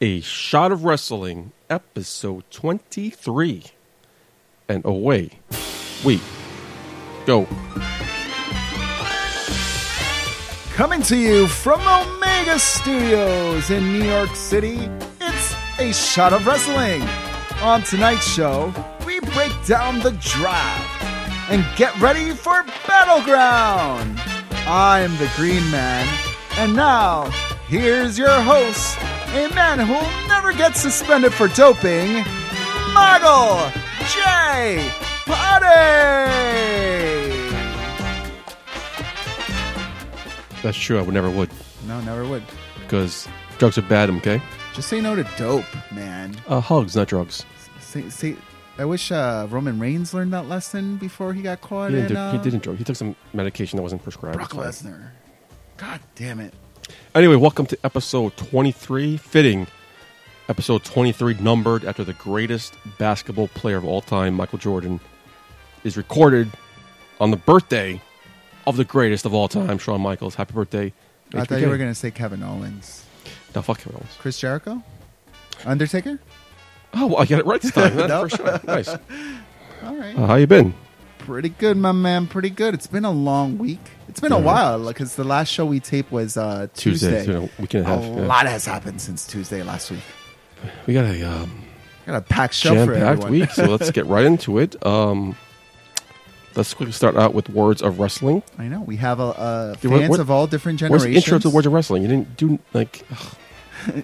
A Shot of Wrestling, episode 23. And oh, away we go. Coming to you from Omega Studios in New York City, it's a shot of wrestling. On tonight's show, we break down the draft and get ready for Battleground. I'm the Green Man, and now here's your host, a man who'll never get suspended for doping, Michael J. Potty. That's true, I would never would No, never would. because drugs are bad, okay? Just say no to dope, man. Uh, hugs, not drugs. See, see, I wish uh, Roman Reigns learned that lesson before he got caught He didn't, in do, uh, he didn't drug. He took some medication that wasn't prescribed. Brock It's fine. Lesnar. God damn it. Anyway, welcome to episode 23. Fitting episode 23, numbered after the greatest basketball player of all time, Michael Jordan, is recorded on the birthday of the greatest of all time, Shawn Michaels. Happy birthday. I thought you were going to say Kevin Owens. No, fuck Kevin Owens. Chris Jericho? Undertaker? Oh, well, I got it right this time. That's No. for sure. Nice. Uh, All right. how you been? Pretty good, my man. Pretty good. It's been a long week. It's been a Yeah. while because the last show we taped was uh, Tuesday. you know, week and a a half. yeah. lot has happened since Tuesday last week. We got a um, Got a packed show for jam-packed everyone. week, so let's get right into it. Um, let's quickly start out with words of wrestling. I know. We have a, a Dude, what- fans what- of all different Where's generations. the intro to words of wrestling? You didn't do like. ugh.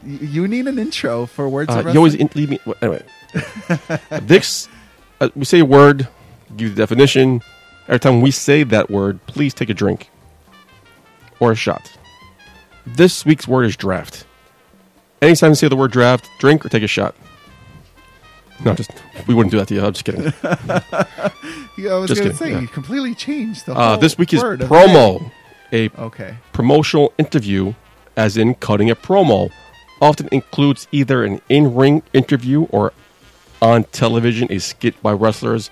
you need an intro for words Uh, of you always wrestling. in- leave me. well, Anyway, this uh, we say a word, give you the definition. Every time we say that word, please take a drink or a shot. This week's word is draft. Anytime you say the word draft, drink or take a shot. No, just we wouldn't do that to you. I'm just kidding. Yeah, I Just was going to kidding, say yeah. you completely changed the whole Uh, this week is word of promo, a it. Okay. promotional interview, as in cutting a promo, often includes either an in ring interview or on television a skit by wrestlers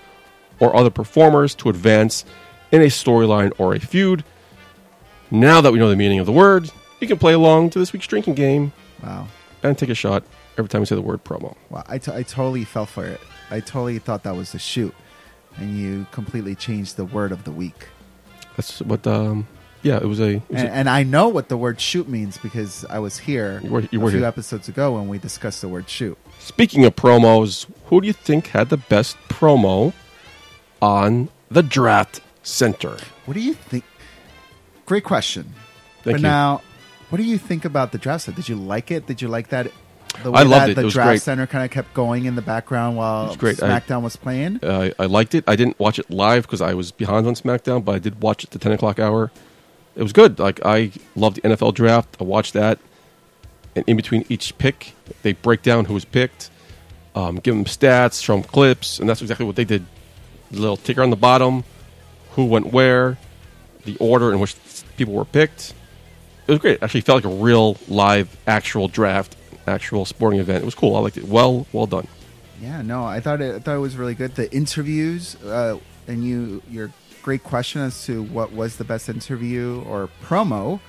or other performers to advance in a storyline or a feud. Now that we know the meaning of the word, you can play along to this week's drinking game Wow. and take a shot every time we say the word promo. Wow. I, t- I totally fell for it. I totally thought that was the shoot, and you completely changed the word of the week. That's what, um, yeah, it was a. It was And, a- and I know what the word shoot means because I was here You were- you were a few here. episodes ago when we discussed the word shoot. Speaking of promos, who do you think had the best promo on the draft center? What do you think? Great question. Thank but you. now, what do you think about the draft set? Did you like it? Did you like that? The I loved that it. The It was draft great. center kind of kept going in the background while was great. I- SmackDown was playing. Uh, I liked it. I didn't watch it live because I was behind on SmackDown, but I did watch it the ten o'clock hour. It was good. Like I loved the NFL draft. I watched that, and in between each pick, they break down who was picked, um, give them stats, show them clips, and that's exactly what they did. The little ticker on the bottom, who went where, the order in which people were picked. It was great. Actually, felt like a real live, actual draft, actual sporting event. It was cool. I liked it. Well, well done. Yeah, no, I thought it, I thought it was really good. The interviews uh, and you your great question as to what was the best interview or promo.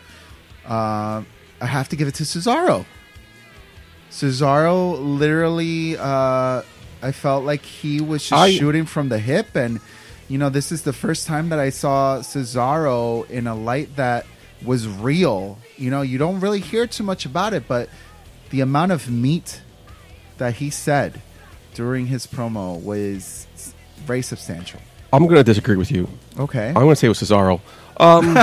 Uh, I have to give it to Cesaro. Cesaro literally, uh, I felt like he was just I- shooting from the hip, and you know, this is the first time that I saw Cesaro in a light that was real. You know, you don't really hear too much about it, but the amount of meat that he said during his promo was s- very substantial. I'm going to disagree with you. Okay. I'm going to say it was Cesaro. Um,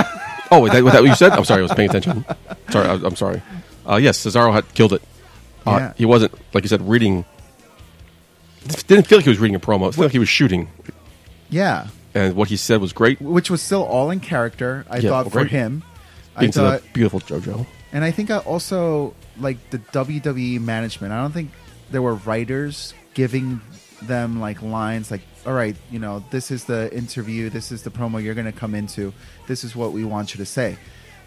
oh, wait, that, was that what you said? I'm sorry, I was paying attention. Sorry, I, I'm sorry. Uh, yes, Cesaro had killed it. Uh, Yeah. He wasn't, like you said, reading. It didn't feel like he was reading a promo. It felt like he was shooting, yeah. and what he said was great. Which was still all in character, I Yeah, thought, for great. him. I Being thought, the beautiful JoJo. and I think I also like the WWE management. I don't think there were writers giving them like lines like, "All right, you know, this is the interview, this is the promo you're going to come into, this is what we want you to say."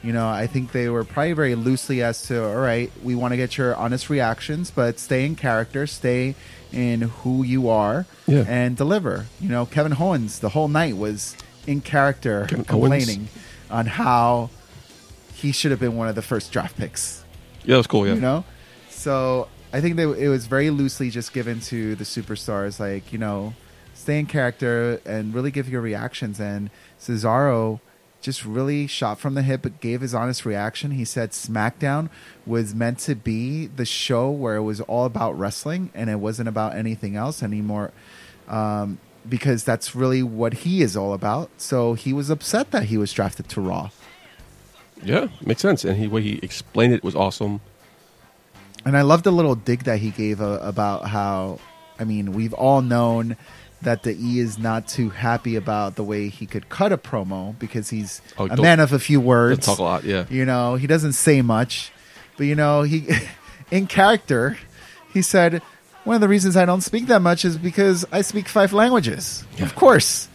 You know, I think they were probably very loosely as to, "All right, we want to get your honest reactions, but stay in character, stay in who you are, Yeah. and deliver." You know, Kevin Owens the whole night was in character, Kevin Owens. complaining on how he should have been one of the first draft picks. Yeah, that was cool. Yeah, You know, so I think that it was very loosely just given to the superstars, like you know, stay in character and really give your reactions. And Cesaro just really shot from the hip, but gave his honest reaction. He said SmackDown was meant to be the show where it was all about wrestling and it wasn't about anything else anymore. Um, because that's really what he is all about. So he was upset that he was drafted to Raw. Yeah, makes sense. And he way he explained it was awesome. And I love the little dig that he gave uh, about how, I mean, we've all known that the E is not too happy about the way he could cut a promo because he's Oh, a don't- man of a few They words. talk a lot. Yeah, You know, he doesn't say much, but you know, he in character, he said, "One of the reasons I don't speak that much is because I speak five languages." Of course.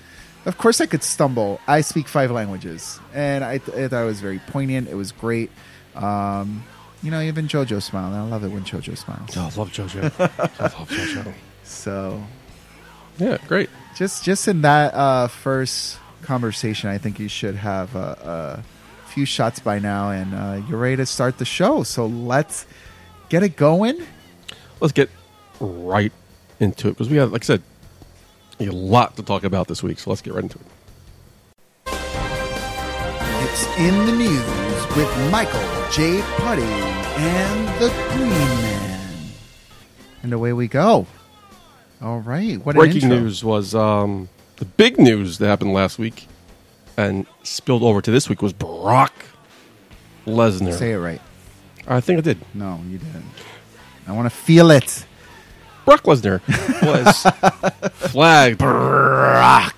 Of course I could stumble. I speak five languages. And I, th- I thought it was very poignant. It was great. Um, you know, even JoJo smiled. I love it when JoJo smiles. Oh, I love JoJo. I love JoJo. So, Yeah, great. just just in that uh, first conversation, I think you should have a, a few shots by now, and uh, you're ready to start the show. So let's get it going. Let's get right into it because we have, like I said, a lot to talk about this week. So let's get right into it. It's in the news with Michael J. Putty and the Green Man. And away we go. All right, what an breaking intro. news was um, the big news that happened last week and spilled over to this week was Brock Lesnar. Say it right. I think I did. No, you didn't. I want to feel it. Brock Lesnar was flagged. Brock.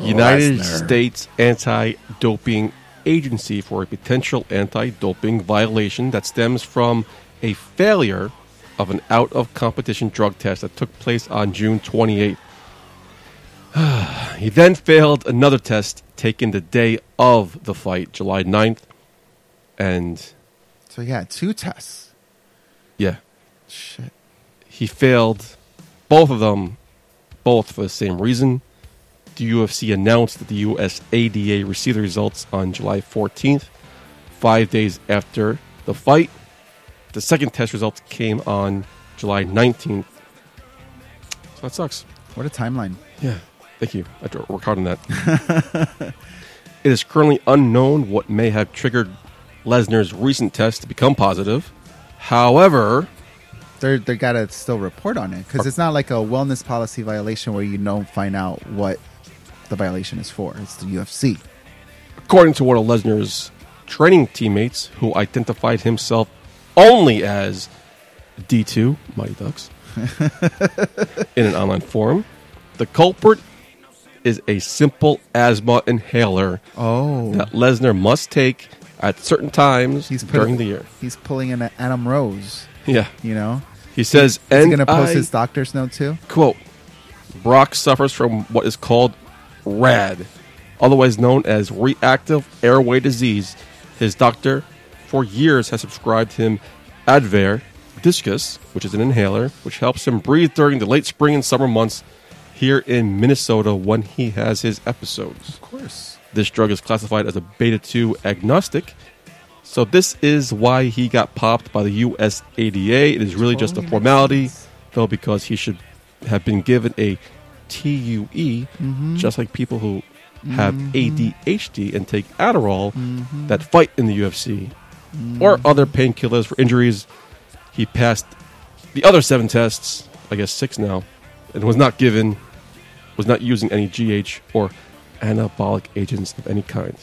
United Lesnar. States Anti-Doping Agency for a potential anti-doping violation that stems from a failure of an out-of-competition drug test that took place on June 28th. he then failed another test taken the day of the fight, July 9th, and So yeah, two tests. yeah, Shit. he failed both of them, both for the same reason. The UFC announced that the US ADA received the results on July 14th, five days after the fight. The second test results came on July 19th. So that sucks. What a timeline. Yeah. Thank you. I had to work hard on that. it is currently unknown what may have triggered Lesnar's recent test to become positive. However, they're they gotta still report on it because it's not like a wellness policy violation where you don't find out what the violation is for. It's the UFC. according to one of Lesnar's training teammates, who identified himself only as D2, Mighty Ducks, in an online forum, the culprit is a simple asthma inhaler Oh, that Lesnar must take at certain times during the year. He's pulling an Adam Rose. Yeah. You know, He says, is he and gonna post I his doctor's note too? quote brock suffers from what is called rad otherwise known as reactive airway disease his doctor for years has prescribed him advair discus which is an inhaler which helps him breathe during the late spring and summer months here in minnesota when he has his episodes Of course. this drug is classified as a beta 2 agnostic so this is why he got popped by the US ADA. It is really just a Totally makes formality, sense. though, because he should have been given a TUE, just like people who have ADHD and take Adderall that fight in the UFC or other painkillers for injuries. He passed the other seven tests, I guess six now, and was not given, was not using any GH or anabolic agents of any kind.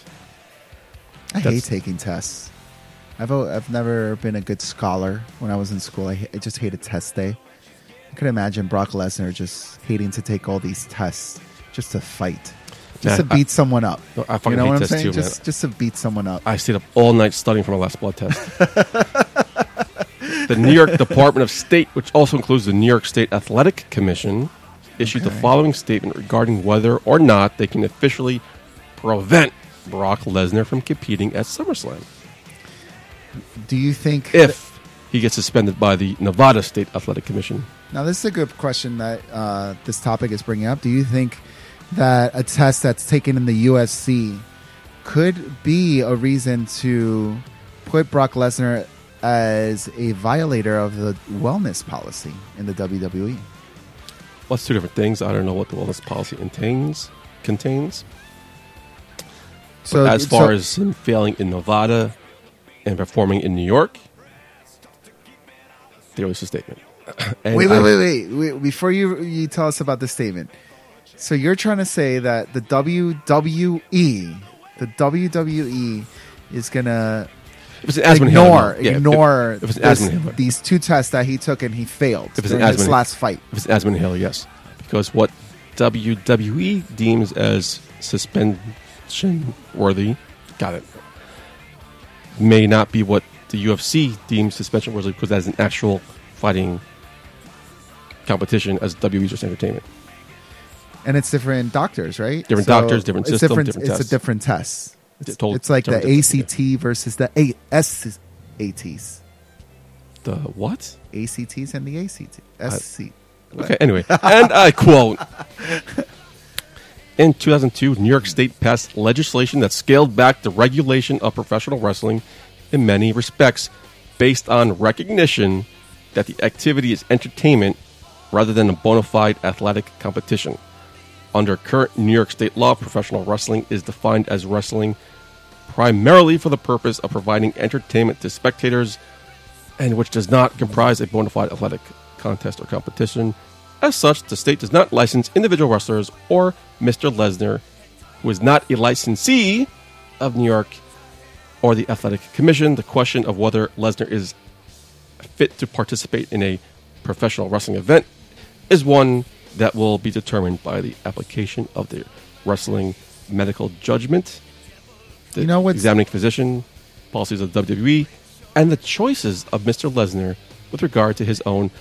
I hate That's- taking tests. I've al- I've never been a good scholar. When I was in school, I, ha- I just hated test day. I could imagine Brock Lesnar just hating to take all these tests just to fight, just Yeah, to beat someone up. No, I fucking you know hate what I'm tests saying? too, man. just just to beat someone up. I stayed up all night studying for my last blood test. the New York Department of State, which also includes the New York State Athletic Commission, issued the Okay. following statement regarding whether or not they can officially prevent Brock Lesnar from competing at SummerSlam Do you think if he gets suspended by the Nevada State Athletic Commission. now this is a good question that uh, this topic is bringing up? Do you think that a test that's taken in the UFC could be a reason to put Brock Lesnar as a violator of the wellness policy in the E? WWE. Well, it's two different things. I don't know what the wellness policy contains. Contains. So as far as him failing in Nevada and performing in New York, there was a statement. And wait, wait, I- wait, wait, wait. Before you you tell us about the statement, so you're trying to say that the WWE, the WWE, is gonna If it's an asthma ignore inhaler, yeah, if- ignore If, it's an this- asthma inhaler, these two tests that he took and he failed If it's an during this asthma- last fight. if it's an asthma inhaler, yes, because what WWE deems as suspension worthy, got it, may not be what the UFC deems suspension worthy because that's an actual fighting competition as WWE's just entertainment. And it's different doctors, right? Different doctors, different it's system, different it's tests. a different test. It's, It's told- it's like the different different- ACT versus the A- S- ATs. The what? ACTs and the ACT. SC. Okay, anyway, and I quote In 2002, New York State passed legislation that scaled back the regulation of professional wrestling in many respects based on recognition that the activity is entertainment rather than a bona fide athletic competition. Under current New York State law, professional wrestling is defined as wrestling primarily for the purpose of providing entertainment to spectators and which does not comprise a bona fide athletic contest or competition. As such, the state does not license individual wrestlers or Mr. Lesnar, who is not a licensee of New York or the Athletic Commission. The question of whether Lesnar is fit to participate in a professional wrestling event is one that will be determined by the application of the wrestling medical judgment, the You know what's- examining physician, policies of WWE, and the choices of Mr. Lesnar with regard to his own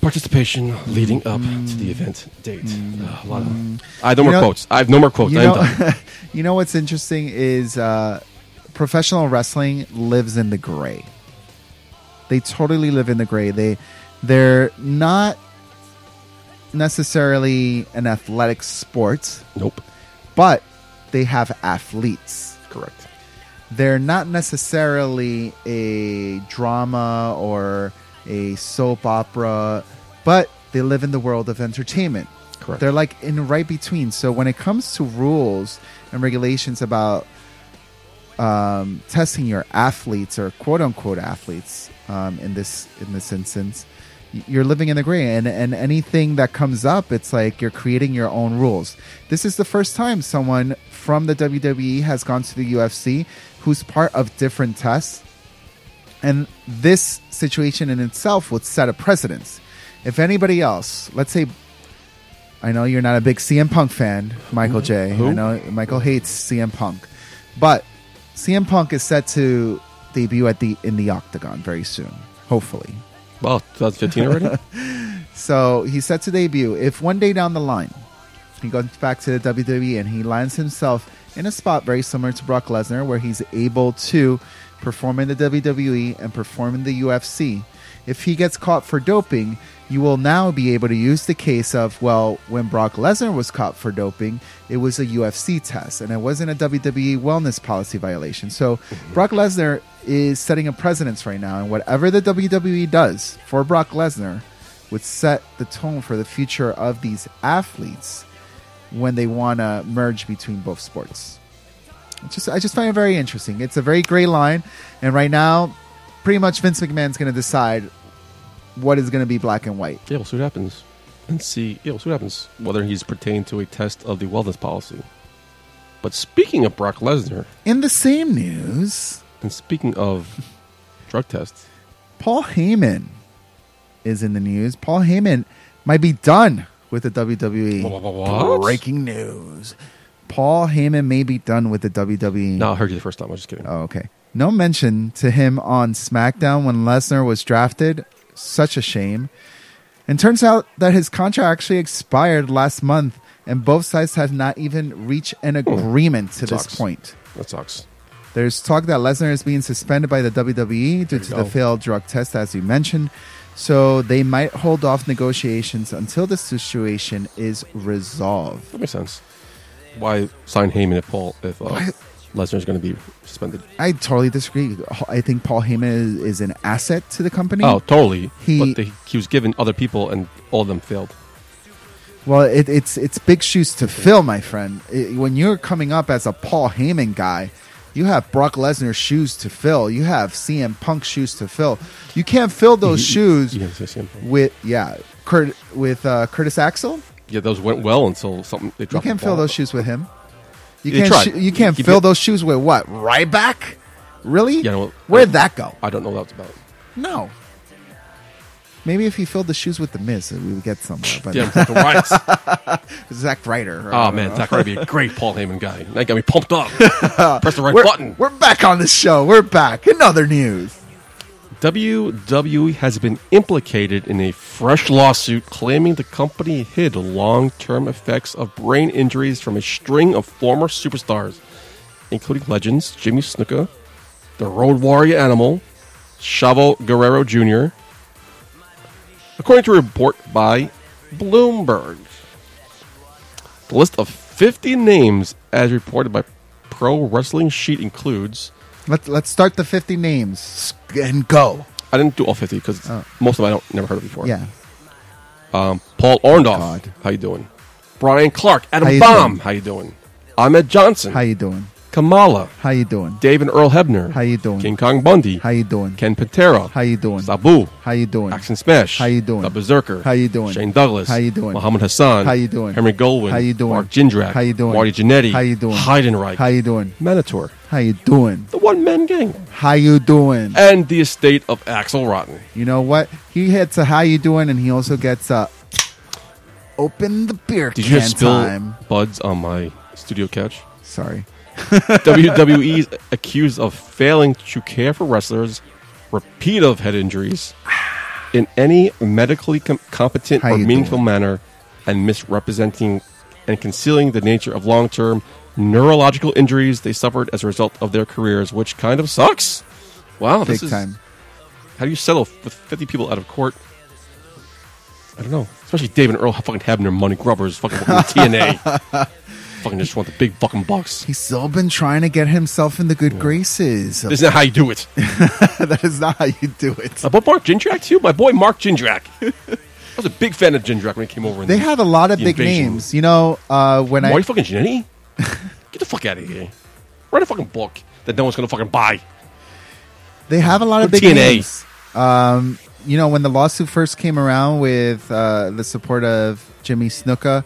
participation leading up to the event date. Uh, a lot of, I have no Mm-hmm. You more know- quotes. I have no more quotes. You I am done. know, you know what's interesting is uh, professional wrestling lives in the gray. They totally live in the gray. They they're not necessarily an athletic sport, Nope. but they have athletes. Correct. They're not necessarily a drama or a soap opera, but they live in the world of entertainment. Correct. They're like in right between. So when it comes to rules and regulations about um, testing your athletes or quote unquote athletes um, in this in this instance, y- you're living in the gray. And and anything that comes up, it's like you're creating your own rules. This is the first time someone from the WWE has gone to the UFC who's part of different tests and this situation in itself would set a precedence. If anybody else, let's say, I know you're not a big CM Punk fan, Michael J. I Who? know Michael hates CM Punk, but CM Punk is set to debut at the in the Octagon very soon, hopefully. Well, 2015 already? So he's set to debut. If one day down the line he goes back to the WWE and he lands himself in a spot very similar to Brock Lesnar, where he's able to perform in the WWE and perform in the UFC, if he gets caught for doping, you will now be able to use the case of, well, when Brock Lesnar was caught for doping, it was a UFC test and it wasn't a WWE wellness policy violation. So Brock Lesnar is setting a precedence right now, and whatever the WWE does for Brock Lesnar, would set the tone for the future of these athletes when they want to merge between both sports. It's just I just find it very interesting. It's a very gray line, and right now, pretty much Vince McMahon's going to decide what is going to be black and white. Yeah, we'll see what happens. And see, yeah, we'll see what happens. Whether he's pertained to a test of the wellness policy. But speaking of Brock Lesnar, In the same news, and speaking of drug tests, Paul Heyman is in the news. Paul Heyman might be done with the WWE. What? Breaking news: Paul Heyman may be done with the E WWE. no, I heard you the first time. I was just kidding. Oh, okay. No mention to him on SmackDown when Lesnar was drafted. Such a shame. And turns out that his contract actually expired last month, and both sides have not even reached an agreement to this Oh, Sucks. point. That sucks. There's talk that Lesnar is being suspended by the WWE due to the go. failed drug test, as you mentioned. So they might hold off negotiations until the situation is resolved. That makes sense. Why sign Heyman if Paul if uh, Lesnar's going to be suspended. I totally disagree. I think Paul Heyman is, is an asset to the company. Oh, totally. He- but they, he was given other people, and all of them failed. Well, it, it's it's big shoes to fill, my friend. I- when you're coming up as a Paul Heyman guy, you have Brock Lesnar's shoes to fill. You have CM Punk shoes to fill. You can't fill those shoes Yeah, so CM Punk. with yeah, Curt, with uh, Curtis Axel. Yeah, those went well until something. They You dropped can't the fill ball. those shoes with him. You They can't. tried. sho- you can't Keep fill it- those shoes with what? Ryback? Really? Yeah, well, Where'd I- that go? I don't know what that's about. No. Maybe if he filled the shoes with the Miz, we would get somewhere. But Yeah, the riots. Zack Ryder. or I Oh don't man, know. Zach would be a great Paul Heyman guy. That got me pumped up. Press the right we're, button. We're back on the show. We're back. In other news. WWE E has been implicated in a fresh lawsuit claiming the company hid long term effects of brain injuries from a string of former superstars, including legends Jimmy Snuka, the Road Warrior Animal, Chavo Guerrero Jr., according to a report by Bloomberg. The list of 50 names, as reported by Pro Wrestling Sheet, includes. Let's let's start the fifty names and go. I didn't do all 50 because Oh. most of them I don't never heard of before. Yeah. Paul Orndorff. Oh, God. How you doing? Brian Clark. Adam How you Baum. doing? How you doing? Ahmed Johnson. How you doing? Kamala. How you doing? Dave and Earl Hebner. How you doing? King Kong Bundy. How you doing? Ken Patera. How you doing? Sabu. How you doing? Action Smash. How you doing? The Berserker. How you doing? Shane Douglas. How you doing? Muhammad Hassan. How you doing? Henry Goldwyn. How you doing? Mark Jindrak. How you doing? Marty Jannetty. How you doing? Heidenreich. How you doing? Manator. How you doing? The One Man Gang. How you doing? And the estate of Axel Rotten. You know what? He hits a how you doing, and he also gets a open the beer Did can you just spill time. buds on my studio couch? Sorry. WWE E is accused of failing to care for wrestlers, repeat of head injuries, in any medically com- competent How or you meaningful doing? manner, and misrepresenting and concealing the nature of long-term neurological injuries they suffered as a result of their careers, which kind of sucks. Wow, this Big is time. how do you settle with fifty people out of court? I don't know. Especially Dave and Earl fucking Hebner, money grubbers, fucking working with TNA. fucking just want the big fucking bucks. He's still been trying to get himself in the good graces. This is not how you do it. that is not how you do it. Uh, but Mark Jindrak too. My boy Mark Jindrak. I was a big fan of Jindrak when he came over. in They the- had a lot of the big invasion. names. You know, uh, when Marty I fucking Jannetty. Get the fuck out of here. Write a fucking book that no one's gonna fucking buy. they have a lot of big TNA. names. Um, you know, when the lawsuit first came around with uh, the support of Jimmy Snuka,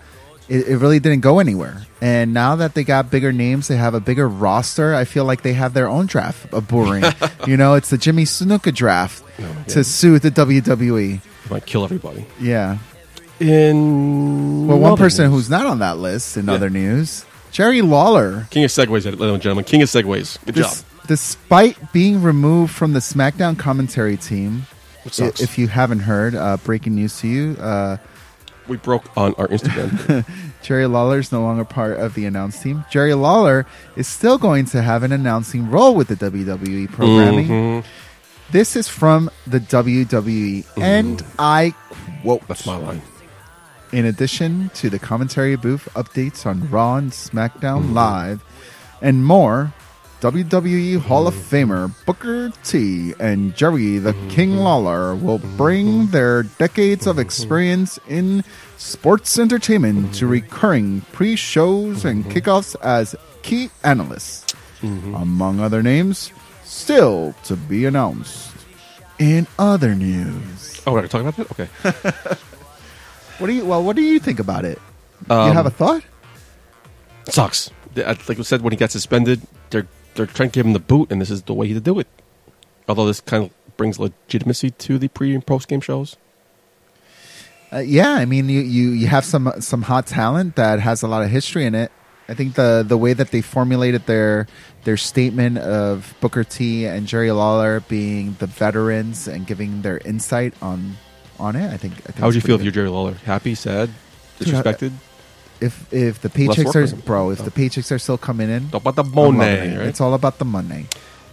it, it really didn't go anywhere. And now that they got bigger names, they have a bigger roster. I feel like they have their own draft of boring. you know, it's the Jimmy Snuka draft Oh, to sue the WWE. He might kill everybody. Yeah. In Well, one other person news. who's not on that list in Yeah. other news, Jerry Lawler. king of segways, ladies and gentlemen, king of segways. Good Des- job. despite being removed from the SmackDown commentary team, Which sucks. i- if you haven't heard, uh, breaking news to you, uh, We broke on our Instagram. Jerry Lawler is no longer part of the announce team. Jerry Lawler is still going to have an announcing role with the WWE programming. Mm-hmm. This is from the WWE, and I quote. That's my line. In addition to the commentary booth updates on Raw and SmackDown Live and more, WWE Hall of Famer Booker T and Jerry the King Lawler will bring their decades of experience in sports entertainment to recurring pre shows and kickoffs as key analysts, among other names still to be announced. In other news, Oh, we're not gonna talk about that. Okay. what do you well? What do you think about it? you Um, have a thought? Sucks. They- I- uh, Like we said, when he got suspended, they're they're trying to give him the boot, and this is the way to do it. Although this kind of brings legitimacy to the pre and post game shows. Uh, yeah, I mean, you, you you have some some hot talent that has a lot of history in it. I think the the way that they formulated their their statement of Booker T and Jerry Lawler being the veterans and giving their insight on on it, I think. I think How would it's you feel if pretty you're Jerry Lawler? Happy, sad, Dude, I- disrespected? good. if if the work paychecks for are them. bro, if the paychecks are still coming in, Talk about the I'm loving Monet, it. right? It's all about the money.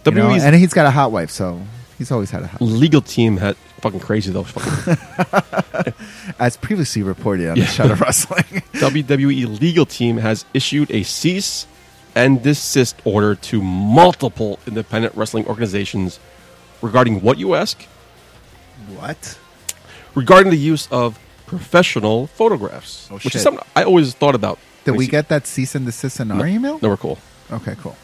You know? WWE's And he's got a hot wife, so he's always had a hot. legal team had fucking crazy though. Fucking As previously reported on Yeah. E the Shadow Wrestling. WWE legal team has issued a cease and desist order to multiple independent wrestling organizations regarding what you ask, What? regarding the use of professional photographs, Oh, which shit. is something I always thought about. Did when we see- get that cease and desist in our email? No, we're cool. Okay, cool.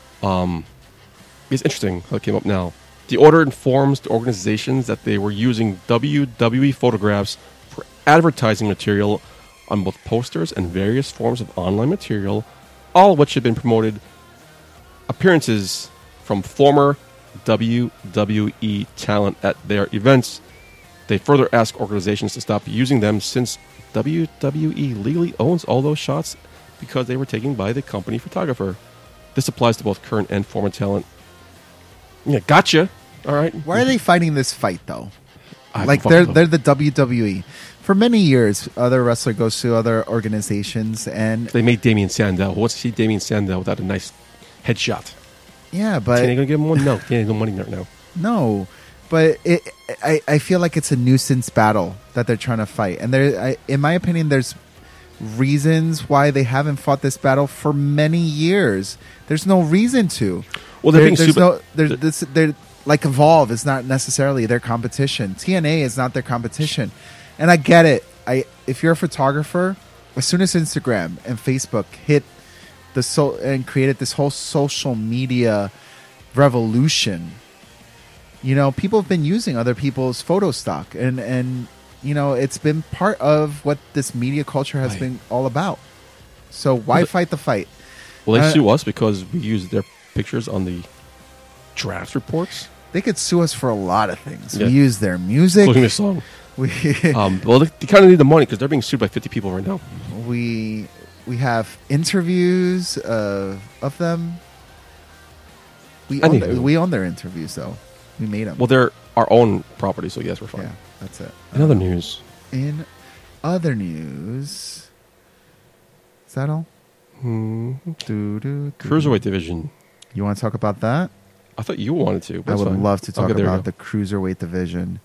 It's interesting how it came up now. The order informs the organizations that they were using WWE photographs for advertising material on both posters and various forms of online material, all of which had been promoted appearances from former WWE talent at their events. They further ask organizations to stop using them since WWE legally owns all those shots because they were taken by the company photographer. This applies to both current and former talent. Yeah, gotcha. All right. Why are they fighting this fight though? I like fucking they're don't- they're the WWE. For many years, other wrestler goes to other organizations, and They made Damien Sandow. Who wants to see Damien Sandow without a nice headshot? yeah, Ain't but gonna give him one? No, he ain't gonna money right now. no, but it, I I feel like it's a nuisance battle that they're trying to fight, and there, I, in my opinion, there's reasons why they haven't fought this battle for many years. There's no reason to. Well, they're There- being there's super- no there's this they're like evolve is not necessarily their competition. TNA is not their competition, and I get it. I if you're a photographer, as soon as Instagram and Facebook hit the so and created this whole social media revolution, you know people have been using other people's photo stock, and and you know it's been part of what this media culture has Right. been all about. So why fight the fight? Well, they Uh, sue us because we used their pictures on the draft reports, They could sue us for a lot of things. Yeah. We use their music. including this song. We Um, well, they, they kind of need the money because they're being sued by 50 people right now. we we have interviews of of them. We I own think their, we- we own their interviews though. We made them. Well, they're our own property, so yes, we're fine. yeah, that's it. In other news, In other news, is that all? Doo, doo, doo. cruiserweight division. You want to talk about that? I thought you wanted to. but I that's would fine. love to talk Okay, there you about go. the cruiserweight division.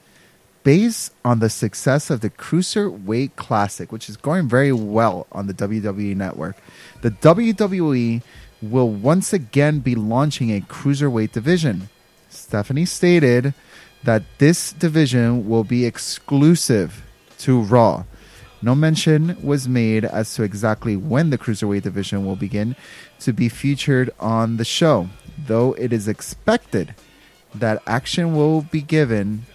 Based on the success of the Cruiserweight Classic, which is going very well on the WWE network, the WWE will once again be launching a cruiserweight division. Stephanie stated that this division will be exclusive to Raw. No mention was made as to exactly when the Cruiserweight division will begin to be featured on the show, though it is expected that action will be given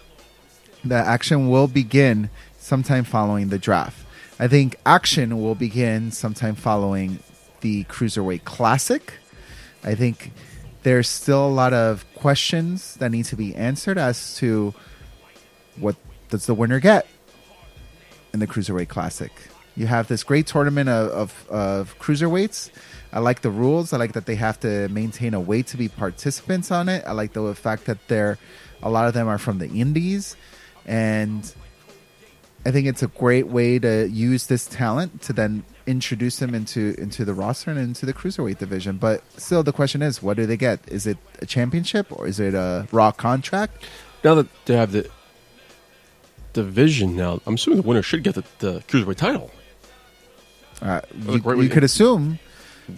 that action will begin sometime following the draft. I think action will begin sometime following the Cruiserweight Classic. I think there's still a lot of questions that need to be answered as to what does the winner get in the Cruiserweight Classic. You have this great tournament of, of, of cruiserweights. I like the rules. I like that they have to maintain a weight to be participants on it. I like the fact that they're a lot of them are from the indies, and I think it's a great way to use this talent to then introduce them into into the roster and into the cruiserweight division. But still, the question is, what do they get? Is it a championship or is it a raw contract? now that they have the division now, I'm assuming the winner should get the, the cruiserweight title. Uh, a you, great you way- could assume.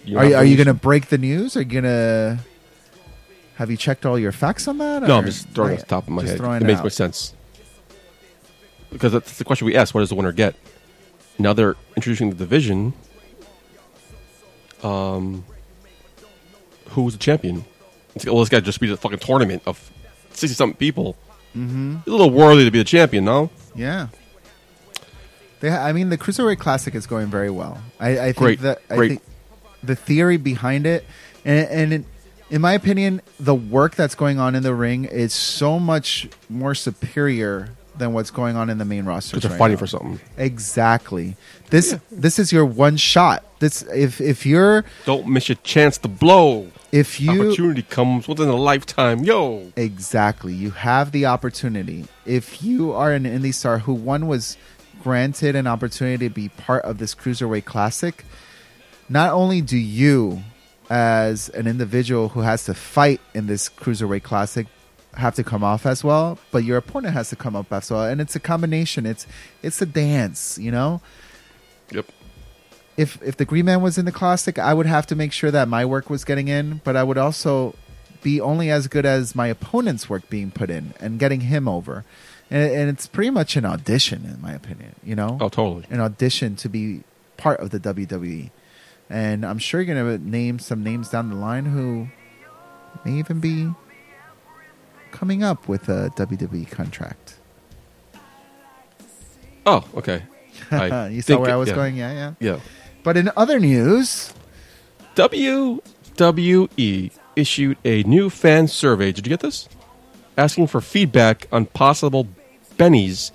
You Are you, know, are you those- going to break the news? Are you going to have you checked all your facts on that? No, or- I'm just throwing it off the top of my Just head. throwing It makes out. more sense because that's the question we asked: What does the winner get? Now they're introducing the division. Um, who's the champion? It's, well, it's got to just be the fucking tournament of sixty something people. Mm-hmm. A little worthy to be the champion, no? Yeah. They, ha- I mean, the Cruiserweight Classic is going very well. I, I think Great, that I great. think the theory behind it, and, and in, in my opinion, the work that's going on in the ring is so much more superior than what's going on in the main roster. Because they're fighting for something. Exactly. This this is your one shot. This if if you're Don't miss your chance to blow. if you Opportunity comes once in a lifetime, yo. Exactly. You have the opportunity. If you are an indie star who one was granted an opportunity to be part of this Cruiserweight Classic, not only do you as an individual who has to fight in this Cruiserweight Classic have to come off as well, but your opponent has to come up as well. And it's a combination. It's it's a dance, you know? Yep. if if the Green Man was in the classic, I would have to make sure that my work was getting in, but I would also be only as good as my opponent's work being put in and getting him over. And, and it's pretty much an audition, in my opinion. You know, Oh, totally. an audition to be part of the WWE. And I'm sure you're gonna name some names down the line who may even be coming up with a WWE contract. Oh, okay. I Uh, you saw think where it- I was yeah. going, yeah, yeah. Yeah. But in other news, WWE E issued a new fan survey. Did you get this? Asking for feedback on possible bennies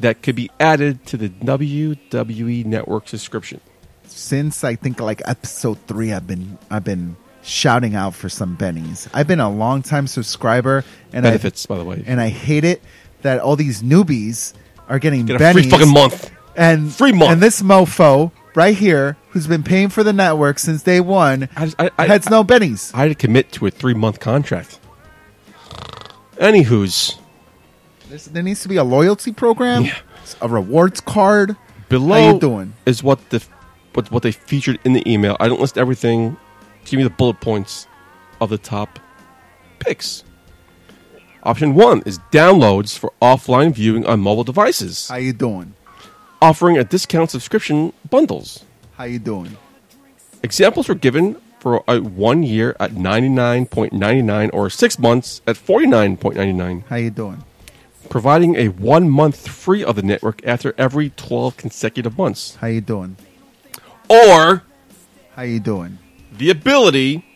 that could be added to the WWE network subscription. since I think like episode three, I've been I've been shouting out for some bennies. I've been a long time subscriber, and I- Benefits, by the way. and I hate it that all these newbies are getting Get a bennies free fucking month. and free month. And this mofo right here, who's been paying for the network since day one, I, I, I, has no bennies. I had to commit to a three month contract. Anywho's There's- there needs to be a loyalty program, Yeah. a rewards card. below How you doing? is what the what what they featured in the email. I don't list everything. Just give me the bullet points of the top picks. Option one is downloads for offline viewing on mobile devices, How you doing? offering a discount subscription bundles. How you doing? Examples were given for a one year at ninety nine point ninety nine or six months at forty nine point ninety nine. How you doing? providing a one month free of the network after every 12 consecutive months, How you doing? or How you doing? the ability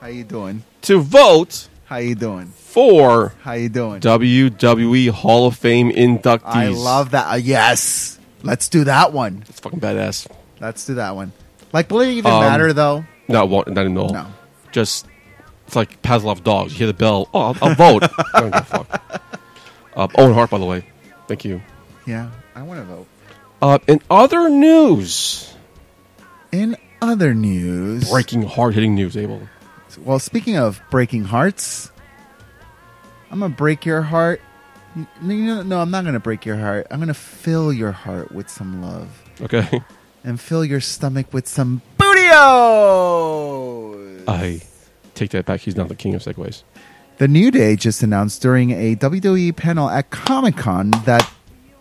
How you doing? to vote How you doing? for How you doing? WWE Hall of Fame inductees. I love that. Uh, yes, let's do that one. it's fucking badass. Let's do that one. Like, will it even Um, matter though? Not one, not even all. No. Just it's like Pavlov dogs. You hear the bell. Oh, I'll, I'll vote. I don't give a fuck. Um, Owen Hart, by the way. Thank you. Yeah, I want to vote. Uh, in other news, In other news, breaking hard hitting news, Abel. Well, speaking of breaking hearts, I'm gonna break your heart. N- No, no, I'm not gonna break your heart. I'm gonna fill your heart with some love Okay. and fill your stomach with some bootios. I take that back. He's not the king of segways. The New Day just announced during a WWE panel at Comic Con that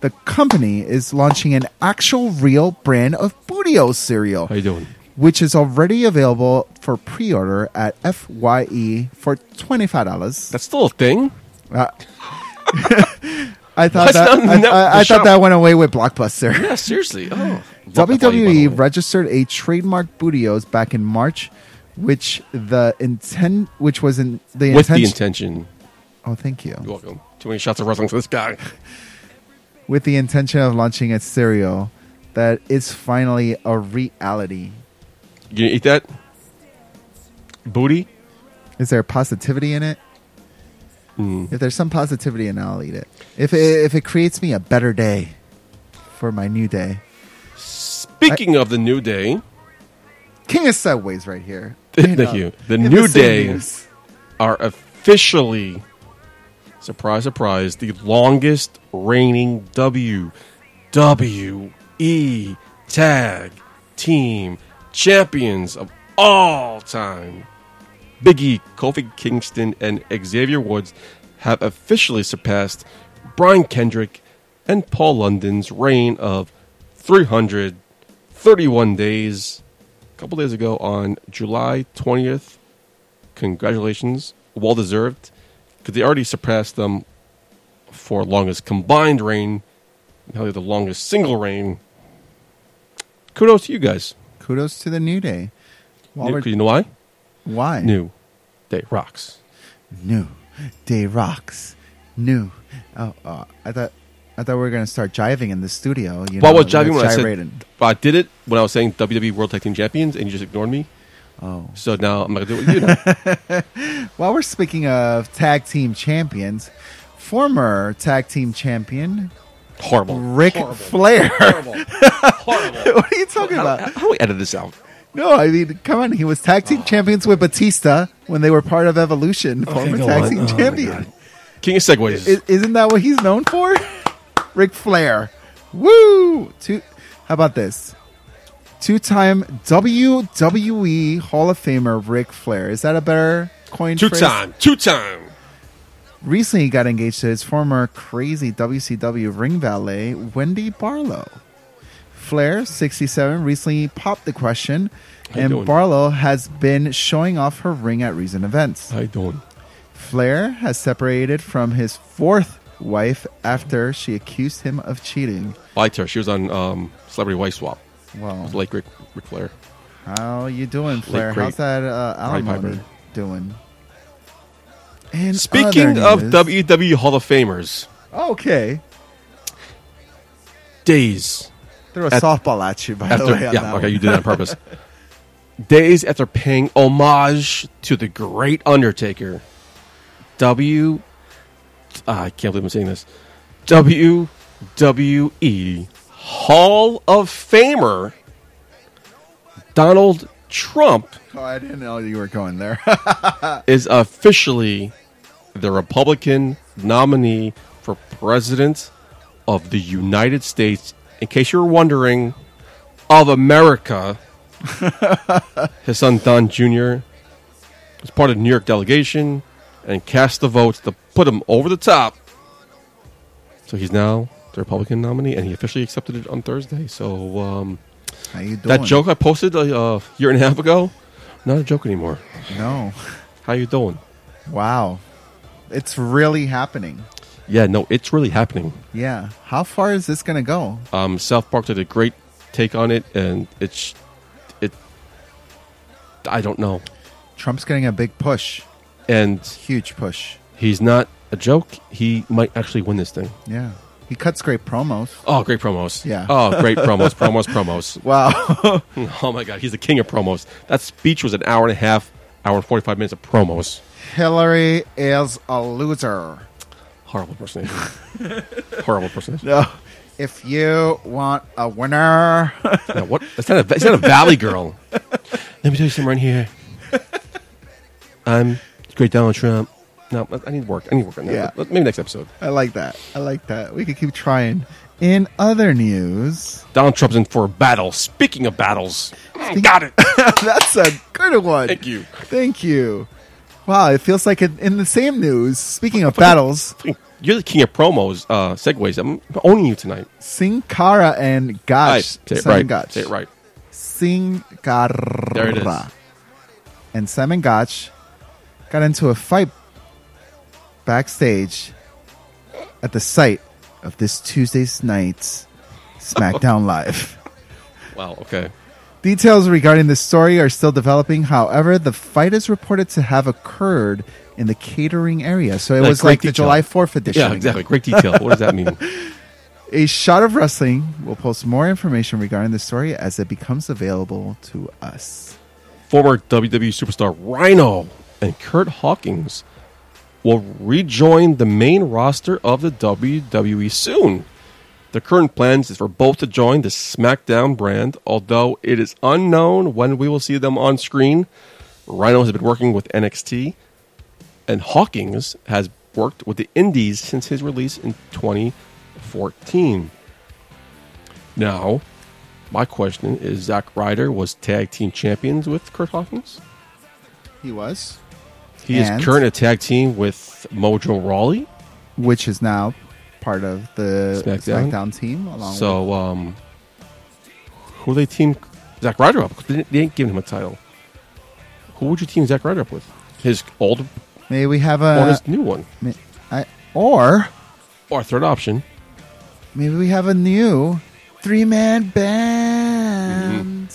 the company is launching an actual real brand of Budio cereal, How you doing? which is already available for pre order at FYE for $25. That's still a thing. Uh, I thought That's that, not I, no- I- I the thought shop. that went away with Blockbuster. Yeah, seriously. Oh, WWE registered a trademark Budios back in March, which the intent, which was in the with the intention. intention. oh, thank you. You're welcome. Too many shots of wrestling for this guy. with the intention of launching a cereal that is finally a reality. You gonna eat that booty? Is there positivity in it? Mm. If there's some positivity in it, I'll eat it. If it, if it creates me a better day for my new day. Speaking of the new day, King of Subways right here. Thank know, you. The in New same Day. news. are officially surprise, surprise, the longest reigning WWE Tag Team Champions of all time. Biggie, Kofi Kingston, and Xavier Woods have officially surpassed Brian Kendrick and Paul London's reign of 331 days a couple days ago on July 20th. Congratulations, well deserved, because they already surpassed them for longest combined reign. Now they're the longest single reign. Kudos to you guys. Kudos to the New Day. While You, we're- 'cause you know why? why? New Day rocks. New Day rocks. New. Oh, oh, I thought I thought we were going to start jiving in the studio. You Well, I know, was jiving when I said gyrating. I did it when I was saying WWE World Tag Team Champions, and you just ignored me. Oh. So now I'm not gonna do it with you. Now. While we're speaking of tag team champions, former tag team champion Horrible. Rick Horrible. Flair. Horrible. Horrible. what are you talking how, about? Uh, how do Oh. we edit this out? No, I mean, come on. He was tag team champions with Batista when they were part of Evolution. former go tag on. team Oh my champion. God. King of Segways. I- isn't that what he's known for? Ric Flair. Woo! Two, how about this? Two time WWE E Hall of Famer Ric Flair. Is that a better coin Two phrase? time, two time. Recently, he got engaged to his former crazy WCW ring valet, Wendy Barlow. Flair, 67, recently popped the question, you and doing? Barlow has been showing off her ring at recent events. How you doing? Flair has separated from his fourth wife after she accused him of cheating. Liked her. She was on um, Celebrity Wife Swap. Wow. It was like Rick, Ric Flair. How you doing, Flair? great How's that uh, Roddy alimony Piper. doing? And Speaking other of news- WWE Hall of Famers, okay, days throw a At- softball at you by the after, way. On Oh, that yeah, okay, one. you did that on purpose. days after paying homage to the great Undertaker, W. ah, I can't believe I'm saying this. WWE Hall of Famer Donald Trump Oh, I didn't know you were going there. is officially the Republican nominee for president of the United States. In case you were wondering, of America, his son Don Jr. was part of the New York delegation and cast the votes to put him over the top. So he's now the Republican nominee, and he officially accepted it on Thursday. So um, How you doing? that joke I posted a uh, year and a half ago, not a joke anymore. No. How you doing? Wow, it's really happening. Yeah, no, it's really happening. Yeah. How far is this going to go? Um, South Park did a great take on it, and it's it. I don't know, Trump's getting a big push, and huge push. he's not a joke. He might actually win this thing. Yeah. He cuts great promos. Oh, great promos! Yeah. Oh, great promos, promos, promos. Wow. Oh my God, he's the king of promos. That speech was an hour and a half, hour and forty-five minutes of promos. Hillary is a loser. Horrible impersonation. Horrible impersonation. No. If you want a winner, Now, what? It's not a. It's not a Valley girl. Let me tell you something right here. I'm the great Donald Trump. No, I- I need work. I need work on that. Yeah. But- but Maybe next episode. I like that. I like that. We could keep trying. In other news, Donald Trump's in for a battle. Speaking of battles, got it. that's a good one. Thank you. Thank you. Wow, it feels like in, in the same news. Speaking of battles, You're the king of promos, uh, segues. I'm owning you tonight. Sin Cara and Right. Gotch. Say it Simon right. Gotch. Say it right. Sin Cara. There it is. And Simon Gotch got into a fight backstage at the site of this Tuesday's night's SmackDown Live. Wow. Okay. Details regarding this story are still developing. However, the fight is reported to have occurred in the catering area. So it Yeah, was great like the detail. July 4th edition. Yeah. Exactly. Great detail. What does that mean? A Shot of Wrestling will post more information regarding this story as it becomes available to us. Former WWE superstar Rhino and Kurt Hawkins will rejoin the main roster of the WWE soon. The current plans is for both to join the SmackDown brand, although it is unknown when we will see them on screen. Rhino has been working with NXT, and Hawkins has worked with the Indies since his release in 2014. Now, my question is: Zack Ryder was tag team champions with Kurt Hawkins. He was, He is And? current a tag team with Mojo Rawley. which is now part of the SmackDown, SmackDown? team. Along with, So, um, who they team Zack Ryder up? 'Cause They didn't, they didn't give him a title. Who would you team Zack Ryder up with? His old may we have or a his new one? may, I, or Or third option? maybe we have a new three man band.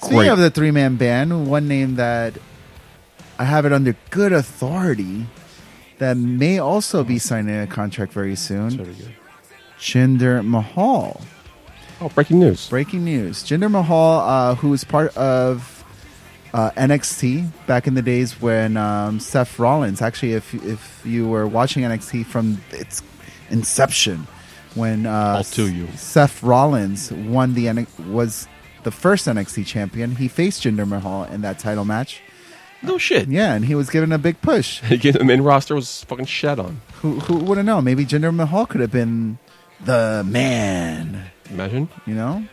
Speaking Great. of the three man band, one name that I have it under good authority that may also be signing a contract very soon. Jinder Mahal. Oh, breaking news! Breaking news: Jinder Mahal, uh, who was part of uh, NXT back in the days when um, Seth Rollins. Actually, if if you were watching NXT from its inception, when uh, All to you. Seth Rollins won the N- was the first NXT champion. He faced Jinder Mahal in that title match. No shit. Yeah, and he was given a big push. Again, the main roster was fucking shat on. Who who would have known? Maybe Jinder Mahal could have been the man. Imagine You know,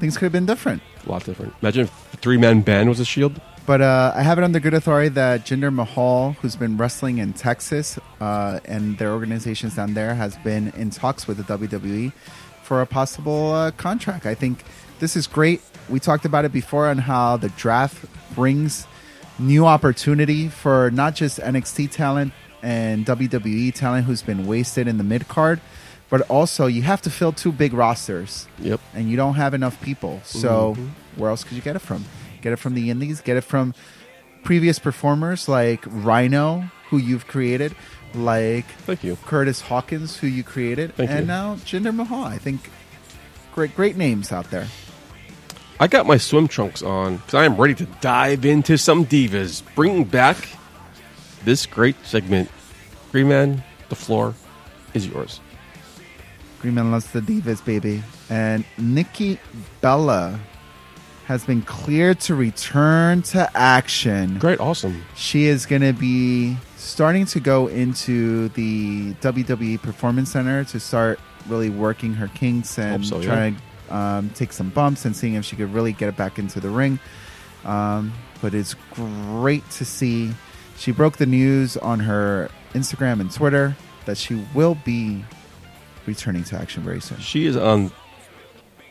Things could have been different. A lot different. Imagine if three man band was a shield. But uh, I have it under good authority that Jinder Mahal, who's been wrestling in Texas uh, and their organizations down there, has been in talks with the WWE for a possible uh, contract. I think this is great. We talked about it before on how the draft brings new opportunity for not just NXT talent and WWE talent who's been wasted in the mid card, but also you have to fill two big rosters Yep. and you don't have enough people. So Mm-hmm. where else could you get it from? Get it from the indies. Get it from previous performers like Rhino, who you've created, like Thank you. Curtis Hawkins, who you created, Thank and you. now Jinder Mahal. I think great, great names out there. I got my swim trunks on because I am ready to dive into some divas. Bring back this great segment. Green man, the floor is yours. Green Man loves the Divas, baby. And Nikki Bella has been cleared to return to action. Great, awesome. She is going to be starting to go into the WWE Performance Center to start really working her kinks and Hope so, yeah. trying to um, take some bumps and seeing if she could really get back into the ring. Um, but it's great to see. She broke the news on her Instagram and Twitter that she will be returning to action very soon. She is on,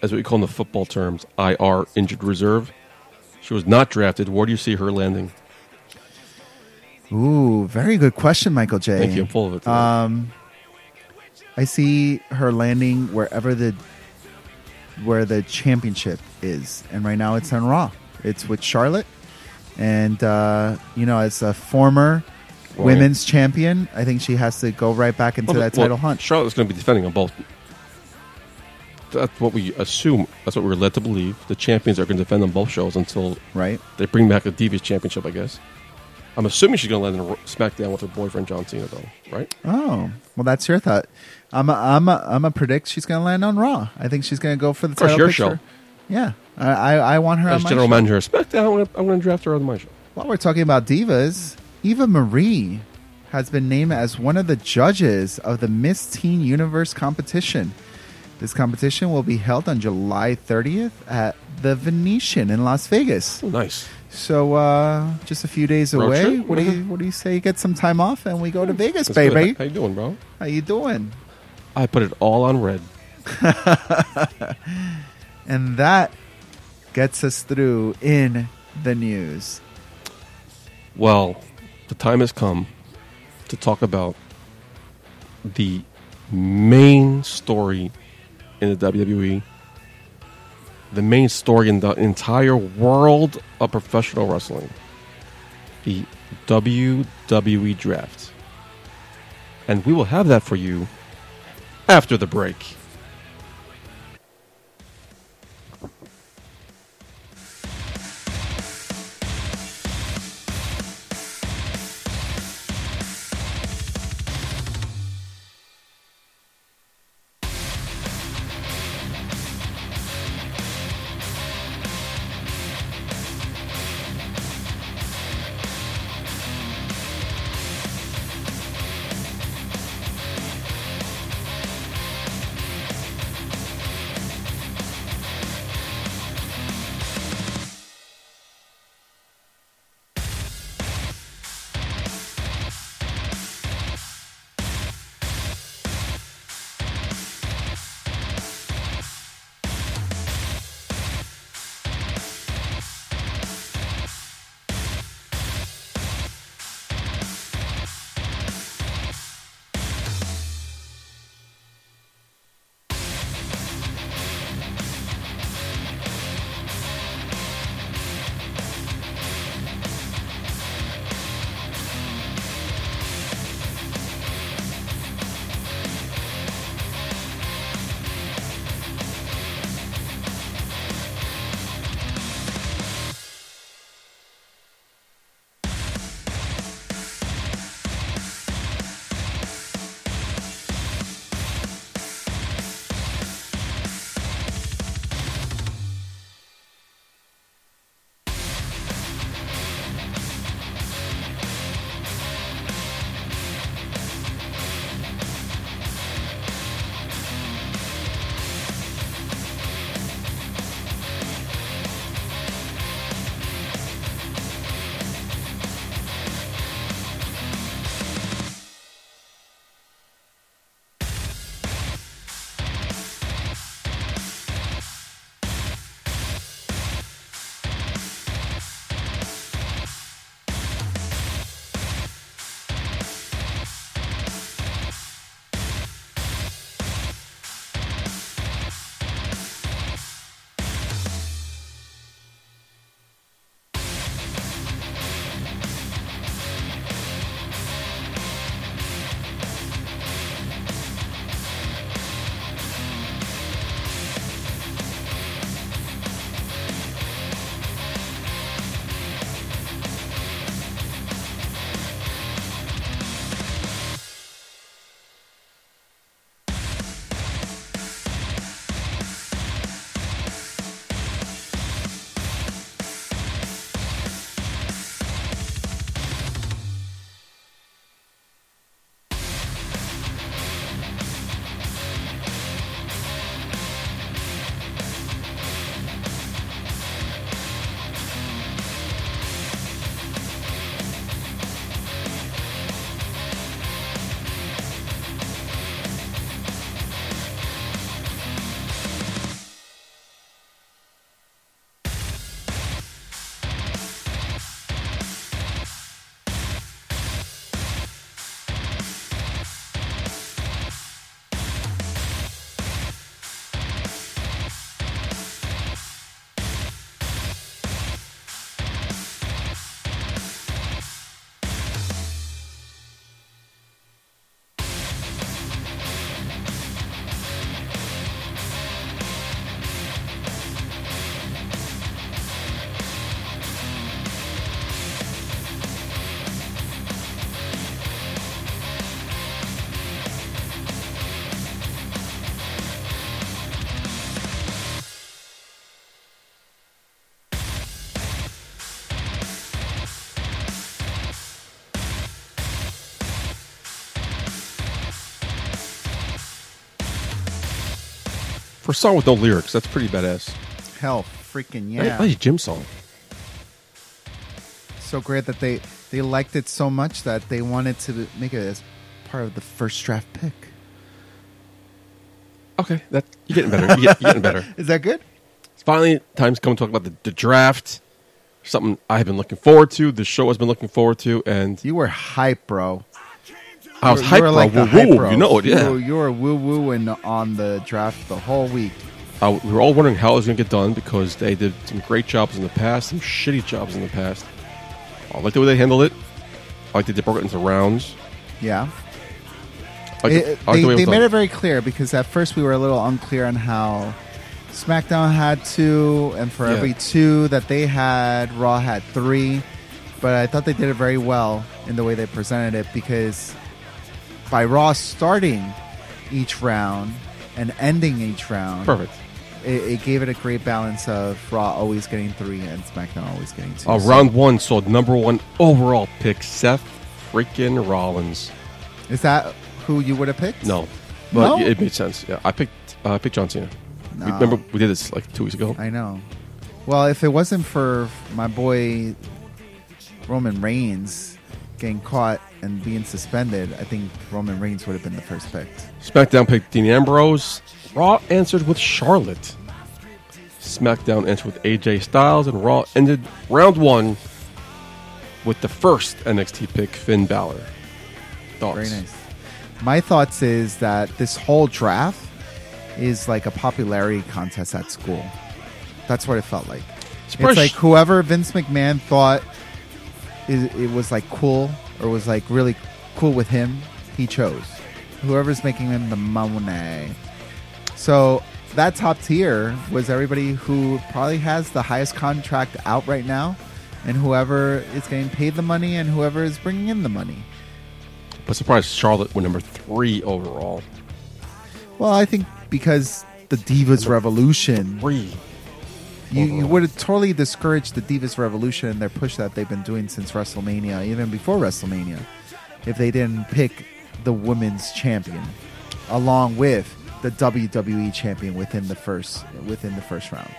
as we call in the football terms, IR, injured reserve. She was not drafted. Where do you see her landing? Ooh, very good question, Michael J. Thank you. I'm full of Um, it. today. I see her landing wherever the where the championship is, and right now it's on Raw. It's with Charlotte, and uh, you know, as a former Right. women's champion, I think she has to go right back into Well, that well, title hunt. Charlotte's going to be defending on both. That's what we assume. That's what we were led to believe. The champions are going to defend on both shows until right? they bring back the Divas Championship, I guess. I'm assuming she's going to land in Ro- SmackDown with her boyfriend John Cena, though, right? Oh, well, that's your thought. I'm a, I'm a, I'm a predict she's going to land on Raw. I think she's going to go for the course, title your picture. show. Yeah, I, I, I want her on As my general show. manager of SmackDown, I'm gonna- I'm going to draft her on my show. While we're talking about divas, Eva Marie has been named as one of the judges of the Miss Teen Universe competition. This competition will be held on July 30th at the Venetian in Las Vegas. Oh, nice. So, uh, just a few days Road away. trip? Mm-hmm. Mm. What do you What do you say? You get some time off and we go to Vegas, That's good. baby. How you doing, bro? How you doing? I put it all on red. And that gets us through in the news. Well, the time has come to talk about the main story in the WWE, the main story in the entire world of professional wrestling, the WWE draft. And we will have that for you after the break. For a song with no lyrics, that's pretty badass. Hell, freaking That- yeah! That's a gym song. so great that they they liked it so much that they wanted to make it as part of the first draft pick. Okay, that you're getting better. You're, get- you're getting better. Is that good? It's finally time's come to talk about the, the draft. Something I've been looking forward to. The show has been looking forward to, and You were hype, bro. I was You hyped. were bro. like the Woo, hype woo, bros. you know it, You yeah. were- You were woo wooing on the draft the whole week. Uh, we were all wondering how it was going to get done because they did some great jobs in the past, some shitty jobs in the past. I like the way they handled it. I like that they broke it into rounds. Yeah. I like It- the, I like they the way they it was made done. it very clear because at first we were a little unclear on how SmackDown had two, and for Yeah. every two that they had, Raw had three. But I thought they did it very well in the way they presented it because by Raw starting each round and ending each round, perfect. It, it gave it a great balance of Raw always getting three and SmackDown always getting two. Uh, So round one saw number one overall pick Seth freaking Rollins. is that who you would have picked? No, but No? it made sense. Yeah, I picked uh, I picked John Cena. No. We, remember we did this like two weeks ago. I know. Well, if it wasn't for my boy Roman Reigns getting caught and being suspended, I think Roman Reigns would have been the first pick. SmackDown picked Dean Ambrose. Raw answered with Charlotte. SmackDown answered with AJ Styles, and Raw ended round one with the first NXT pick, Finn Balor. Thoughts? Very nice. My thoughts is that this whole draft is like a popularity contest at school. That's what it felt like. Surprise. It's like whoever Vince McMahon thought it, it was like cool or was like really cool with him, he chose. Whoever's making him the money. So that top tier was everybody who probably has the highest contract out right now, and whoever is getting paid the money and whoever is bringing in the money. But surprise, Charlotte went number three overall. Well, I think because the Divas Revolution, Three. you, you would have totally discouraged the Divas Revolution and their push that they've been doing since WrestleMania, even before WrestleMania, if they didn't pick the women's champion along with the WWE champion within the first within the first round.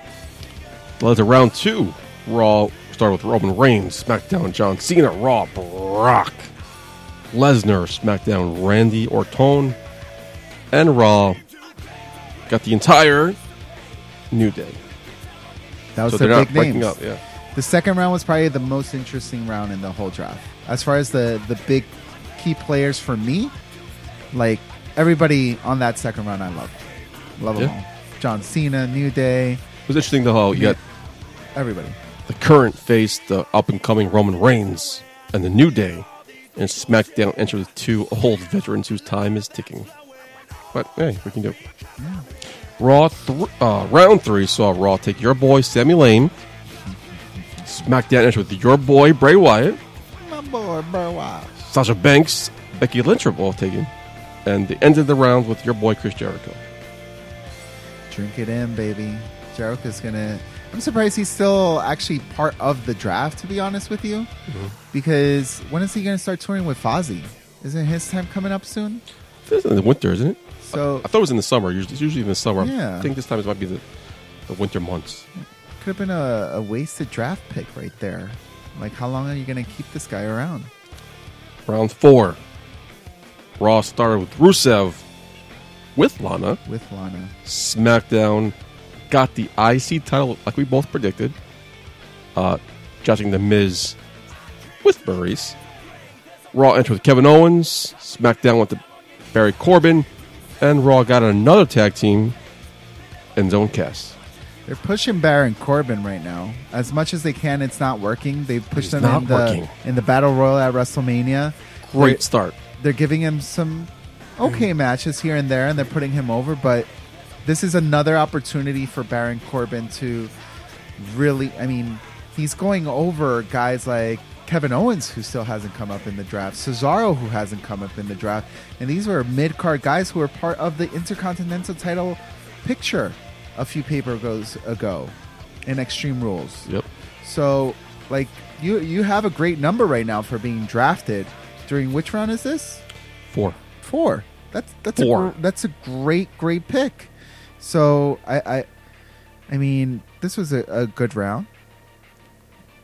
Led to round two. Raw started with Roman Reigns, SmackDown John Cena, Raw Brock Lesnar, SmackDown Randy Orton, and Raw got the entire New Day. That was So the they're not big breaking names. up. Yeah, The second round was probably the most interesting round in the whole draft. As far as the the big key players for me, like everybody on that second round, I love, love them Yeah. all. John Cena, New Day, it was interesting though how you got everybody. the current face, the up and coming Roman Reigns, and the New Day, and SmackDown entered with two old veterans whose time is ticking. But hey, we can do. it. Raw thr uh, round three saw Raw take your boy Sammy Lane. SmackDown entered with your boy Bray Wyatt, My boy, bro, wow. Sasha Banks, Becky Lynch were both taken, and they ended the round with your boy Chris Jericho. Drink it in, baby. Jericho's gonna. I'm surprised he's still actually part of the draft, to be honest with you, because when is he gonna start touring with Fozzy? Isn't his time coming up soon? This is in the winter, isn't it? So I thought it was in the summer. Usually, it's usually in the summer. Yeah. I think this time it might be the, the winter months. Could have been a, a wasted draft pick right there. Like, how long are you going to keep this guy around? Round four. Raw started with Rusev with Lana. With Lana, SmackDown got the IC title like we both predicted. Uh, judging The Miz with Maurice. Raw entered with Kevin Owens. SmackDown went to Barry Corbin. And Raw got another tag team and Zone Cass. they're pushing Baron Corbin right now as much as they can. It's not working. They've It's pushed him not in the working. in the battle royal at WrestleMania. Great They're, start. they're giving him some okay matches here and there, and they're putting him over. But this is another opportunity for Baron Corbin to really. I mean, he's going over guys like Kevin Owens, who still hasn't come up in the draft, Cesaro, who hasn't come up in the draft, and these were mid card guys who were part of the Intercontinental title picture a few paper goes ago in Extreme Rules. Yep. So, like, you you have a great number right now for being drafted. During which round is this? Four. Four. That's that's Four. A, gr- that's a great great pick. So I, I, I mean, this was a, a good round.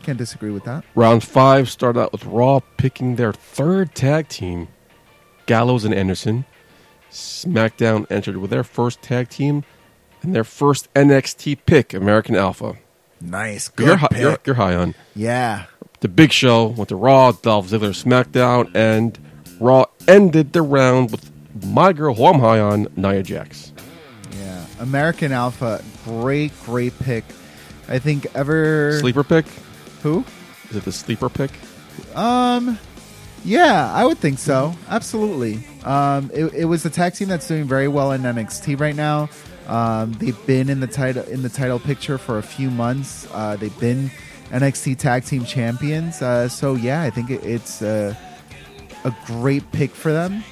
Can't disagree with that. Round five started out with Raw picking their third tag team, Gallows and Anderson. SmackDown entered with their first tag team and their first NXT pick, American Alpha. Nice, You're, hi- you're, you're high on. yeah, The Big Show went to Raw, Dolph Ziggler, SmackDown, and Raw ended the round with my girl, who I'm high on, Nia Jax. yeah. American Alpha, great, great pick. I think ever Sleeper pick? who? Is it the sleeper pick? Um, yeah, I would think so. Absolutely. Um, it, it was a tag team that's doing very well in NXT right now. Um, they've been in the title in the title picture for a few months. Uh, they've been NXT tag team champions. Uh, so yeah, I think it, it's a, a great pick for them.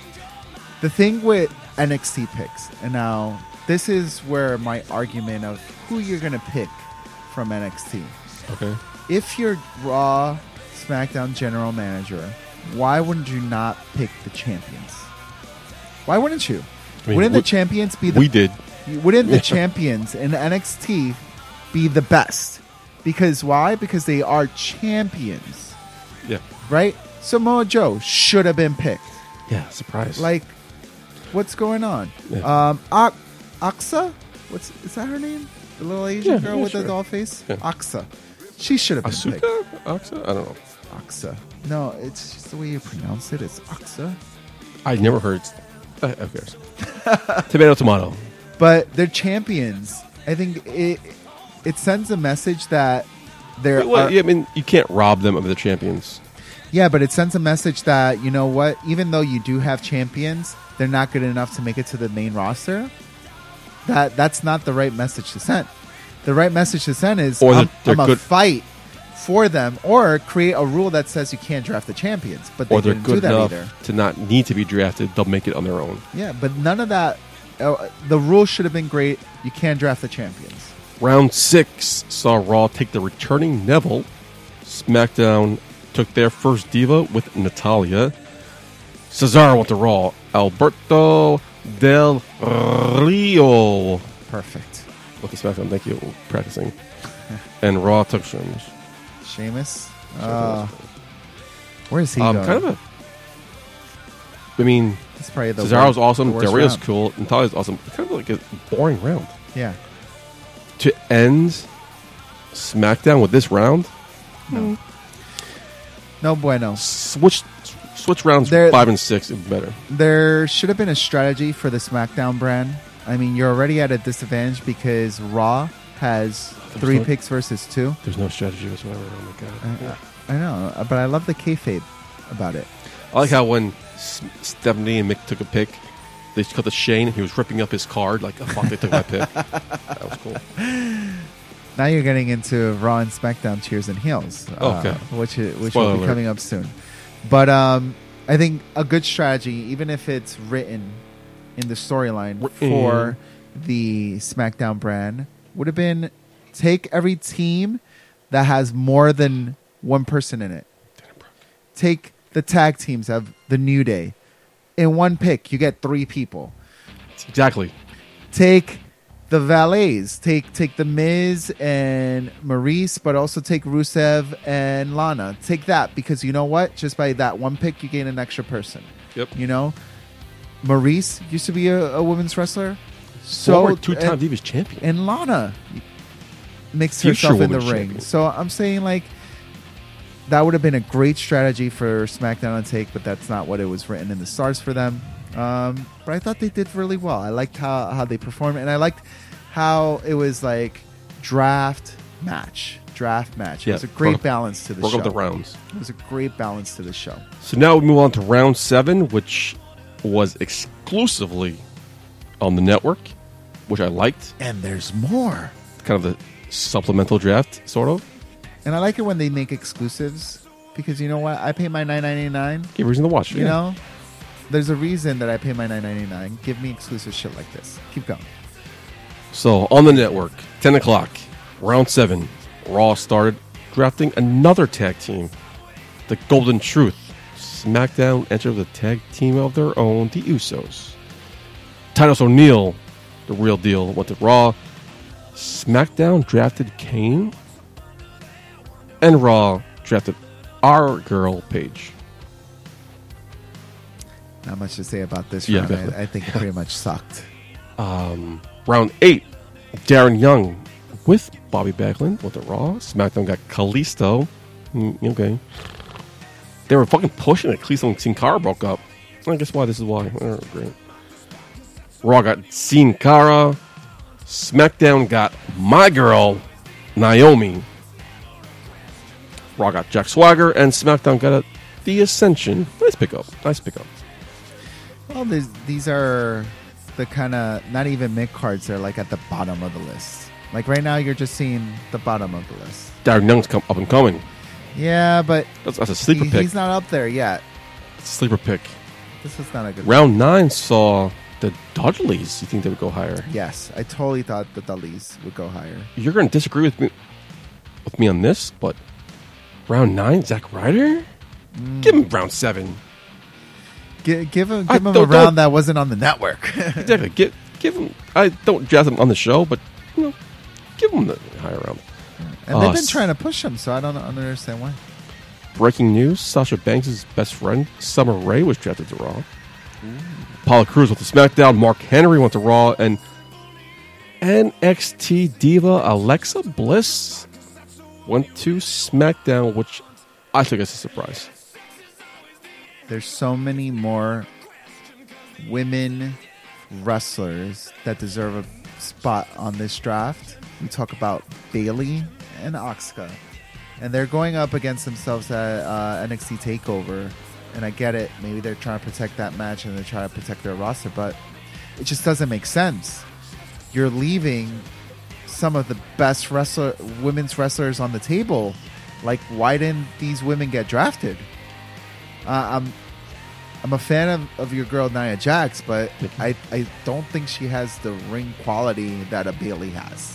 The thing with NXT picks, and now this is where my argument of who you're gonna pick from NXT Okay. if you're Raw SmackDown general manager, why wouldn't you not pick the champions? Why wouldn't you? I mean, wouldn't we- the champions be the We did. wouldn't the champions in NXT be the best? Because why? Because they are champions, Yeah. right? Samoa Joe should have been picked. Yeah, surprise. Like, what's going on? Yeah. Um, A- Aksa, what's is that her name? The little Asian Yeah, girl yeah, with sure. the doll face, Yeah. Aksa. She should have been picked. Asuka? Aksa? I don't know. Oxa. No, it's just the way you pronounce it. It's Oxa. I never heard. Uh, who cares? tomato, tomato. But they're champions. I think it it sends a message that they're Wait, what? Yeah, I mean, you can't rob them of the champions. yeah, but it sends a message that you know what, even though you do have champions, they're not good enough to make it to the main roster. That that's not the right message to send. The right message to send is Or they're- I'm, they're I'm a good- fight for them, or create a rule that says you can't draft the champions. But they or they're didn't do good that enough either. to not need to be drafted. They'll make it on their own. Yeah, but none of that. Uh, the rule should have been great. You can draft the champions. Round six saw Raw take the returning Neville. SmackDown took their first diva with Natalia. Cesaro with the Raw. Alberto Del Rio Perfect. with the SmackDown. Thank you. Practicing. and Raw took Shams. Sheamus. Uh, where is he Um, going? kind of a. I mean, That's probably the Cesaro's wor- awesome. the worst Del Rio's round. cool. Natalia's awesome. It's kind of like a boring round. Yeah. To end SmackDown with this round, No bueno. switch switch rounds There- five and six is better. There should have been a strategy for the SmackDown brand. I mean, you're already at a disadvantage because Raw has three so. picks versus two. There's no strategy whatsoever. Oh my god! I, I, I know, but I love the kayfabe about it. I like how when S- Stephanie and Mick took a pick, they cut to Shane and he was ripping up his card like, oh, "Fuck, they took my pick." That was cool. Now you're getting into Raw and SmackDown cheers and heels, uh, Okay. which is, which Spoiler will be alert. coming up soon. But um, I think a good strategy, even if it's written in the storyline Written. for the SmackDown brand, would have been take every team that has more than one person in it. Take the tag teams of the New Day. In one pick, you get three people Exactly. take the valets, take take the Miz and Maurice, but also take Rusev and Lana. Take that because you know what? Just by that one pick, you gain an extra person. Yep. You know, Maurice used to be a, a women's wrestler. So Former two-time and, Divas champion. and Lana mixed Future herself in the women's ring. champion. So I'm saying like that would have been a great strategy for SmackDown to take, but that's not what it was written in the stars for them. Um, but I thought they did really well. I liked how, how they performed, and I liked how it was like draft match, draft match. It Yeah, was a great broke- balance to the broke show. up the rounds. It was a great balance to the show. So now we move on to round seven, which was exclusively on the network, which I liked. And there's more. Kind of the supplemental draft, sort of. And I like it when they make exclusives because you know what? I pay my 9.99 Give a reason to watch. You yeah. know, there's a reason that I pay my 9.99. Give me exclusive shit like this. Keep going. So on the network, ten o'clock, round seven, Raw started drafting another tag team, the Golden Truth. SmackDown entered with a tag team of their own, the Usos. Titus O'Neil the real deal. Went to Raw. SmackDown drafted Kane, and Raw drafted our girl Paige. Not much to say about this Yeah, round. definitely. I, I think it pretty much sucked. Round eight, Darren Young with Bobby Backlund with the Raw. SmackDown got Kalisto. Mm, okay. They were fucking pushing it. Kalisto and Sin Cara broke up. I guess why this is why. Oh, great. Raw got Sin Cara. SmackDown got my girl, Naomi. Raw got Jack Swagger, and SmackDown got a, The Ascension. Nice pickup. Nice pickup. Well, these these are the kind of not even mid cards. They're like at the bottom of the list. Like right now, you're just seeing the bottom of the list. Darren Young's come up and coming. Yeah, but That's, that's a sleeper he- pick. he's not up there yet. sleeper pick. This was not a good Round nine saw the Dudleys. You think they would go higher? Yes, I totally thought the Dudleys would go higher. You're going to disagree with me with me on this, but round nine, Zack Ryder. Give him round seven. G- give him, I give him a don't- round that wasn't on the network. Exactly. Give give him. I don't draft him on the show, but you know, give him the higher round. and they've been Us. trying to push him, so I don't understand why. Breaking news: Sasha Banks' best friend Summer Rae was drafted to Raw. Paula Cruz went to SmackDown. Mark Henry went to Raw, and NXT diva Alexa Bliss went to SmackDown, which I took as a surprise. There's so many more women wrestlers that deserve a spot on this draft. We talk about Bailey and Oxka, and they're going up against themselves at uh, NXT Takeover. And I get it. Maybe they're trying to protect that match and they're trying to protect their roster, but it just doesn't make sense. You're leaving some of the best wrestler, women's wrestlers on the table. Like, why didn't these women get drafted? Uh, I'm I'm a fan of, of your girl Nia Jax, but I, I don't think she has the ring quality that a Bailey has.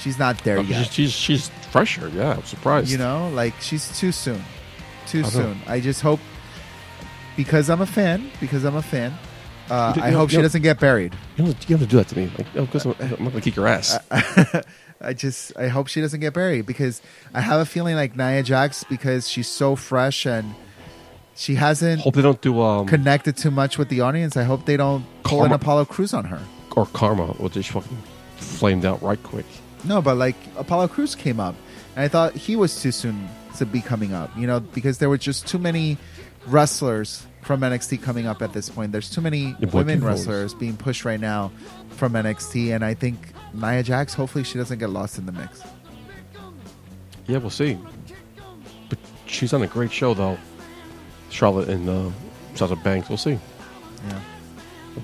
She's not there She's, yet. she's she's fresher. Yeah, I'm surprised. You know, like she's too soon. Too I know. soon. I just hope because I'm a fan, because I'm a fan, uh, You I know- hope you she know- doesn't get buried. you don't you don't have to do that to me. Like, oh, 'cause I'm, I'm not gonna kick your ass. I just I hope she doesn't get buried because I have a feeling like Nia Jax because she's so fresh and she hasn't Hope they don't do um connected too much with the audience. I hope they don't pull an Karma. Apollo Cruz on her. or Karma, or just fucking flamed out right quick. No, but like Apollo Cruz came up, and I thought he was too soon to be coming up. You know, because there were just too many wrestlers from NXT coming up at this point. There's too many Your boy women Kevin Owens. wrestlers being pushed right now from NXT, and I think Nia Jax. Hopefully, she doesn't get lost in the mix. Yeah, we'll see. But she's on a great show, though. Charlotte and uh, Sasha Banks. We'll see. Yeah.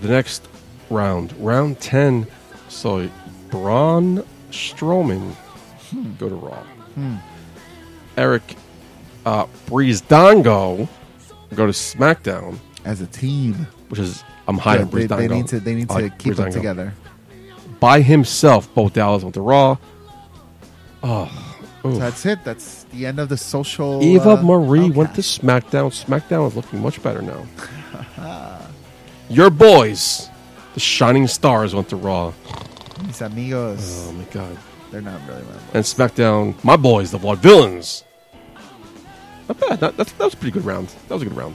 The next round, round 10. So Braun Strowman Hmm. go to Raw. Hmm. Eric uh, Breezango go to SmackDown, As a team, which is, I'm high Yeah, on they, Breezango. they need to they need to I like keep them Breezango. together. By himself, Bo Dallas went to Raw. Oh, So oof. that's it. That's the end of the social. Eva uh, Marie went to outcast. SmackDown. SmackDown is looking much better now. Your boys, the Shining Stars, went to Raw. Mis amigos. Oh my god! They're not really. my boys. And SmackDown, my boys, the Vaudevillains. Not bad. That, that's, that was a pretty good round. That was a good round.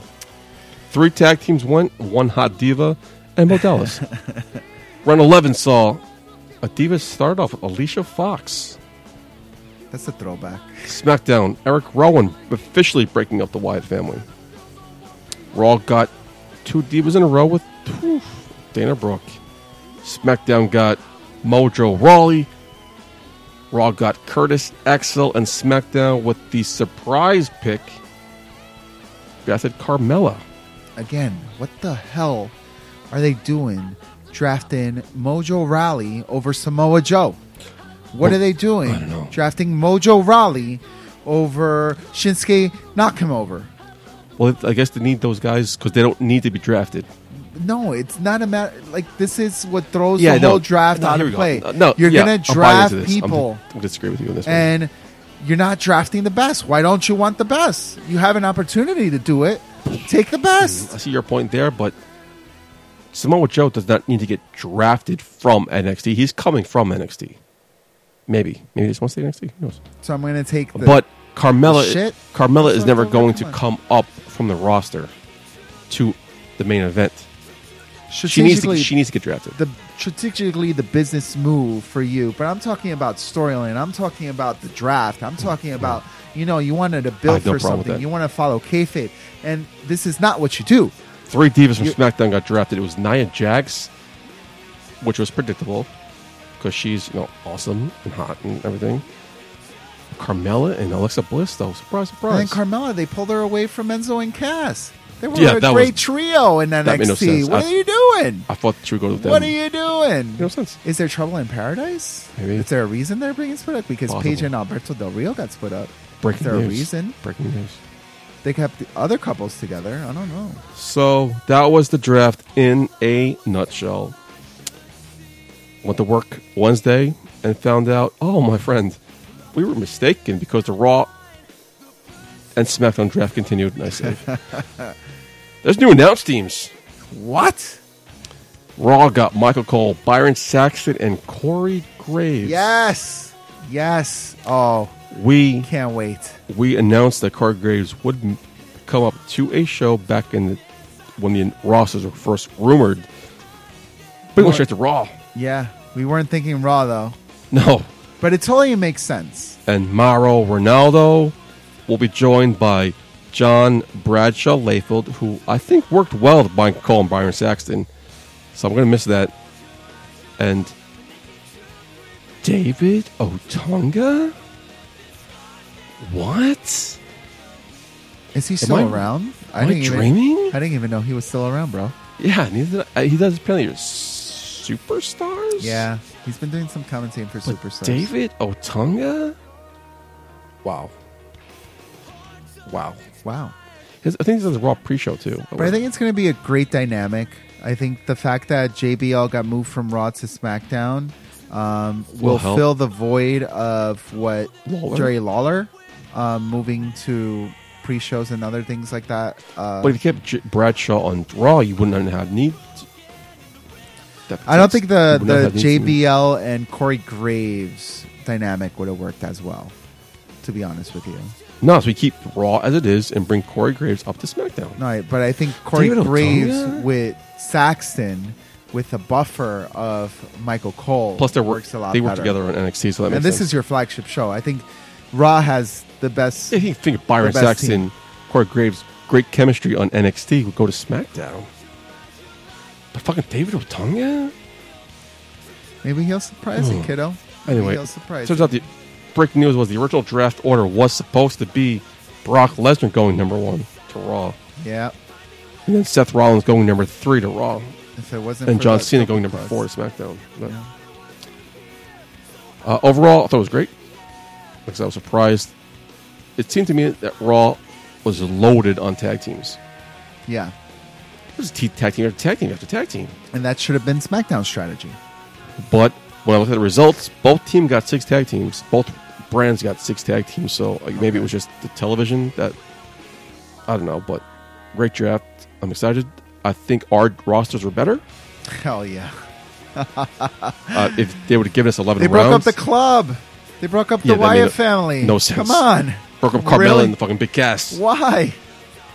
Three tag teams went. One hot diva and Bo Dallas. round eleven saw a diva start off with Alicia Fox. That's a throwback. SmackDown, Eric Rowan officially breaking up the Wyatt family. Raw got two divas in a row with oof, Dana Brooke. SmackDown got Mojo Rawley. Raw got Curtis Axel and SmackDown with the surprise pick. I said Carmella. Again, what the hell are they doing drafting Mojo Raleigh over Samoa Joe? What are they doing? Oh, don't know. Drafting Mojo Raleigh over Shinsuke knock him over. Well, I guess they need those guys because they don't need to be drafted. No, it's not a matter. Like this is what throws I the know. whole draft No, out here of we go. play. Uh, No, you're yeah, gonna I'll buy draft into this. I'm- people. I'm, disagree with you on this one. and you're not drafting the best. Why don't you want the best? You have an opportunity to do it. Take the I best. see your point there, but Samoa Joe does not need to get drafted from NXT. He's coming from NXT. Maybe. Maybe he just wants to stay NXT. Who knows? So I'm going to take the. but Carmella, shit. Carmella That's is what never I'm talking going to about. come up from the roster to the main event. She needs to. strategically, She needs to get drafted. the strategically the business move for you, but I'm talking about storyline. I'm talking about the draft. I'm talking about you know you wanted to build have no for problem with something. that. You want to follow kayfabe, and this is not what you do. Three divas from You- SmackDown got drafted. It was Nia Jax, which was predictable because she's you know awesome and hot and everything. Carmella and Alexa Bliss, though, surprise, surprise. And then Carmella, they pulled her away from Enzo and Cass. They were Yeah, a that great was- trio in NXT. that made no sense. What I- are you doing? I thought she would go with them. What are you doing? No sense. Is there trouble in paradise? Maybe. Is there a reason they're being split up? Because Possible. Paige and Alberto Del Rio got split up. Breaking Is there news. a reason Breaking news. they kept the other couples together? I don't know. So that was the draft in a nutshell. Went to work Wednesday and found out, oh my friend, we were mistaken because the Raw and SmackDown draft continued. Nice save. There's new announced teams. What? Raw got Michael Cole, Byron Saxton, and Corey Graves. Yes. Yes. Oh, We can't wait. we announced that Corey Graves would m- come up to a show back in the when the rosters were first rumored. But it went straight to Raw. Yeah, we weren't thinking Raw though, No. but it totally makes sense. And Mauro Ronaldo will be joined by John Bradshaw Layfield, who I think worked well with Brian Cole and Byron Saxton. So I'm going to miss that. And David Otunga? What? Is he still I- around? am I dreaming? Even, I didn't even know he was still around, bro. Yeah, neither, uh, he does apparently your superstars? Yeah, he's been doing some commentating for But Superstars. David Otunga? Wow. Wow. Wow. His- I think this is a Raw pre-show too. But I think it's going to be a great dynamic. I think the fact that JBL got moved from Raw to SmackDown um, will, Will help. fill the void of what Lawler? Jerry Lawler um, moving to pre-shows and other things like that. Uh, But if you kept J- Bradshaw on Raw, you wouldn't have need. to- that- I don't think the, you would not the have need to- JBL and Corey Graves dynamic would have worked as well, to be honest with you. No, so we keep Raw as it is and bring Corey Graves up to SmackDown. No, I- but I think Corey David Graves Otunga? with Saxton with the buffer of Michael Cole. Plus, they work. works a lot They work better. together on NXT, so that and makes this sense. is your flagship show. I think Raw has the best. I think- think Byron the best Saxton, team. Corey Graves, great chemistry on NXT would go to SmackDown. But fucking David Otunga. Maybe he'll surprise you, Oh. kiddo. Maybe Anyway, he'll surprise turns you. out the breaking news was the original draft order was supposed to be Brock Lesnar going number one to Raw, Yeah. and then Seth Rollins going number three to Raw, If it wasn't and for John that Cena couple going number plus. four to SmackDown. But, Yeah. uh, overall, I thought it was great because I was surprised. It seemed to me that Raw was loaded on tag teams. yeah. It was t- tag team after tag team after tag team. And that should have been SmackDown's strategy. But when I looked at the results, both team got six tag teams. Both brands got six tag teams. So like, maybe it was just the television that I don't know. But great draft. I'm excited. I think our rosters were better. Hell yeah. Uh, if they would have given us 11 They broke rounds, up the club. They broke up Yeah, that the made Wyatt no- family. no sense. Come on. broke up Carmella Really? and the fucking big cast. Why?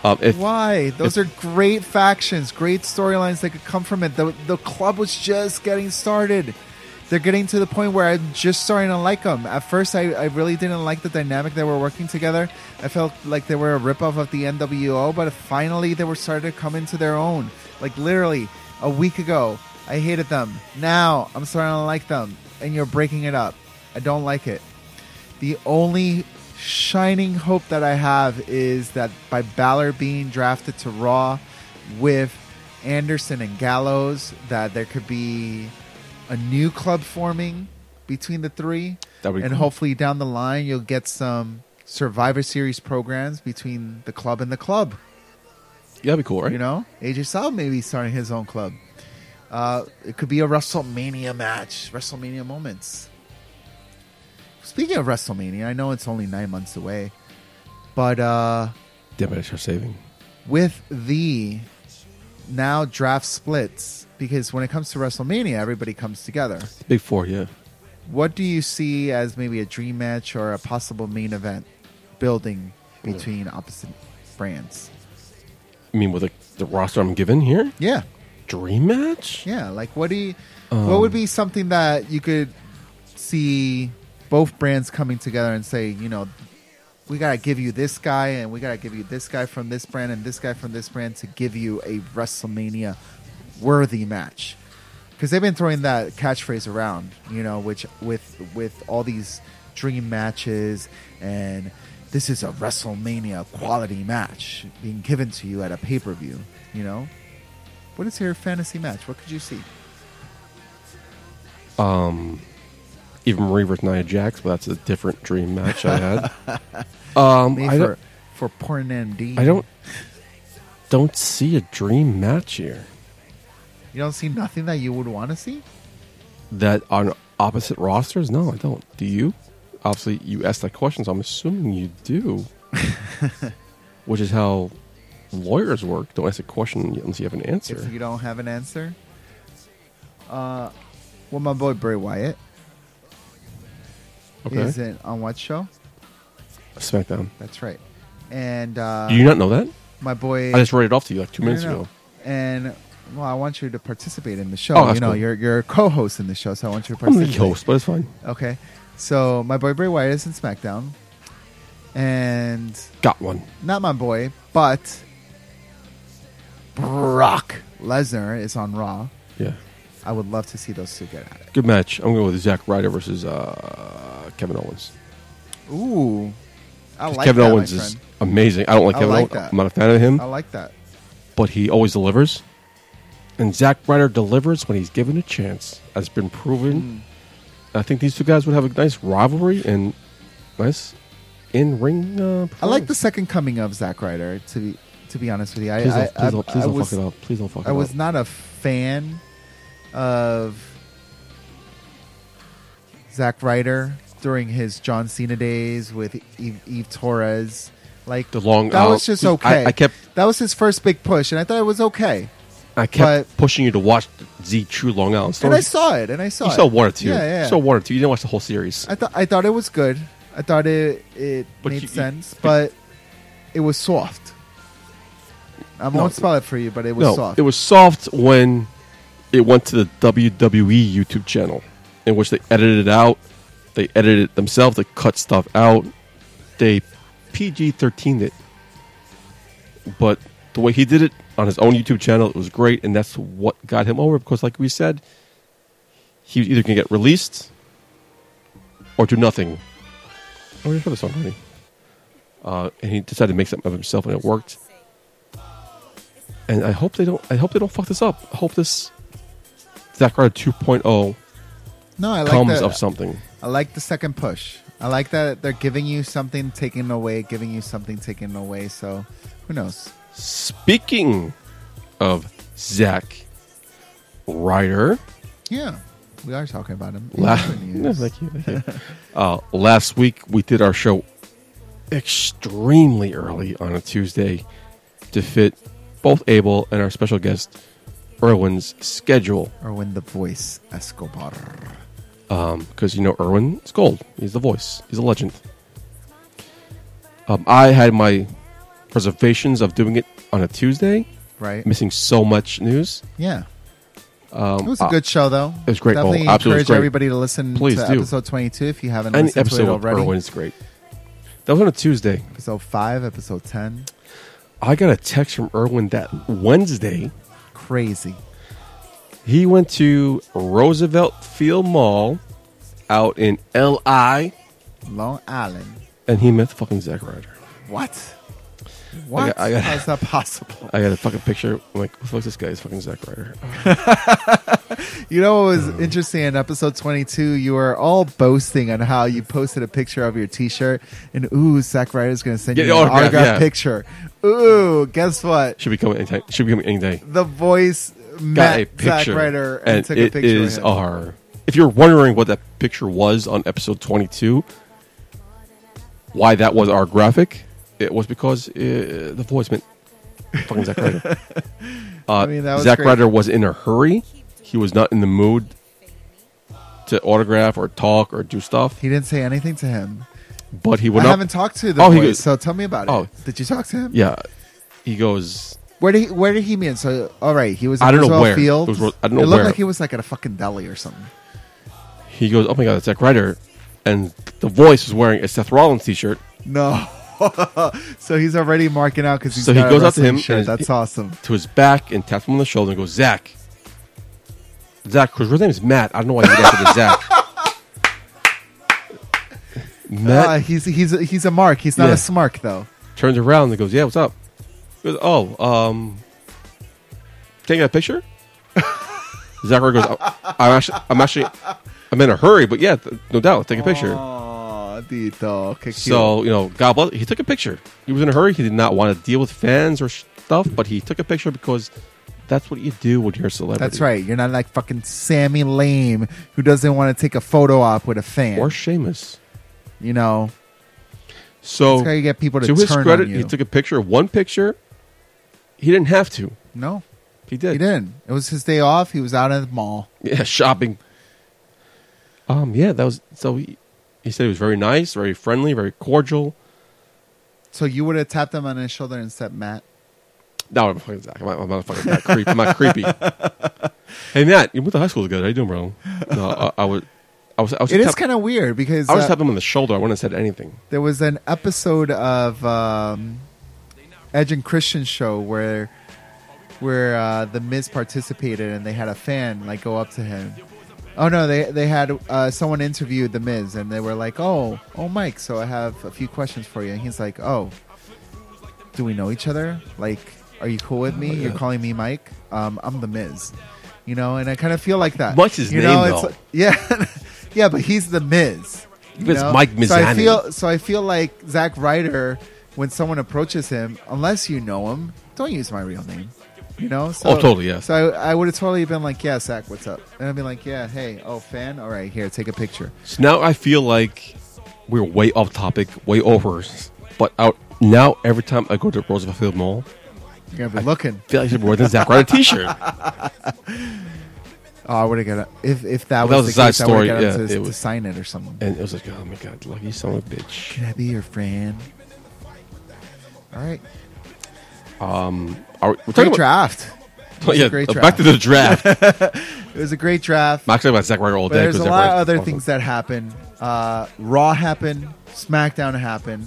Um, if, Why? Those are great factions, great storylines that could come from it. The, the club was just getting started. They're getting to the point where I'm just starting to like them. At first, I, I really didn't like the dynamic they were working together. I felt like they were a ripoff of the NWO, but finally they were starting to come into their own. Like literally a week ago, I hated them. Now I'm starting to like them, and you're breaking it up. I don't like it the only shining hope that I have is that by Balor being drafted to Raw with Anderson and Gallows, that there could be a new club forming between the three. That'd be and cool. hopefully down the line you'll get some Survivor Series programs between the club and the club. yeah, that'd be cool, right? You know, AJ Styles may be starting his own club. Uh, it could be a WrestleMania match, WrestleMania moments. Speaking of WrestleMania, I know it's only nine months away, but uh, Damn it, I should have saving. with the now draft splits, because when it comes to WrestleMania, everybody comes together. Big four, yeah. What do you see as maybe a dream match or a possible main event building between opposite brands? I mean, with the, the roster I'm given here, Yeah, dream match. yeah. Like, what do you? what would be something that you could see both brands coming together and say, you know, we gotta give you this guy and we gotta give you this guy from this brand and this guy from this brand to give you a WrestleMania worthy match. Because they've been throwing that catchphrase around, you know, which with with all these dream matches and this is a WrestleMania quality match being given to you at a pay per view, you know. What is your fantasy match? What could you see? Even Marie versus Nia Jax, but that's a different dream match I had. um, Made I for don't, for porn MD. I don't don't see a dream match here You don't see nothing that you would want to see. that on opposite rosters. No, I don't. Do you? Obviously, you asked that question, so I'm assuming you do. Which is how lawyers work. Don't ask a question unless you have an answer. If you don't have an answer, uh, well, my boy Bray Wyatt Okay, is in on what show? SmackDown. That's right. And uh, Do you not know that? my boy, I just read it off to you like two No, no, minutes no. ago. And well, I want you to participate in the show. Oh, that's you know, cool. you're you're a co-host in the show, so I want you to I'm the participate. host, but it's fine. Okay. So my boy Bray Wyatt is in SmackDown, and Got one. not my boy, but Brock Lesnar is on Raw. Yeah. I would love to see those two get at it. Good match. I'm going to go with Zack Ryder versus uh, Kevin Owens. Ooh, I like Kevin that, Owens my is friend. amazing. I don't like I Kevin like Owens. that. I'm not a fan of him, I like that. but he always delivers. And Zack Ryder delivers when he's given a chance. That's been proven. Mm. I think these two guys would have a nice rivalry and nice in ring. Uh, I like the performance. second coming of Zack Ryder. To be to be honest with you, I Please I, don't, please don't, I- please I don't was fuck it up. Please don't fuck I it was up. not a fan of Zack Ryder during his John Cena days with Eve, Eve Torres. Like The long that out. was just I- okay. I kept- that was his first big push, and I thought it was okay. I kept but- pushing you to watch Z True Long Island. And I Story. saw it, and I saw You it. saw one or two. Yeah, yeah. You saw one or two. You didn't watch the whole series. I thought I thought it was good. I thought it it But made you- you- sense, but it was soft. I No. won't spell it for you, but it was no, soft. it was soft when it went to the WWE YouTube channel, in which they edited it out. They edited it themselves. They cut stuff out. They PG 13 it. But the way he did it on his own YouTube channel, it was great, and that's what got him over. Because, like we said, he was either going to get released or do nothing. I already heard this song already. Uh, and he decided to make something of himself, and it worked and I hope they don't. I hope they don't fuck this up. I hope this Zack Ryder 2.0 no, I like comes the, of something. I like the second push. I like that they're giving you something taken away, giving you something taken away. So who knows? Speaking of Zack Ryder, Yeah, we are talking about him. la- Yes. No, thank you, thank you. uh, last week we did our show extremely early on a Tuesday to fit both Abel and our special guest Erwin's schedule. Or when the voice Escobar. because Um, you know Irwin is gold. He's the voice. He's a legend. Um, I had my reservations of doing it on a Tuesday, Right? missing so much news. Yeah. Um, It was a uh, good show, though. it was great. Oh, absolutely, it Definitely was encourage great. everybody to listen Please to do. episode 22 if you haven't any listened to it episode of already. Irwin is great. That was on a Tuesday. Episode 5, episode 10. I got a text from Irwin that Wednesday. Crazy. He went to Roosevelt Field Mall out in L.I. Long Island. and he met fucking Zack Ryder. What? What? I got- How's that possible? I got a fucking picture. I'm like, what the fuck's this guy? He's fucking Zack Ryder. Uh-huh. You know what was Um. interesting in episode 22? You were all boasting on how you posted a picture of your t shirt, and ooh, Zack Ryder's going to send Get you the an autograph, autograph, yeah. picture. Ooh, guess what? Should be coming anytime. Should be coming any day. The voice got met a picture, Zack Ryder and, and took it a picture is of him. our. If you're wondering what that picture was on episode 22, why that was our graphic, it was because uh, the voice meant Fucking Zack Ryder. Uh, mean, that was Zack great. Ryder was in a hurry. He was not in the mood to autograph or talk or do stuff. He didn't say anything to him. But he went I up. haven't talked to the Oh, he boy, goes- so tell me about Oh. it. Did you talk to him? Yeah, he goes. Where did he, where did he meet? So all right, he was. In I don't know Roosevelt where. Field. It was Ro- I don't know it looked where. like he was like at a fucking deli or something. He goes. Oh my god, it's Zack Ryder, and the voice is wearing a Seth Rollins T-shirt. No. so he's already marking out because he's So he got a goes up to wrestling him Shirt. and- That's awesome. to his back and taps him on the shoulder and goes, Zach. Zach, whose real name is Matt. I don't know why he did that to Zach. Matt Uh, he's he's a- he's a mark. He's not Yeah. a smark though. turns around and goes, Yeah, what's up? He goes, Oh, um, can I get a picture? Zach Ryder goes, "Oh, I'm actually, I'm actually, I'm in a hurry, but yeah, th- no doubt, take a picture. Aw, Dito. Okay, Oh, cute. So you know, God bless. He took a picture. He was in a hurry. He did not want to deal with fans or stuff, but he took a picture because that's what you do when you're a celebrity. that's right. You're not like fucking Sammy Lame who doesn't want to take a photo op with a fan. Or Seamus. you know, So that's how you get people to, Oh, to turn his credit, on you. he took a picture, one picture. He didn't have to. no, He did. he didn't. It was his day off. He was out at the mall. Yeah, shopping. Um, yeah, that was so. He, he said he was very nice, very friendly, very cordial. So you would have tapped him on his shoulder and said, "Matt, No, I'm fucking Zach. I'm not, I'm not fucking that creep. I'm not creepy. Hey Matt, you went to high school together. How you doing, bro? No, I, I was, I was, I was. it is tap- kind of weird because I was uh, tapping him on the shoulder. I wouldn't have said anything. there was an episode of um, Edge and Christian show where where uh, the Miz participated and they had a fan like go up to him. Oh no, they they had uh, someone interviewed the Miz and they were like, "Oh, oh Mike, so I have a few questions for you." And he's like, "Oh, do we know each other? Like, are you cool with Oh, me? You're calling me Mike. Um, I'm the Miz, you know." And I kind of feel like that. Mike's his you name, know, it's though. like- yeah, yeah, but he's the Miz. you It's know? Mike So I Mizani. feel so I feel like Zack Ryder, when someone approaches him, unless you know him, don't use my real name. You know? So, Oh, totally, yeah. So I, I would have totally been like, yeah, Zach, what's up? And I'd be like, yeah, hey, oh, fan? All right, here, take a picture. So now I feel like we're way off topic, way over. But out now, every time I go to Roosevelt Field Mall, You're going to be looking. I feel like I should be wearing the Zack Ryder T-shirt. Oh, I would have got a, if, if that Well, was, that was the a case, side I would story, have got him yeah, to, it to was- sign it or something. And it was like, oh my god, lucky son of a bitch. Can I be your friend? All right. Are we, we're Great talking about- draft. yeah, a great uh, draft. Back to the draft. I'm It was a great draft. actually about Zack Ryder all But day. there's a 'cause Zack lot of Ryder's other awesome. things that happen. Uh, Raw happened. SmackDown happened.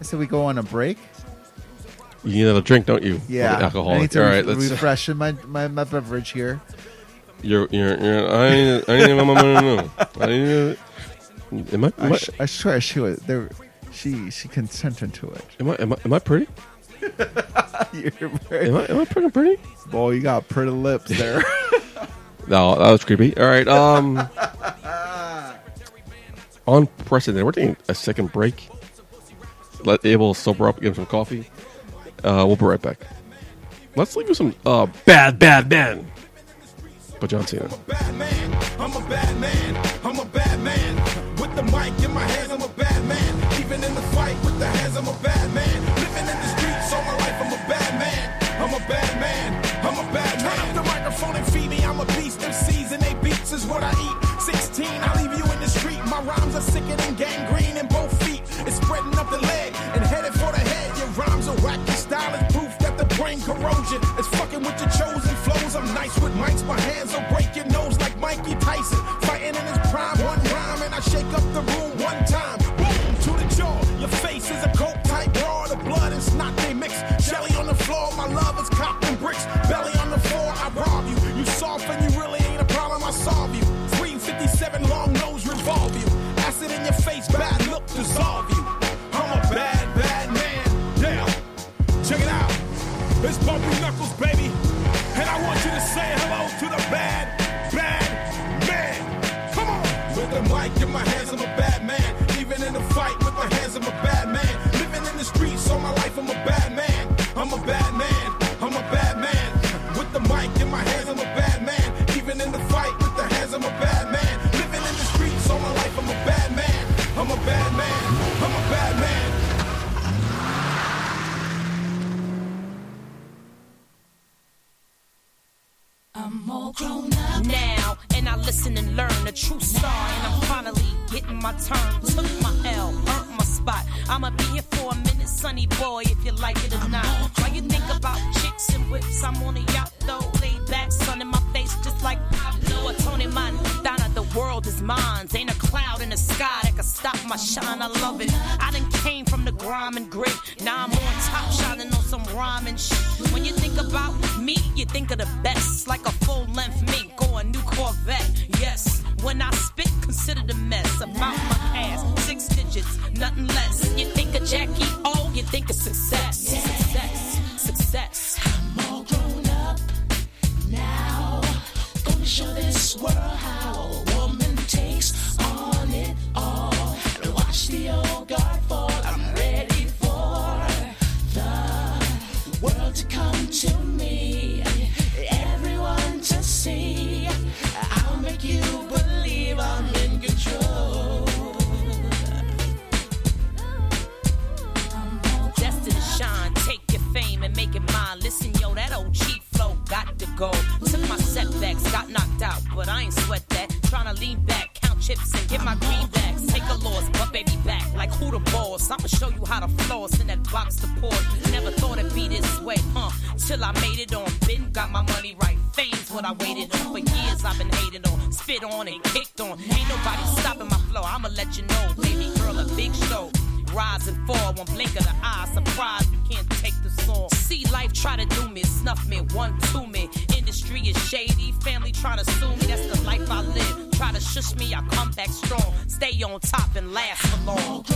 I said we go on a break. You need another drink, don't you? Yeah, alcohol. I All need to re- right, let's. refresh my, my my beverage here. You're, you're, you're. I need. I need. no, no, no, no, no. I need. Am I? Am I, I, sh- I swear she was there. She she consented to it. am I, am I, am I pretty? You're Am very, I, am I pretty? Pretty? boy, you got pretty lips there. No, that was creepy. All right. Um, unprecedented. We're taking a second break. Let Abel sober up, give him some coffee. Uh, we'll be right back. Let's leave you some uh, bad, bad man. But John Cena. Batman. I'm a bad man. I'm a bad man. With the mic in my hands, I'm a bad man. Even in the fight with the hands, I'm a bad man. Living in the streets all my life, I'm a bad man. I'm a bad man. I'm a bad man. Turn up the microphone and feed me. I'm a beast. MCs and they beats is what I eat. 16, I leave you in the street. My rhymes are sicker than gangrene in both feet. It's spreading up the leg and headed for the head. Your rhymes are wacky, style is proof that the brain corrosion is fucking with your chosen flows. I'm nice with mics, my hands will break your nose like Mikey Tyson. Fighting in his prime, one rhyme, and I shake up the room one time. Boom to the jaw, your face is a my turn, took my L, earned my spot. I'ma be here for a minute, sunny boy, if you like it or not. While you think about chicks and whips, I'm on a yacht though. Laid back, sun in my face, just like Pablo or Tony Montana. The world is mine, ain't a cloud in the sky that can stop my shine. I love it. I done came from the grime and grit, now I'm on top, shining on some rhyme and shit. When you think about me, you think of the best, like a full length mink or a new Corvette. Yes, when I spit, consider the mess about my past. Six digits, nothing less. You think of Jackie O, you think of success. Success, success. Destined to shine, take your fame and make it mine. Listen, yo, that old cheap flow got to go. Took my setbacks, got knocked out, but I ain't sweat that. Tryna lean back, count chips and get my greenbacks. Take a loss, but baby back, like who the boss? I'ma show you how to floss in that box to pour. Never thought it'd be this way, huh? Till I made it on. Been got my money right, fame's what I waited on. For years I've been hated on, spit on and kicked on. Ain't nobody stopping my flow, I'ma let you know. Baby girl, a big show rise and fall. One blink of the eye, surprise, you can't take the song. See life try to do me, snuff me, one to me. Industry is shady, family trying to sue me. That's the life I live. Try to shush me, I come back strong. Stay on top and last for long.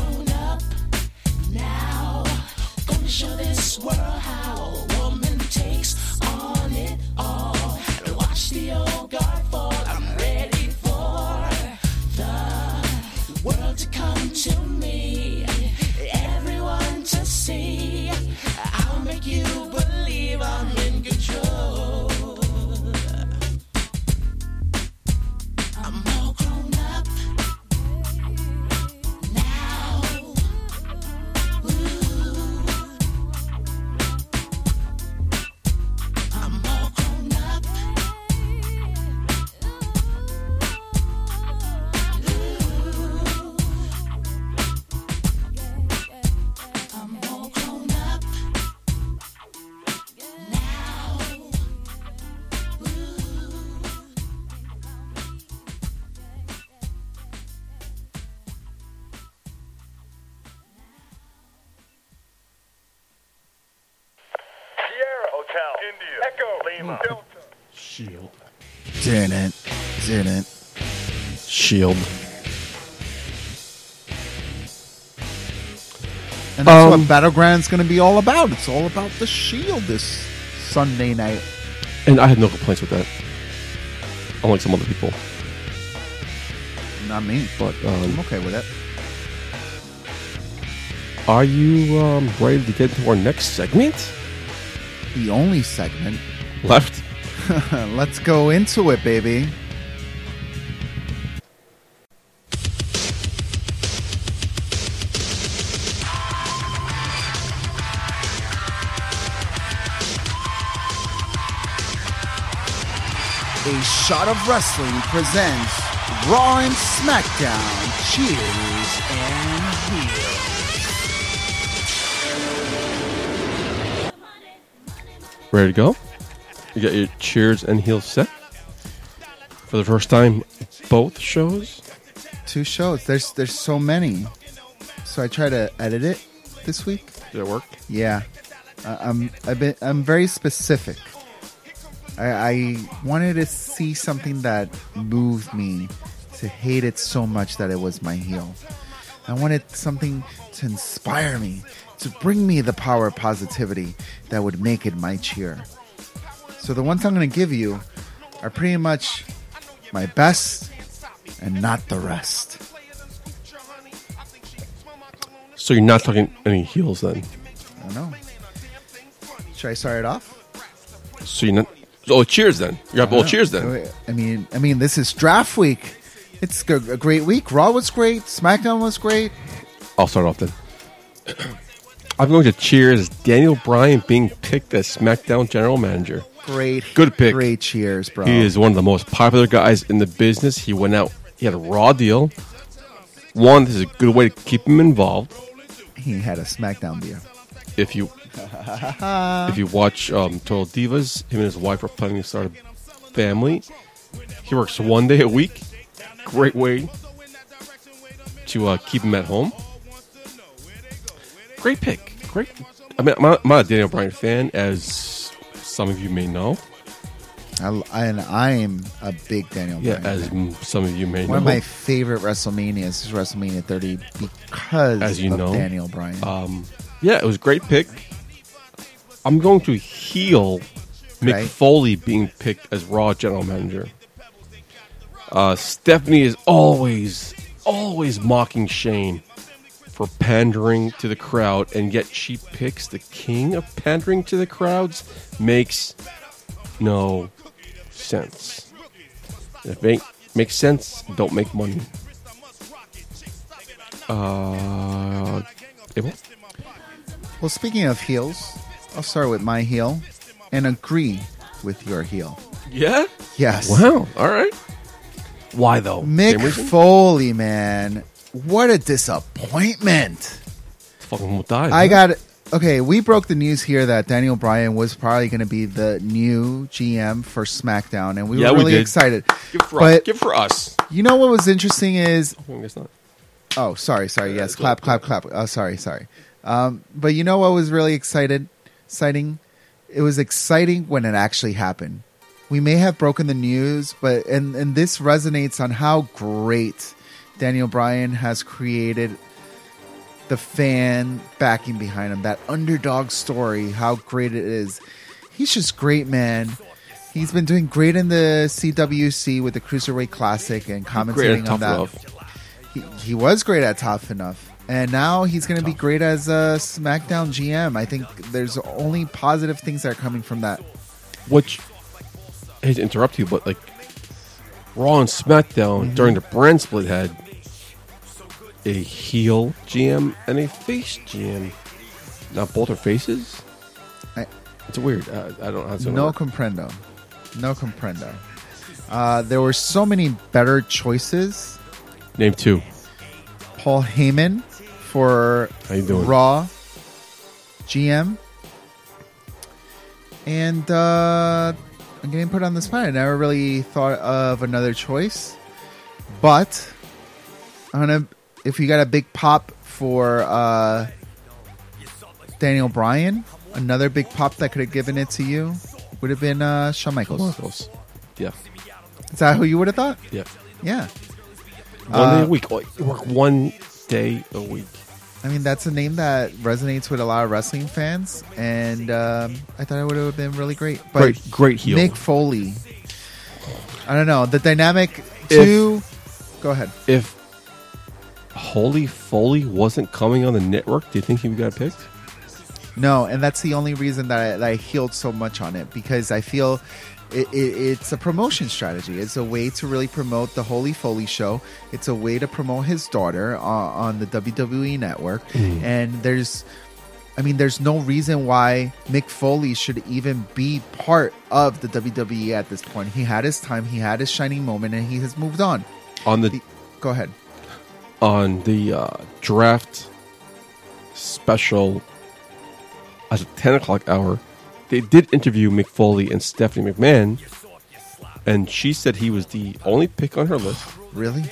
Sierra Hotel, India, Echo, Lima, Delta. Shield. Didn't. Didn't. Shield. And that's Um, what Battleground's going to be all about. It's all about the Shield this Sunday night. And I have no complaints with that. Unlike some other people. Not me, but I'm Um, okay with it. are you um, ready to get into our next segment? The only segment. Left? Let's go into it, baby. A Shot of Wrestling presents Raw and SmackDown Cheers and Heels. Ready to go? You got your cheers and heels set? For the first time, both shows? Two shows. There's there's so many. So I try to edit it this week. Did it work? Yeah, uh, I'm I've been, I'm very specific. I, I wanted to see something that moved me to hate it so much that it was my heel. I wanted something to inspire me, to bring me the power of positivity that would make it my cheer. So the ones I'm going to give you are pretty much my best and not the rest. So you're not talking any heels then? I don't know. Should I start it off? So you're not. Oh, cheers then. You got both cheers then. Oh, I mean, I mean, this is draft week. It's g- a great week. Raw was great. SmackDown was great. I'll start off then. I'm going to cheers Daniel Bryan being picked as SmackDown General Manager. Great. Good pick. Great cheers, bro. He is one of the most popular guys in the business. He went out, he had a raw deal, One, this is a good way to keep him involved. He had a SmackDown beer. If you if you watch um, Total Divas, him and his wife are planning to start a family. He works one day a week. Great way to uh, keep him at home. Great pick. Great. I mean, I'm not, I'm not a Daniel Bryan fan, as some of you may know. I, I- and I am a big Daniel Yeah, Bryan. as fan. m- some of you may one of know. my favorite WrestleManias is WrestleMania 30 because As you of know, Uh, Daniel Bryan. yeah, it was a great pick. I'm going to heel Mick Right. Foley being picked as Raw General Manager. Uh, Stephanie is always, always mocking Shane for pandering to the crowd, and yet she picks the king of pandering to the crowds. Makes no sense. If it make, makes sense, don't make money. Uh, Abel? well, speaking of heels, I'll start with my heel and agree with your heel. Yeah. Yes. Wow. All right. Why though? Mick Same reason? Foley, man. What a disappointment. fucking almost died. I huh? got okay. We broke the news here that Daniel Bryan was probably going to be the new GM for SmackDown, and we Yeah, were we really did. excited. Give for us. but Give for us. you know what was interesting is I guess not. oh, sorry, sorry, yes, it's clap, clap, clap. Oh, sorry, sorry. Um, but you know what was really excited, exciting? It was exciting when it actually happened. We may have broken the news, but and and this resonates on how great Daniel Bryan has created the fan backing behind him, that underdog story, how great it is. He's just great, man. He's been doing great in the CWC with the Cruiserweight Classic and Great commentating at tough on that love. he, he was great at Tough Enough, and now he's going to be great as a SmackDown GM. I think there's only positive things that are coming from that. Which I hate to interrupt you, but like Raw and SmackDown during the brand split had a heel GM and a face GM. Now both are faces. I, It's weird. I, I don't. That's no comprendo, no comprendo. Uh, there were so many better choices. name two. Paul Heyman for How you doing? Raw GM, and uh, I'm getting put on the spot. I never really thought of another choice, but I'm gonna. If you got a big pop for uh, Daniel Bryan, another big pop that could have given it to you would have been uh, Shawn Close, Michaels. close. Yeah. Is that who you would have thought? Yeah. Yeah. One Uh, day a week. Like, you work one day a week. I mean, that's a name that resonates with a lot of wrestling fans, and um, I thought it would have been really great. But Great- great heel. Mick Foley. I don't know the dynamic. If- Two. Go ahead. if Holy Foley wasn't coming on the network, do you think he got picked? No, and that's the only reason that I, that I healed so much on it because I feel it, it, it's a promotion strategy. It's a way to really promote the Holy Foley show. It's a way to promote his daughter uh, on the WWE network. And there's, I mean, there's no reason why Mick Foley should even be part of the WWE at this point. He had his time, he had his shining moment, and he has moved on. On the Go ahead. on the uh, draft special at the ten o'clock hour, they did interview Mick Foley and Stephanie McMahon, and she said he was the only pick on her list, Really?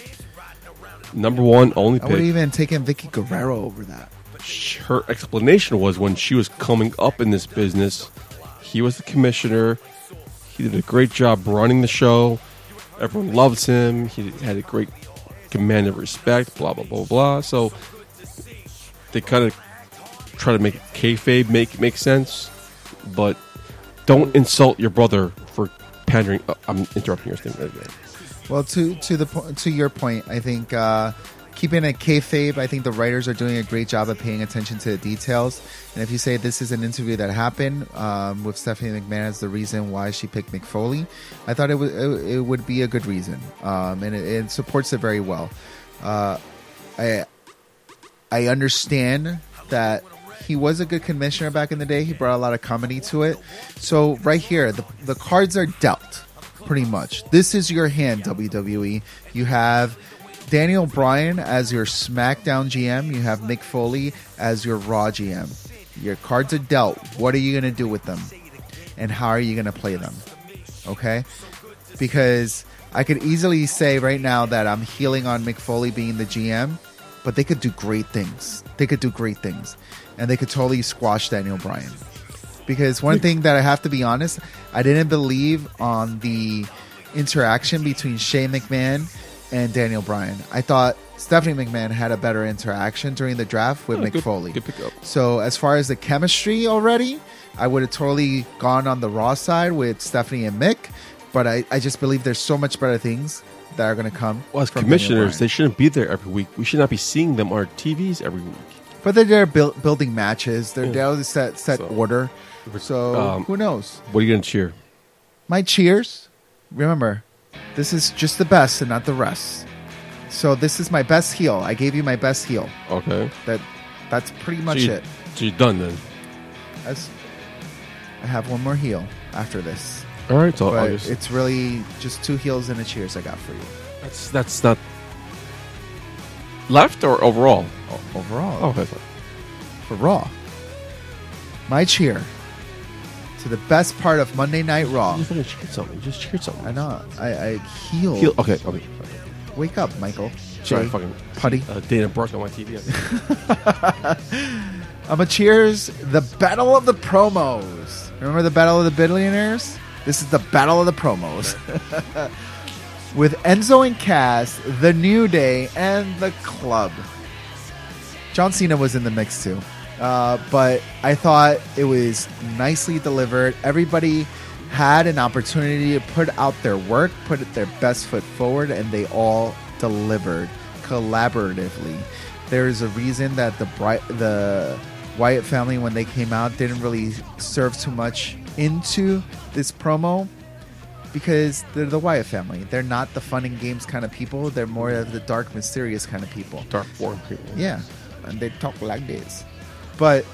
number one only I would have pick. even taken Vicky Guerrero over that. Sh- Her explanation was when she was coming up in this business, he was the commissioner. He did a great job running the show. Everyone loves him. He had a great command of respect, blah, blah, blah, blah. So they kind of try to make kayfabe make, make sense, but don't insult your brother for pandering. Uh, I'm interrupting your thing. Well, to to the po- to your point, I think uh, keeping it kayfabe. I think the writers are doing a great job of paying attention to the details. And if you say this is an interview that happened um, with Stephanie McMahon as the reason why she picked Mick Foley, I thought it would it, it would be a good reason, um, and it, it supports it very well. Uh, I I understand that he was a good commissioner back in the day. He brought a lot of comedy to it. So right here, the the cards are dealt pretty much. This is your hand, WWE. E. You have Daniel Bryan as your SmackDown GM. You have Mick Foley as your Raw GM. Your cards are dealt. What are you going to do with them? And how are you going to play them? Okay? Because I could easily say right now that I'm healing on Mick Foley being the GM, but they could do great things. They could do great things. And they could totally squash Daniel Bryan. Because one thing that I have to be honest, I didn't believe on the interaction between Shane McMahon and Daniel Bryan. I thought Stephanie McMahon had a better interaction during the draft with Yeah, McFoley. good- good pickup. So as far as the chemistry already, I would have totally gone on the Raw side with Stephanie and Mick, but I, I just believe there's so much better things that are going to come. Well, as from Daniel commissioners, they Bryan. shouldn't be there every week. We should not be seeing them on our TVs every week. but they're there buil- building matches. They're there to set set So- order. So Um, who knows? What are you going to cheer? My cheers. Remember, this is just the best and not the rest. So this is my best heel. I gave you my best heel. Okay. That that's pretty So much you- it. So you're done then. That's- I have one more heel after this. All right. So but August. it's really just two heels and a cheers I got for you That's that's not left or overall. o- overall Oh, okay. Oh. for Raw. My cheer to the best part of Monday Night Raw. You fucking cheered something. You just cheered something. I know. I, I healed. Heel- okay. Okay. Wake up, Michael. Sorry, Jay, fucking putty. uh, Dana Brooke on my TV. I'm a cheers the battle of the promos. Remember the battle of the billionaires? This is the battle of the promos. With Enzo and Cass, The New Day, and The Club. John Cena was in the mix too. Uh, but I thought it was nicely delivered. Everybody had an opportunity to put out their work, put their best foot forward, and they all delivered collaboratively. There is a reason that the Bri- the Wyatt family, when they came out, didn't really serve too much into this promo because they're the Wyatt family. They're not the fun and games kind of people. They're more of the dark, mysterious kind of people. Dark form. Yeah, and they talk like this. But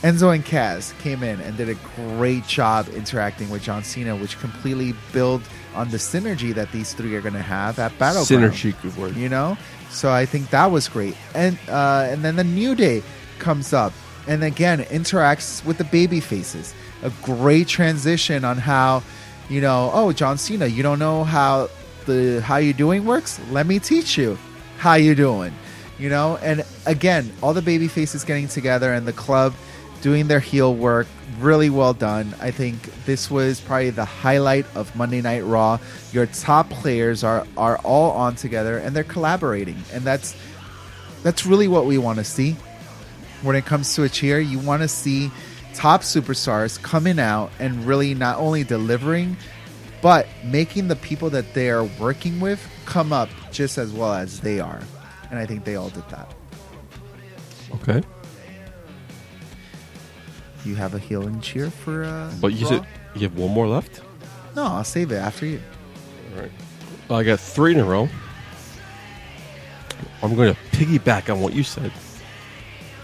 Enzo and Cass came in and did a great job interacting with John Cena, which completely built on the synergy that these three are going to have at Battleground. Synergy. Good word. you know. So I think that was great. And uh, and then the New Day comes up and again interacts with the baby faces. A great transition on how, you know, oh John Cena, you don't know how the how you doing works? Let me teach you how you doing. You know, and again, all the baby faces getting together and the club doing their heel work really well done i think this was probably the highlight of monday night raw your top players are are all on together and they're collaborating and that's that's really what we want to see when it comes to a cheer you want to see top superstars coming out and really not only delivering but making the people that they are working with come up just as well as they are and i think they all did that Okay. you have a healing cheer for uh But you Raw? said you have one more left. No, I'll save it after you. All right. I got three in a row. I'm going to piggyback on what you said.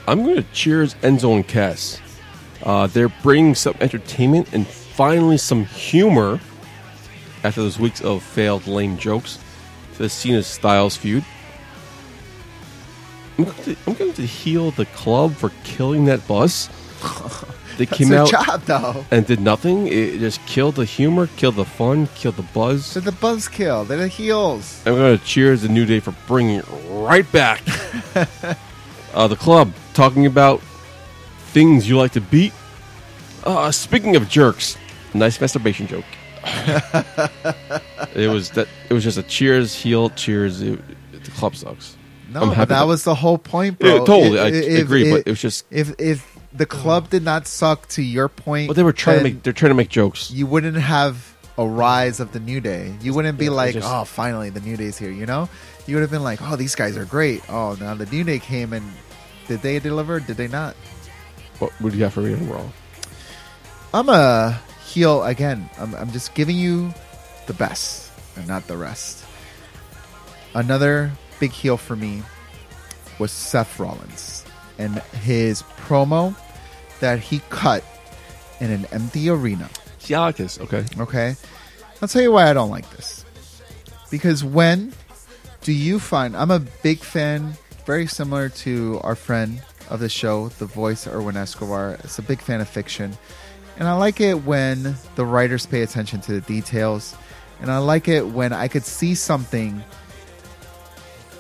I'm going to cheers Enzo and Cass. Uh, they're bringing some entertainment and finally some humor after those weeks of failed lame jokes to the Cena Styles feud. I'm going, to, I'm going to heal the club for killing that bus. They That's came their out job, though. and did nothing. It just killed the humor, killed the fun, killed the buzz. They're the buzzkill. They're the heels. I'm going to cheers the New Day for bringing it right back. uh, the club talking about things you like to beat. Uh, speaking of jerks, nice masturbation joke. it was that. It was just a cheers, heel, cheers. It, the club sucks. No, I'm but happy that that- was the whole point, bro. Yeah, totally. I agree, but it was just- if if the club did not suck to your point, But they were trying to then make. They're trying to make jokes. you wouldn't have a rise of the new day. You wouldn't be Yeah, like, just- oh, finally the new day's here. You know, you would have been like, oh, these guys are great. Oh, now the new day came and did they deliver? Did they not? What would you got for me overall? I'm a heel again. I'm, I'm just giving you the best and not the rest. Another big heel for me was Seth Rollins and his promo that he cut in an empty arena. See, I like this. Okay. Okay. I'll tell you why I don't like this. Because when Do you find I'm a big fan, very similar to our friend of the show, the voice Erwin Escobar. It's a big fan of fiction. And I like it when the writers pay attention to the details. And I like it when I could see something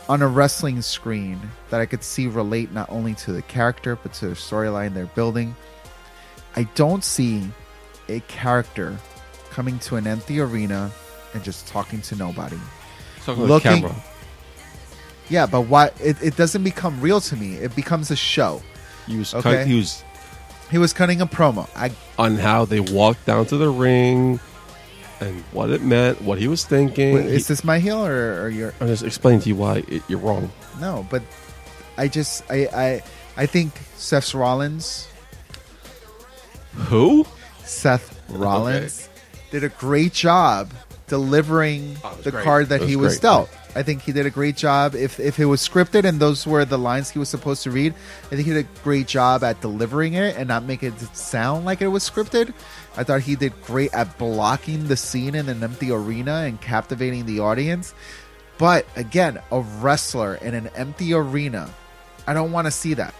on a wrestling screen that I could see relate not only to the character but to the storyline they're building. I don't see a character coming to an empty arena and just talking to nobody. Talking about Looking- camera. Yeah, but why? It, it doesn't become real to me. It becomes a show. He was, Okay. cut- he was He was cutting a promo. I on how they walked down to the ring and what it meant, what he was thinking. is He- this my heel or, or your? I'm just explaining to you why it, you're wrong. No, but I just I I I think Seth Rollins, Who? Seth Rollins, did a great job delivering Oh, it was the great. card that It he was was great. dealt. I think he did a great job. If if it was scripted and those were the lines he was supposed to read, I think he did a great job at delivering it and not make it sound like it was scripted. I thought he did great at blocking the scene in an empty arena and captivating the audience. But again, a wrestler in an empty arena, I don't want to see that.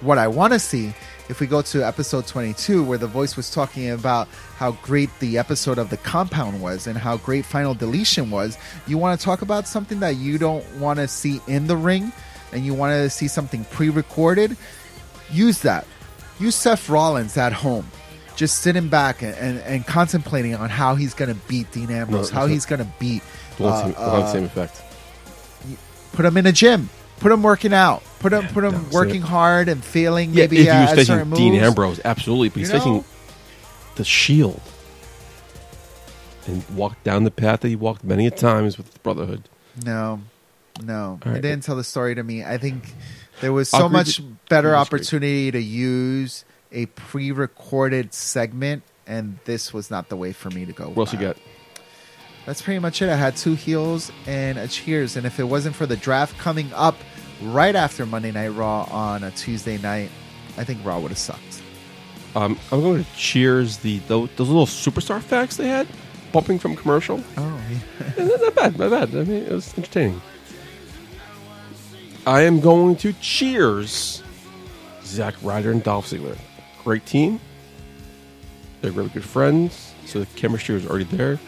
What I want to see, if we go to episode 22, where the voice was talking about how great the episode of The Compound was and how great Final Deletion was, you want to talk about something that you don't want to see in the ring and you want to see something pre recorded, use that. Use Seth Rollins at home. Just sitting back and, and, and contemplating on how he's going to beat Dean Ambrose, it's how not- he's going to beat Won't uh, seem- won't have the uh, same effect. put them in a gym put them working out put them put them no, working hard and failing Yeah, maybe if he at was facing certain moves. Dean Ambrose, absolutely. But he's You know- facing the Shield and walked down the path that he walked many a times with the Brotherhood. no no All right. it didn't tell the story to me i think there was so Awkward- much better Awkward. opportunity to use a pre-recorded segment and this was not the way for me to go What else you about it. got? That's pretty much it. I had two heels and a cheers. And if it wasn't for the draft coming up right after Monday Night Raw on a Tuesday night, I think Raw would have sucked. Um, I'm going to cheers the those, those little superstar facts they had bumping from commercial. Oh, not bad, not bad. I mean, it was entertaining. I am going to cheers Zack Ryder and Dolph Ziggler. Great team. They're really good friends, so the chemistry was already there.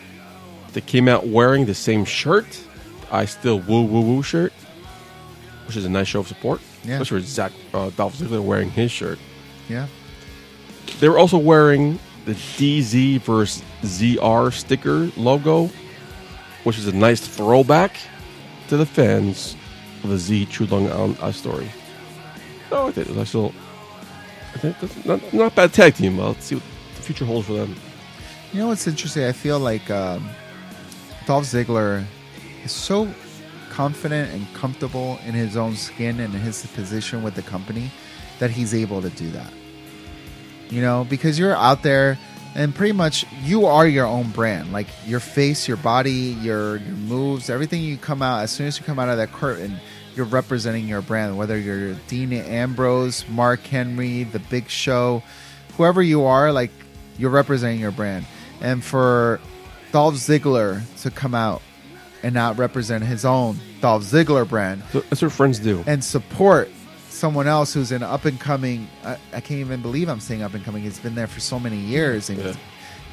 They came out wearing the same shirt. I still woo woo woo shirt, which is a nice show of support. Yeah. Especially with Zach uh, Dolph Ziggler wearing his shirt. yeah. They were also wearing the DZ versus ZR sticker logo, which is a nice throwback to the fans of the Z True Long Island uh, story. No, I think it was actually I think that's not, not a bad tag team. Well, let's see what the future holds for them. You know what's interesting? I feel like um, Dolph Ziggler is so confident and comfortable in his own skin and his position with the company that he's able to do that. You know, because you're out there and pretty much you are your own brand. Like your face, your body, your, your moves, everything you come out, as soon as you come out of that curtain, you're representing your brand, whether you're Dean Ambrose, Mark Henry, The Big Show, whoever you are, like you're representing your brand. And for Dolph Ziggler to come out and not represent his own Dolph Ziggler brand, So that's what friends do. and support someone else who's an up and coming. I, I can't even believe I'm saying up and coming. He's been there for so many years, and Yeah.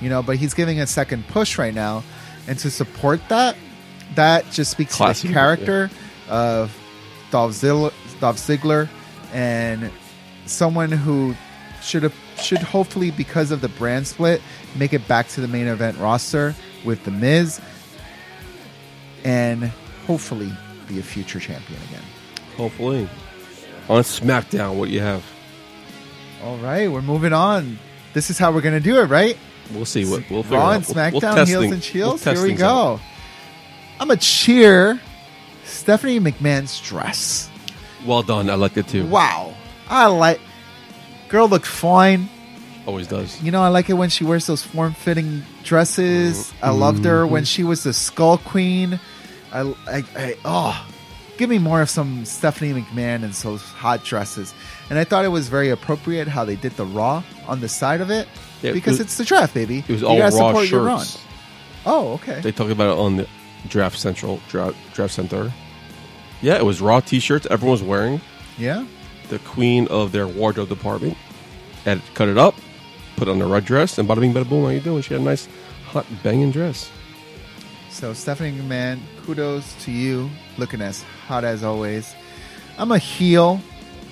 you know, but he's giving a second push right now, and to support that, that just speaks to Classy, the character of Dolph Ziggler, Dolph Ziggler, and someone who should have should hopefully because of the brand split make it back to the main event roster with the Miz and hopefully be a future champion again. Hopefully. On SmackDown, what you have. All right, we're moving on. This is how we're gonna do it, right? We'll see what we'll figure Raw out. and We'll- SmackDown, we'll test heels thing- and we'll shields. test Here we things out. go. I'm a cheer Stephanie McMahon's dress. Well done. I liked it too. Wow, I like. Girl looked fine. Always does. You know, I like it when she wears those form-fitting dresses. I loved her Mm-hmm. when she was the Skull Queen. I, I, I oh, give me more of some Stephanie McMahon and those hot dresses. And I thought it was very appropriate how they did the Raw on the side of it Yeah, it because was- it's the draft, baby. It was You all gotta raw support your shirts. Raw. Oh, okay. They talk about it on the Draft Central Draft, Draft Center. Yeah, it was Raw T-shirts everyone was wearing. Yeah. The queen of their wardrobe department had cut it up, put on a red dress, and bada bing, bada boom. How you doing? She had a nice, hot, banging dress. So Stephanie McMahon, kudos to you, looking as hot as always. I'm a heel,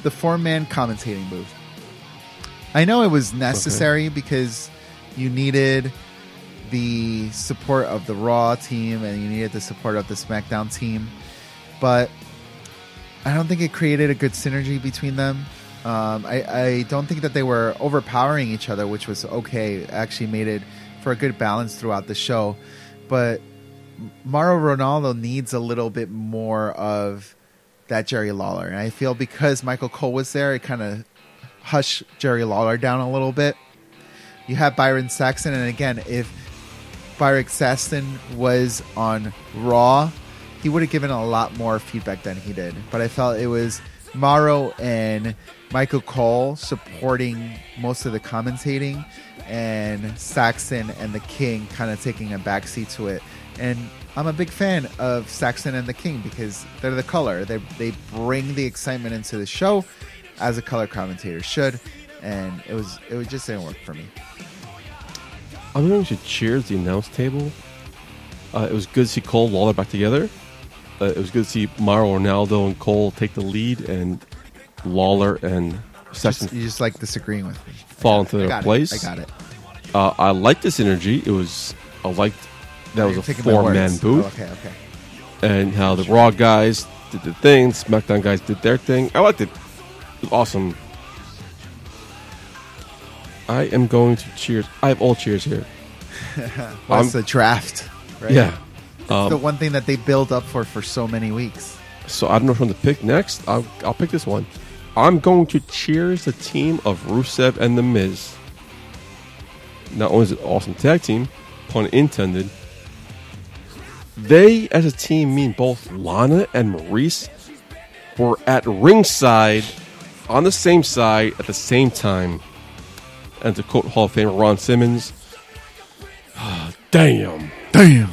the four man commentating booth. I know it was necessary because you needed the support of the Raw team and you needed the support of the SmackDown team, but I don't think it created a good synergy between them. Um, I, I don't think that they were overpowering each other, which was okay. It actually made it for a good balance throughout the show. But Mauro Ronaldo needs a little bit more of that Jerry Lawler. And I feel because Michael Cole was there, it kind of hushed Jerry Lawler down a little bit. You have Byron Saxon, and again, if Byron Saxon was on Raw, he would have given a lot more feedback than he did. But I felt it was Morrow and Michael Cole supporting most of the commentating, and Saxon and the King kind of taking a backseat to it. And I'm a big fan of Saxon and the King because they're the color. They they bring the excitement into the show, as a color commentator should. And it was it was just didn't work for me. I remember we should cheers the announce table. Uh, it was good to see Cole and Lawler back together. Uh, it was good to see Mauro Ronaldo and Cole take the lead, and Lawler and Sessions Just, you just like disagreeing with me. fall I into their got it. place. I got it. Uh, I liked this energy. It was I liked that was You're a taking my four man words. booth, Oh, okay, okay. and how the Raw guys did the thing, SmackDown guys did their thing. Oh, I liked it. It was awesome. I am going to cheers. I have all cheers here. Well, it's I'm- the draft, right? Yeah. um, It's the one thing that they build up for for so many weeks. So I don't know which one to pick next. I'll, I'll pick this one. I'm going to cheers the team of Rusev and The Miz. Not only is it an awesome tag team, pun intended, they as a team mean both Lana and Maurice were at ringside on the same side at the same time. And to quote Hall of Famer Ron Simmons, damn, Damn.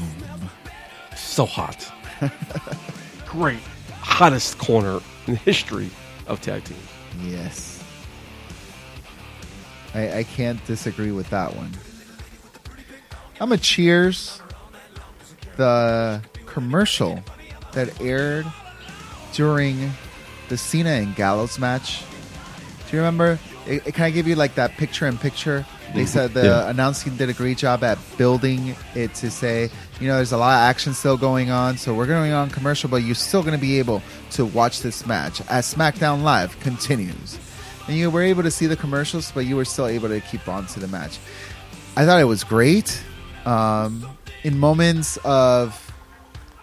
so hot. Great. Hottest corner in the history of tag teams. Yes. I, I can't disagree with that one. I'm a cheers. The commercial that aired during the Cena and Gallows match. Do you remember? It, it kind of gave you like that picture in picture. They said the Yeah. announcing did a great job at building it to say, you know, there's a lot of action still going on, so we're going on commercial, but you're still going to be able to watch this match as SmackDown Live continues. And you were able to see the commercials, but you were still able to keep on to the match. I thought it was great. Um, in moments of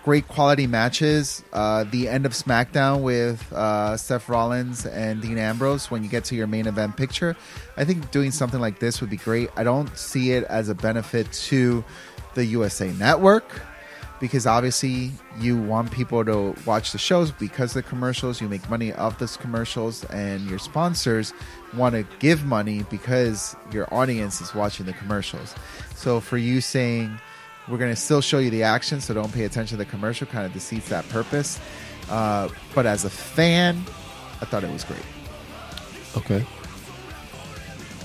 great quality matches. Uh, the end of SmackDown with uh, Seth Rollins and Dean Ambrose when you get to your main event picture. I think doing something like this would be great. I don't see it as a benefit to the USA Network because obviously you want people to watch the shows because the commercials you make money off those commercials and your sponsors want to give money because your audience is watching the commercials so for you saying we're going to still show you the action so don't pay attention to the commercial kind of defeats that purpose uh, but as a fan i thought it was great Okay.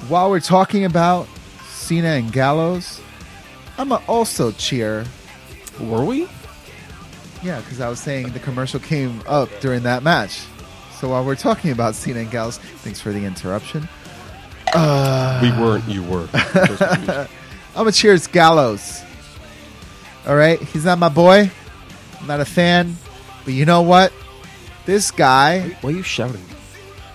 while we're talking about cena and gallows i'm going to also cheer Were we? Yeah, because I was saying the commercial came up during that match. So while we're talking about Cena and Gals, thanks for the interruption. we weren't. You were. I'm a cheers Gallows. All right, he's not my boy. I'm not a fan, but you know what? This guy, Why are you shouting?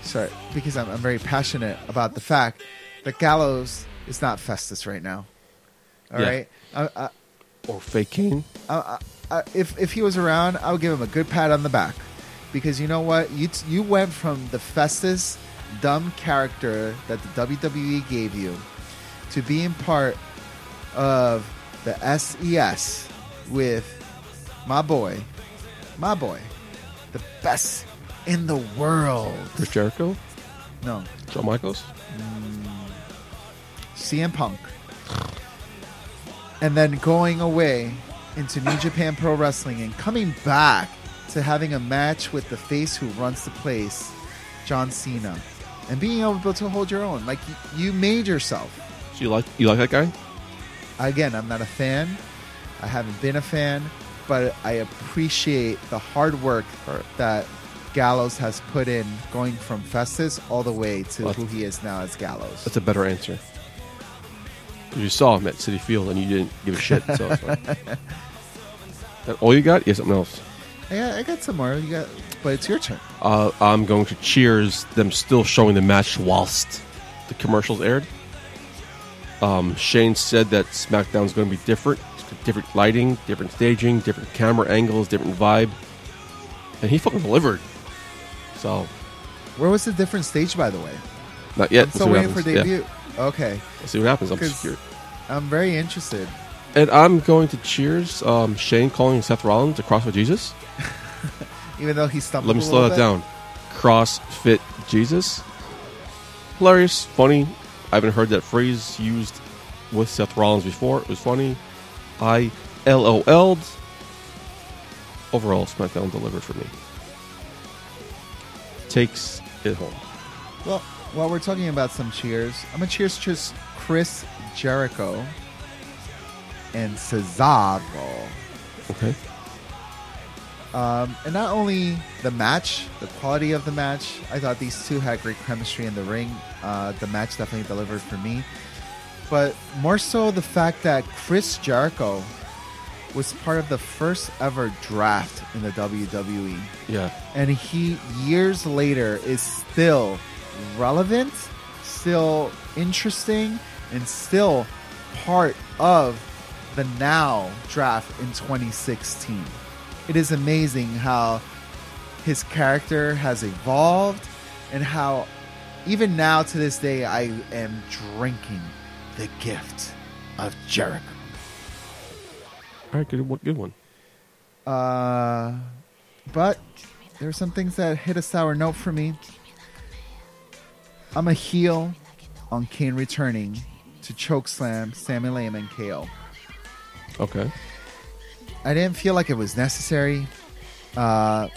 sorry, because I'm, I'm very passionate about the fact that Gallows is not Festus right now. All Yeah. right, I, I, Or fake Kane? I, I, if if he was around, I would give him a good pat on the back, because you know what, you t- you went from the Festus dumb character that the WWE gave you to being part of the SES with my boy, my boy, the best in the world. Chris Jericho? No, Shawn Michaels? CM Punk, and then going away into New Japan Pro Wrestling and coming back to having a match with the face who runs the place, John Cena, and being able to hold your own. Like, y- you made yourself. So you like you like that guy? Again, I'm not a fan. I haven't been a fan, but I appreciate the hard work for, that Gallows has put in going from Festus all the way to Well, who he is now as Gallows. That's a better answer. 'Cause you saw him at City Field and you didn't give a shit. So it's fine. that all you got? Yeah, something else. Yeah, I got some more. You got, but it's your turn. Uh, I'm going to cheers them still showing the match whilst the commercials aired. Um, Shane said that SmackDown's going to be different. It's Different lighting, different staging, different camera angles, different vibe. And he fucking delivered. So, Where was the different stage, by the way? not yet. I'm still We'll see what waiting for happens. Yeah. debut. Okay, We'll see what happens. I'm 'Cause- scared. I'm very interested. And I'm going to cheers um, Shane calling Seth Rollins a CrossFit Jesus. Even though he stumbled. Let me a slow that little bit. down. CrossFit Jesus. Hilarious, funny. I haven't heard that phrase used with Seth Rollins before. It was funny. I LOL'd. Overall, SmackDown delivered for me. Takes it home. Well, while we're talking about some cheers, I'm gonna cheers to Chris Jericho and Cesaro. Okay. Um, and not only the match, the quality of the match, I thought these two had great chemistry in the ring. Uh, the match definitely delivered for me. But more so the fact that Chris Jericho was part of the first ever draft in the E. WWE. Yeah. And he, years later, is still relevant, still interesting, and still part of the now draft in 2016. It is amazing how his character has evolved and how even now to this day I am drinking the gift of Jericho. All right. Good one. Good one. Uh, but there are some things that hit a sour note for me. I'm a heel on Kane returning to chokeslam Sammy Lehman KO. Okay. I didn't feel like it was necessary. Uh,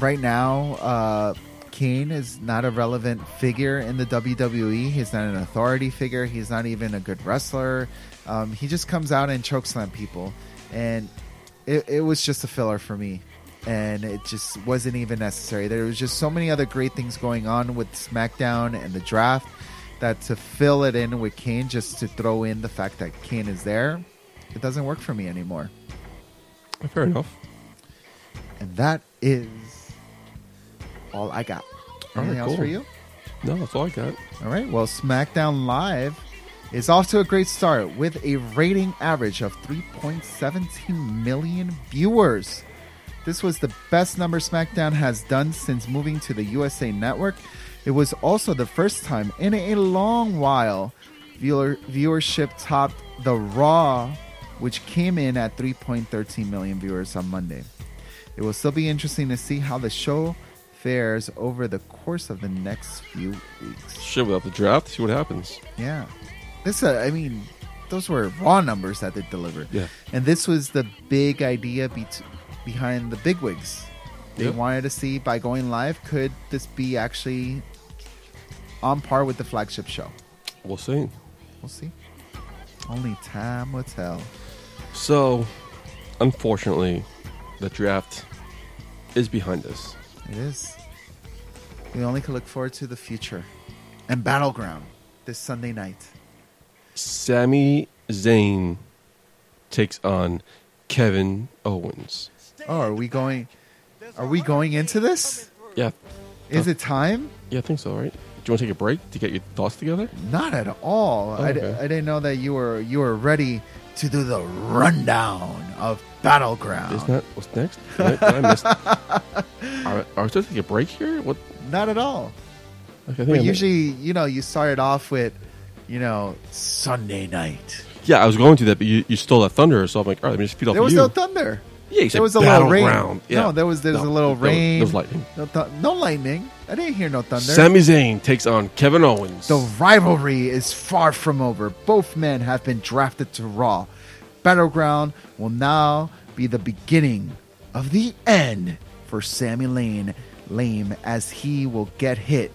right now, uh, Kane is not a relevant figure in the WWE. He's not an authority figure. He's not even a good wrestler. Um, he just comes out and chokeslam people, and it, it was just a filler for me. And it just wasn't even necessary. There was just so many other great things going on with SmackDown and the draft that to fill it in with Kane just to throw in the fact that Kane is there, it doesn't work for me anymore. Fair enough. And that is all I got. All right, Anything else cool. for you? No, that's all I got. All right. Well, SmackDown Live is off to a great start with a rating average of 3.17 million viewers. This was the best number SmackDown has done since moving to the USA Network. It was also the first time in a long while viewer, viewership topped The Raw, which came in at 3.13 million viewers on Monday. It will still be interesting to see how the show fares over the course of the next few weeks. Shit, without the draft, see what happens. Yeah. This, uh, I mean, those were raw numbers that they delivered. Yeah. And this was the big idea be- behind the bigwigs. They Yeah. wanted to see by going live, could this be actually on par with the flagship show? We'll see. We'll see. Only time will tell. So, unfortunately, the draft is behind us. It is. We only can look forward to the future and Battleground this Sunday night. Sammy Zayn takes on Kevin Owens. Oh, are we going? Are we going into this? Yeah, Is it time? yeah, I think so. Right? Do you want to take a break to get your thoughts together? Not at all. I I, d- Oh, okay. I didn't know that you were you were ready to do the rundown of Battleground. Isn't that what's next? Did I, did I miss? are, are we supposed to take a break here? What? Not at all. Okay, I think I But mi- usually, you know, you started off with, you know, Sunday night. yeah, I was going to that, but you, you stole that thunder, so I'm like, all right, let me just feed off There of was you. no thunder. Yeah, you said there was a little rain. Battleground. Yeah. No, there was there was No, a little there was- rain. there was lightning. No, thu- no lightning. I didn't hear no thunder. Sammy Zayn takes on Kevin Owens. The rivalry is far from over. Both men have been drafted to Raw. Battleground will now be the beginning of the end for Sammy Lane Lame as he will get hit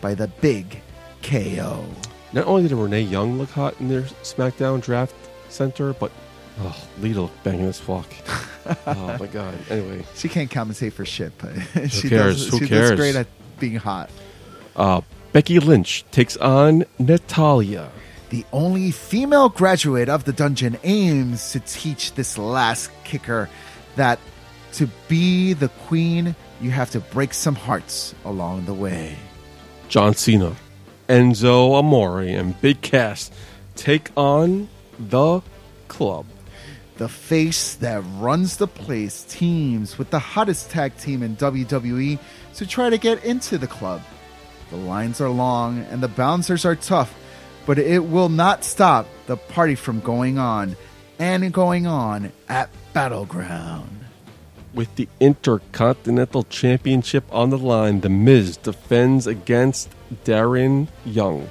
by the big KO. Not only did Renee Young look hot in their SmackDown draft center, but oh, Lita looked banging as fuck. oh my god. Anyway, She can't compensate for shit, but she cares? does. Who she cares? does great at being hot. Becky Lynch takes on Natalia. The only female graduate of the dungeon aims to teach this last kicker that to be the queen, you have to break some hearts along the way. John Cena, Enzo Amore, and Big Cass take on the club. The face that runs the place teams with the hottest tag team in WWE to try to get into the club. The lines are long and the bouncers are tough, but it will not stop the party from going on and going on at Battleground. With the Intercontinental Championship on the line, The Miz defends against Darren Young.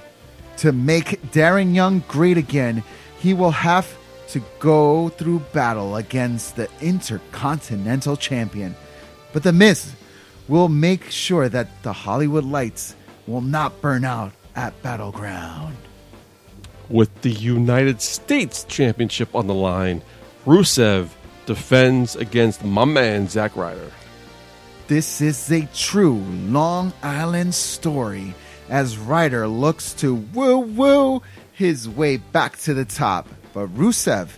To make Darren Young great again, he will have to go through battle against the Intercontinental Champion. But The Miz will make sure that the Hollywood lights will not burn out at Battleground. With the United States Championship on the line, Rusev defends against my man Zack Ryder. This is a true Long Island story as Ryder looks to woo woo his way back to the top. But Rusev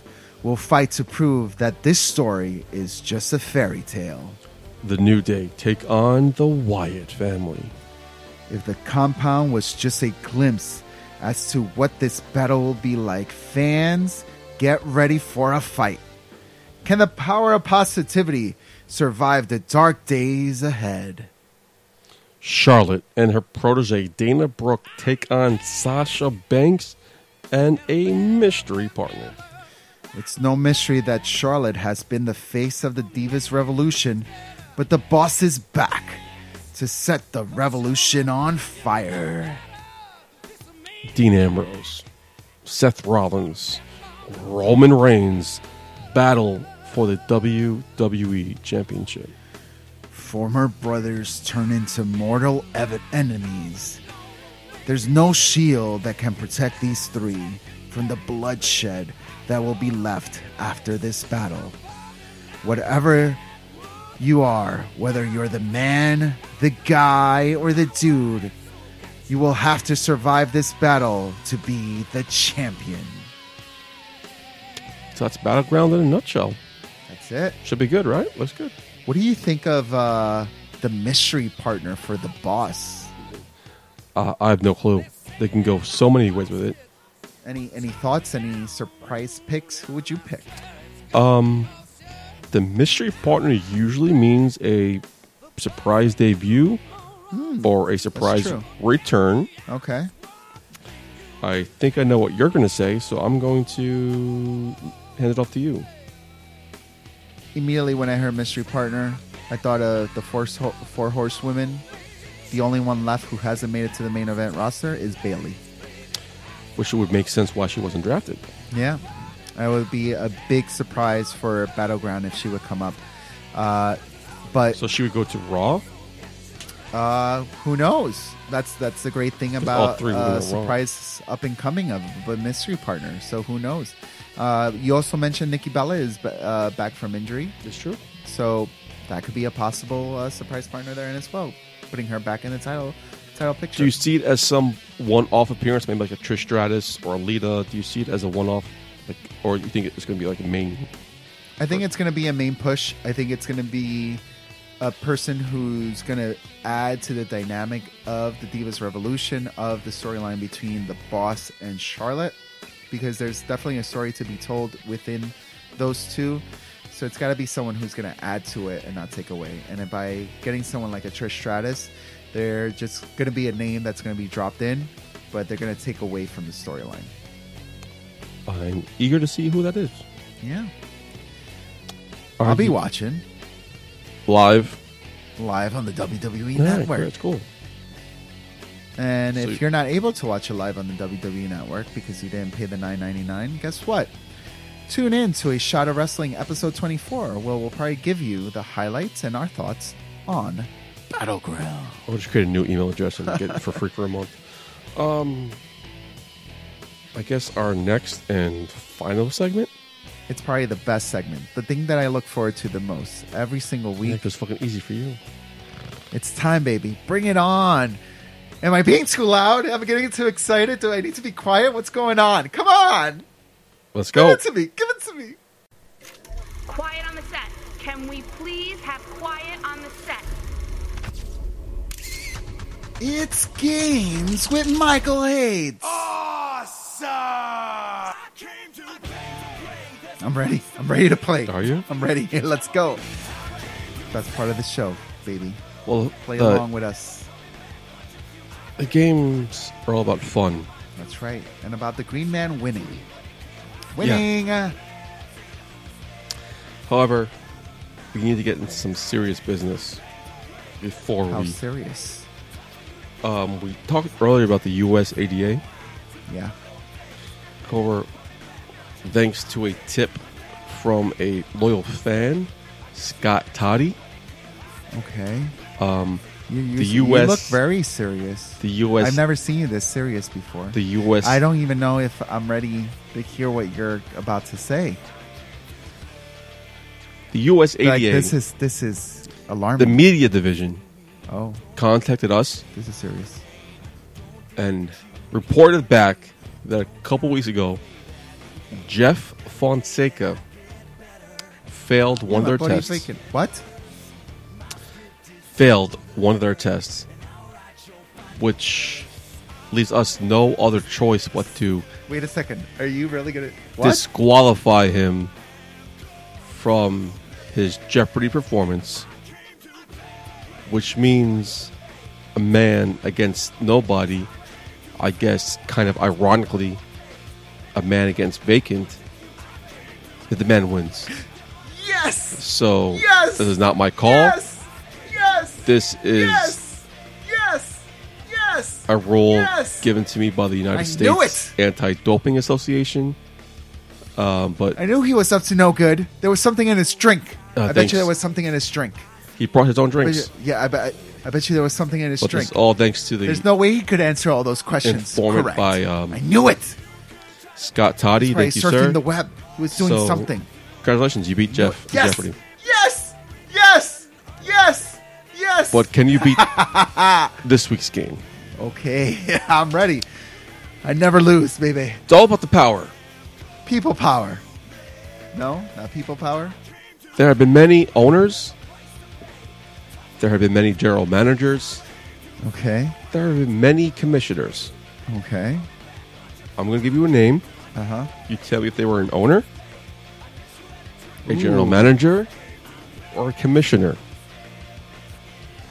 will fight to prove that this story is just a fairy tale. The New Day take on the Wyatt family. If the compound was just a glimpse as to what this battle will be like, fans, get ready for a fight. Can the power of positivity survive the dark days ahead? Charlotte and her protege Dana Brooke take on Sasha Banks and a mystery partner. It's no mystery that Charlotte has been the face of the Divas Revolution, but the boss is back to set the revolution on fire. Dean Ambrose, Seth Rollins, Roman Reigns battle for the WWE Championship. Former brothers turn into mortal ev- enemies. There's no shield that can protect these three from the bloodshed that will be left after this battle. Whatever you are, whether you're the man, the guy, or the dude, you will have to survive this battle to be the champion. So that's Battleground in a nutshell. That's it. Should be good, right? Looks good. What do you think of uh, the mystery partner for the boss? Uh, I have no clue. They can go so many ways with it. Any any thoughts? Any surprise picks? Who would you pick? The mystery partner usually means a surprise debut or a surprise Hmm. true. return. Okay. I think I know what you're going to say, so I'm going to hand it off to you. Immediately when I heard mystery partner, I thought of the four ho- four horsewomen. The only one left who hasn't made it to the main event roster is Bailey. Which would make sense why she wasn't drafted. Yeah, it would be a big surprise for Battleground if she would come up. Uh, but So she would go to Raw. uh, who knows? That's that's the great thing all about three were in a row. uh, surprise up and coming of a mystery partner. So who knows? Uh, you also mentioned Nikki Bella is ba- uh, back from injury. It's true. So that could be a possible uh, surprise partner there in as well, putting her back in the title title picture. Do you see it as some one-off appearance, maybe like a Trish Stratus or a Lita? Do you see it as a one-off, like, or you think it's going to be like a main? I think it's going to be a main push. I think it's going to be a person who's going to add to the dynamic of the Divas Revolution of the storyline between the boss and Charlotte because there's definitely a story to be told within those two. So it's got to be someone who's going to add to it and not take away. And then by getting someone like a Trish Stratus, they're just going to be a name that's going to be dropped in, but they're going to take away from the storyline. I'm uh, eager to see who that is. Yeah. I'll be watching live. live on the WWE Yeah, network. That's cool. And So- if E you're not able to watch it live on the WWE Network because you didn't pay the $9.99, guess what? Tune in to a Shot of Wrestling episode 24, where we'll probably give you the highlights and our thoughts on Battleground. I'll just create a new email address and get it for free for a month. Um, I guess our next and final segment. It's probably the best segment, the thing that I look forward to the most every single Yeah, week. 'cause it's fucking easy for you. It's time, baby. Bring it on. Am I being too loud? Am I getting too excited? Do I need to be quiet? What's going on? Come on. Let's Give go. it to me. Give it to me. Quiet on the set. Can we please have quiet on the set? It's games with Michael Hayes. I'm ready. I'm ready to play. Are you? I'm ready. Let's go. That's part of the show, baby. Well, Play the- along with us. The games are all about fun. That's right. And about the Green Man winning. Winning. However, we need to get into some serious business before How we. serious. Um, we talked earlier about the U.S. ADA. Yeah. However, thanks to a tip from a loyal fan, Scott Toddy, Okay. Um, you, you, the you US look very serious. the U.S. I've never seen you this serious before. the U.S. I don't even know if I'm ready to hear what you're about to say. the U.S. ADA. Like this is this is the alarming. media division oh, contacted us this is serious. and reported back that a couple weeks ago, Jeff Fonseca failed one Yeah, of my their buddy's tests. faking. What? failed one of their tests, which leaves us no other choice but to Wait a second. Are you really gonna what? disqualify him from his Jeopardy performance, which means a man against nobody, I guess, kind of ironically, a man against vacant. That the man wins. Yes! So Yes! this is not my call. Yes! Yes! This is Yes! Yes! Yes! a rule Yes! given to me by the United I knew States Anti-Doping Association. Um, but I knew he was up to no good. There was something in his drink. Uh, I bet thanks. you there was something in his drink. he brought his own I bet drinks. you- yeah, I bet. I bet you there was something in his But drink. this all thanks to the There's no way he could answer all those questions. Informant Correct. by, um, I knew it. Scott Toddy. Right, Thank you, surfing sir. the web. He was doing So, something. Congratulations, you beat Jeff. in Yes. Jeopardy. Yes. Yes. Yes. Yes. But can you beat this week's game? Okay, I'm ready. I never lose, baby. It's all about the power. People power. No, not people power. There have been many owners. There have been many general managers. Okay. There have been many commissioners. Okay. I'm going to give you a name. Uh huh. You tell me if they were an owner, a general Ooh. manager, or a commissioner.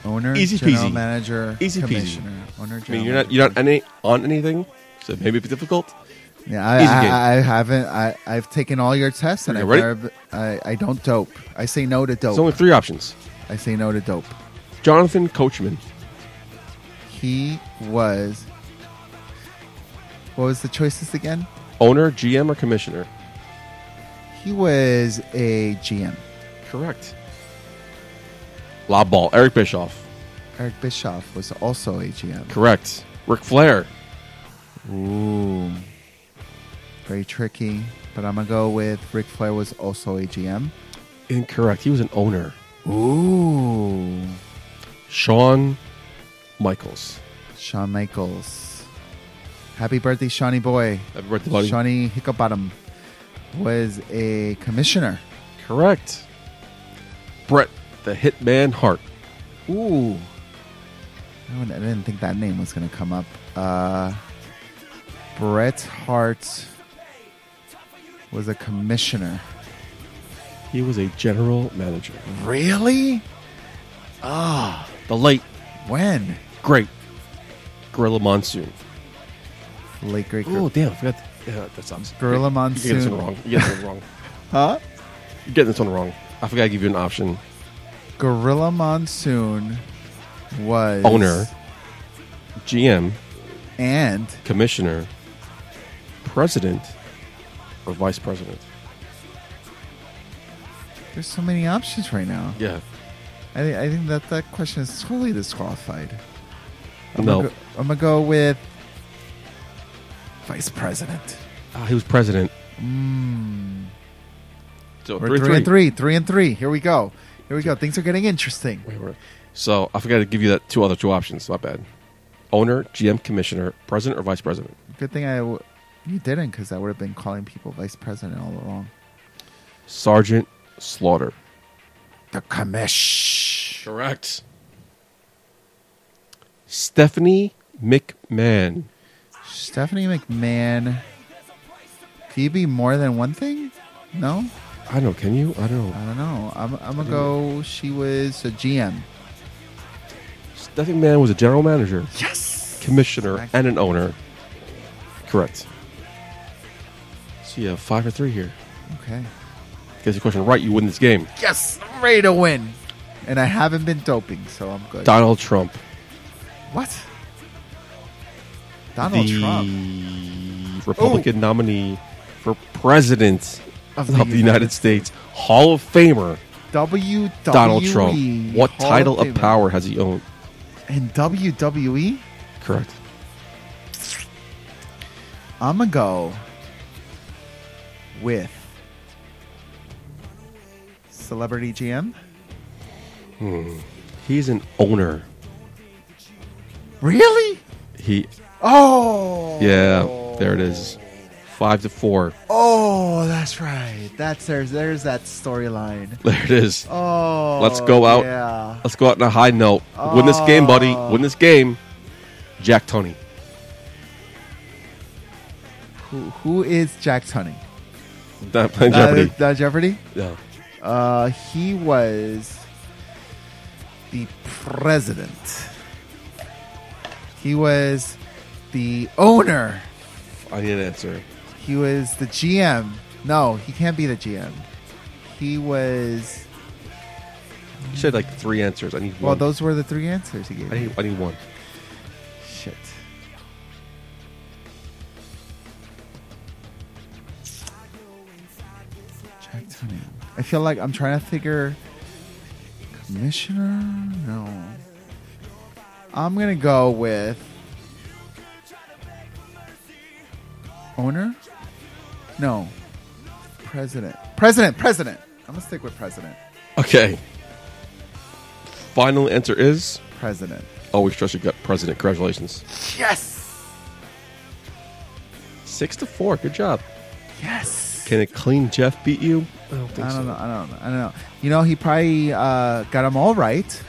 Owner, Easy general peasy. manager, Easy peasy. commissioner, owner, I general. mean, you're not you're not any on anything, so maybe it's difficult. Yeah, Easy game. I, I, I haven't. I, I've taken all your tests, and Okay, I've ready? never, I, I don't dope. I say no to dope. There's only three options. I say no to dope. Jonathan Coachman, He was. What was the choices again? owner, GM, or commissioner. He was a GM. Correct. Lob ball. Eric Bischoff. Eric Bischoff was also a GM. Correct. Ric Flair. Ooh. Very tricky. But I'm going to go with Ric Flair was also a GM. Incorrect. He was an owner. Ooh. Shawn Michaels. Shawn Michaels. Happy birthday, Shawnee boy. Happy birthday, buddy. Shawnee Hicklebottom was a commissioner. Correct. Brett the Hitman Hart. Ooh. I wouldn't- Oh, I didn't think that name was going to come up. Uh, Bret Hart was a commissioner. He was a general manager. Really? The late, When? great Gorilla Monsoon. Late Great Oh, damn. I forgot. Yeah, that sucks. Gorilla You're getting Monsoon. this one wrong. You're getting this one wrong. Huh? You're getting this one wrong. I forgot to give you an option. Gorilla Monsoon was Owner, GM, and commissioner, president, or vice president. There's so many options right now. Yeah. I, thi- I think that that question is totally disqualified. I'm No. Gonna go, I'm going to go with vice president. Ah, he was president. So Hmm. We're three, three, and three. Three and three. Here we go. Here we go. Things are getting interesting. Wait, wait. So I forgot to give you that two other two options. My bad. Owner, GM, commissioner, president, or vice president. Good thing I w- you didn't because I would have been calling people vice president all along. Sergeant Slaughter. The commish. Correct. Stephanie McMahon. Stephanie McMahon. Can you be more than one thing? No? I don't know. Can you? I don't know. I don't know. I'm, I'm going to go. She was a GM. Stephanie McMahon was a general manager, Yes! commissioner, and an owner. Correct. So you have five or three here. Okay. Guess your question right. You win this game. Yes! I'm ready to win. And I haven't been doping, so I'm good. Donald Trump. what? Donald the Trump. Republican nominee for president of the, United, United States, Hall of Famer WWE. Donald Trump. What E Hall title of Famer. power has he owned? In WWE? Correct. I'm gonna go with celebrity GM. He's an owner. Really? He, Oh, yeah, there it is. Five to four. Oh, that's right. That's there's there's that storyline. There it is. Oh, Let's go out. Yeah. Let's go out on a high note. Win this game, buddy. Oh. Win this game. Jack Tony. Who, who is Jack Tunney? Not playing Jeopardy. Uh, uh, Jeopardy. No. Uh, he was the president. He was the owner. I need an answer. He was the GM. No, he can't be the GM. He was. You said like three answers. I need Well, one. those were the three answers he gave. I me. need, I need one. Shit. Jack Tunney. I feel like I'm trying to figure. Commissioner? No. I'm gonna go with. Owner? No. President. President! President! I'm gonna stick with president. Okay. Final answer is President. always trust your gut, President. Congratulations. Yes! Six to four. Good job. Yes! Can a clean Jeff beat you? I don't think I so. don't know. I don't know. I don't know. You know, he probably uh, got them all right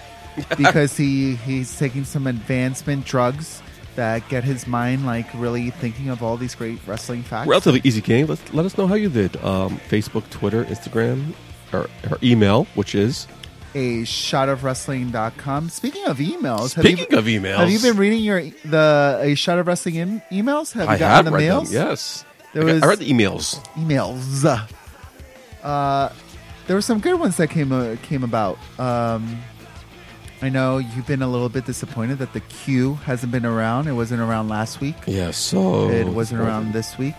because he he's taking some advancement drugs that get his mind like really thinking of all these great wrestling facts. Relatively easy game. Let's, let us know how you did. Um, Facebook, Twitter, Instagram, or, or email, which is A shot of wrestling.com. Speaking of emails, speaking have of emails. you, have you been reading your e- the a shot of wrestling em- emails? Have you I gotten have the read mails? them. Yes. There I, got- was- I read the emails. emails. Uh, there were some good ones that came uh, came about. Um, I know you've been a little bit disappointed that the queue hasn't been around. It wasn't around last week. Yeah. So it wasn't oh. around this week,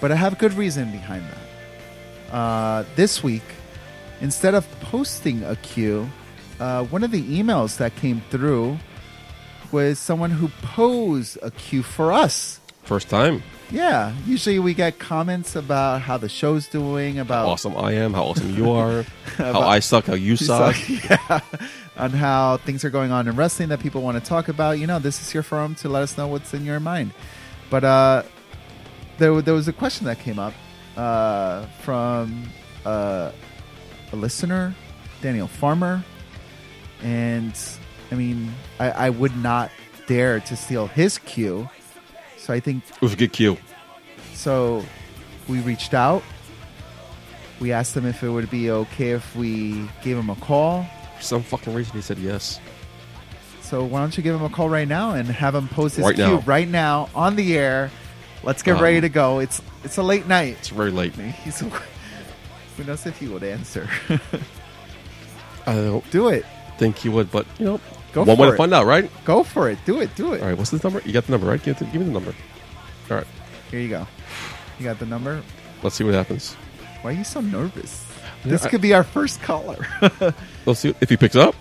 but I have good reason behind that. Uh, this week, instead of posting a queue, uh, one of the emails that came through was someone who posed a queue for us. First time. Yeah, usually we get comments about how the show's doing, about awesome I am. How awesome you are. how I suck. How you suck. yeah, on how things are going on in wrestling that people want to talk about. You know, this is your forum to let us know what's in your mind. But uh, there, wa- there was a question that came up uh, from uh, a listener, Daniel Farmer, and I mean, I, I would not dare to steal his cue. So I think It was a good cue. so we reached out. We asked them if it would be okay if we gave him a call. For some fucking reason, he said yes. So why don't you give him a call right now and have him post his Right cue now. right now on the air? Let's get Um, ready to go. It's it's a late night. It's very late. He's who knows if he would answer. I don't do it. think he would, but you know, Go one for way to it. find out, right? Go for it. Do it. Do it. All right, what's the number? You got the number, right? Give, it to- give me the number. All right, Here you go. You got the number. let's see what happens. Why are you so nervous? This could be our first caller. Let's see if he picks up.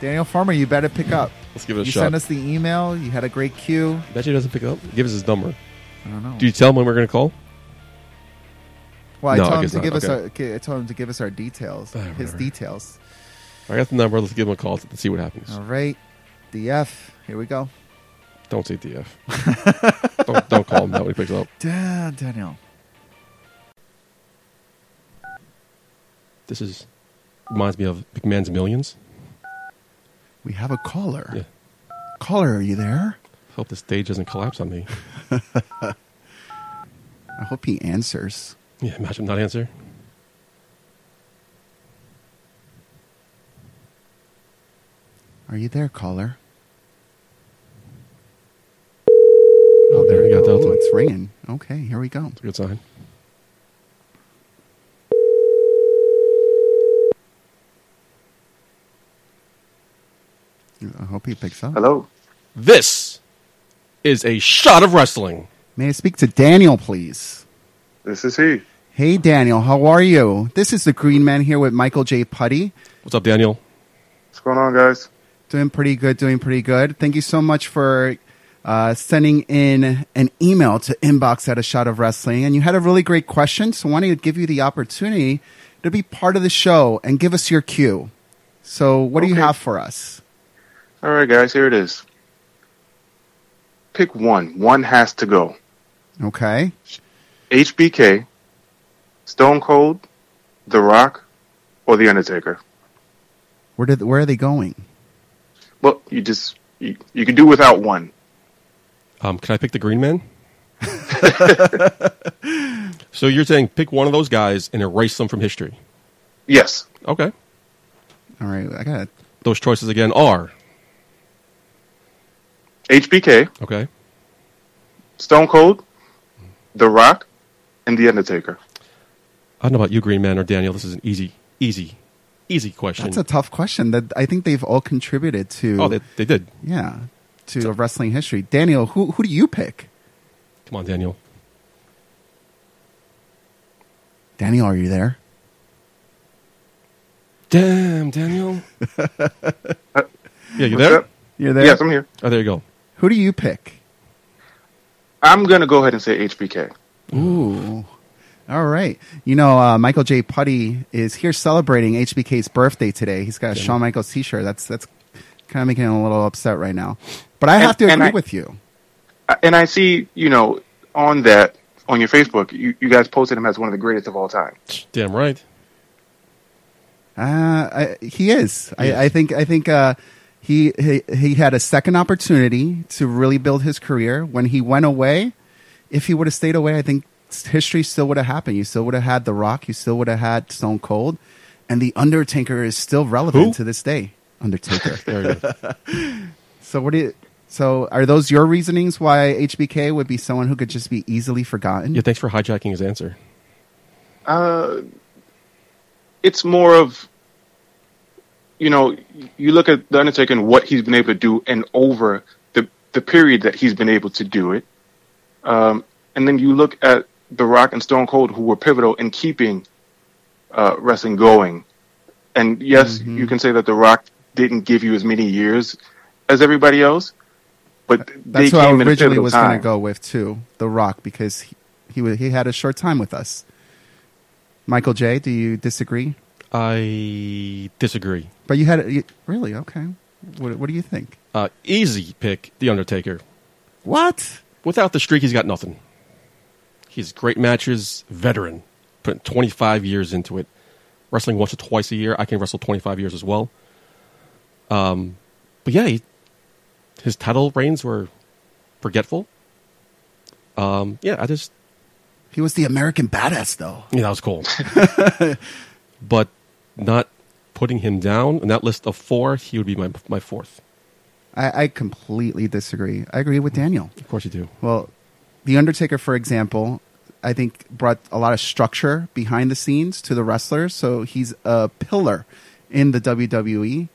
Daniel Farmer, you better pick up. Let's give it a you shot. sent us the email. You had a great cue. Bet you he doesn't pick up. Give us his number. I don't know. Do you tell him when we're going to call? well, I No, I told him guess to not. give us. Okay. Our, okay, I told him to give us our details. Ah, his whatever. details. I got the number. Let's give him a call and see what happens. All right, DF. Here we go. Don't say DF. don't, don't call him that when he picks up. Da- Daniel. This is reminds me of McMahon's Millions. We have a caller. Yeah. Caller, are you there? Hope the stage doesn't collapse on me. I hope he answers. Yeah, imagine not answer. Are you there, caller? Oh, there we go. Oh, Delta. it's ringing. Okay, here we go. It's a good sign. I hope he picks up. Hello. This is a shot of wrestling. May I speak to Daniel, please? This is he. Hey, Daniel, how are you? This is the Green Man here with Michael J. Putty. What's up, Daniel? What's going on, guys? Doing pretty good, doing pretty good. Thank you so much for uh, sending in an email to inbox at a shot of wrestling. And you had a really great question, so I wanted to give you the opportunity to be part of the show and give us your cue. So, what do you Okay. have for us? All right, guys, here it is. Pick one. One has to go. Okay. HBK, Stone Cold, The Rock, or The Undertaker. Where did where are they going? Well, you just you, you can do without one. Um, can I pick the green man? so you're saying pick one of those guys and erase them from history. Yes. Okay. All right, I got Those choices again are HBK, okay. Stone Cold, The Rock, and The Undertaker. I don't know about you, Green Man or Daniel. This is an easy, easy, easy question. that's a tough question. That I think they've all contributed to oh, they, they did. yeah to wrestling history. Daniel, who who do you pick? Come on, Daniel. Daniel, are you there? Damn, Daniel. yeah, you What's there? up? You're there. Yes, I'm here. Oh, there you go. Who do you pick? I'm gonna go ahead and say HBK. Ooh. All right. You know, uh, Michael J. Putty is here celebrating HBK's birthday today. He's got a Shawn Michaels T-shirt. That's that's kind of making him a little upset right now. But I And- have to and agree I- with you. I- and I see, you know, on that on your Facebook, you, you guys posted him as one of the greatest of all time. Damn right. Uh, I, he is. Yes. I, I think. I think. Uh, he, he he had a second opportunity to really build his career when he went away. If he would have stayed away, I think s- history still would have happened. You still would have had The Rock. You still would have had Stone Cold, and the Undertaker is still relevant Who? to this day. Undertaker. There you go. so what do you? So are those your reasonings why HBK would be someone who could just be easily forgotten? yeah, thanks for hijacking his answer. Uh, it's more of, you know, you look at the Undertaker and what he's been able to do, and over the the period that he's been able to do it, um, and then you look at The Rock and Stone Cold, who were pivotal in keeping uh, wrestling going. And yes, Mm-hmm. you can say that The Rock didn't give you as many years as everybody else, but That's they who I came in a originally pivotal was time. going to go with too, The Rock, because he, he wa- he had a short time with us. Michael J, do you disagree? I disagree. But you had you, really okay. What, what do you think? Uh, easy pick, The Undertaker. What? Without the streak, he's got nothing. He's great matches, veteran, putting 25 years into it. Wrestling once or twice a year. I can wrestle 25 years as well. Um, but yeah, he, his title reigns were forgetful. Um, yeah, I just He was the American badass, though. Yeah, that was cool. but not putting him down in that list of four, he would be my my fourth. I, I completely disagree. I agree with Daniel. Of course, you do. Well, The Undertaker, for example, I think brought a lot of structure behind the scenes to the wrestlers. So he's a pillar in the WWE.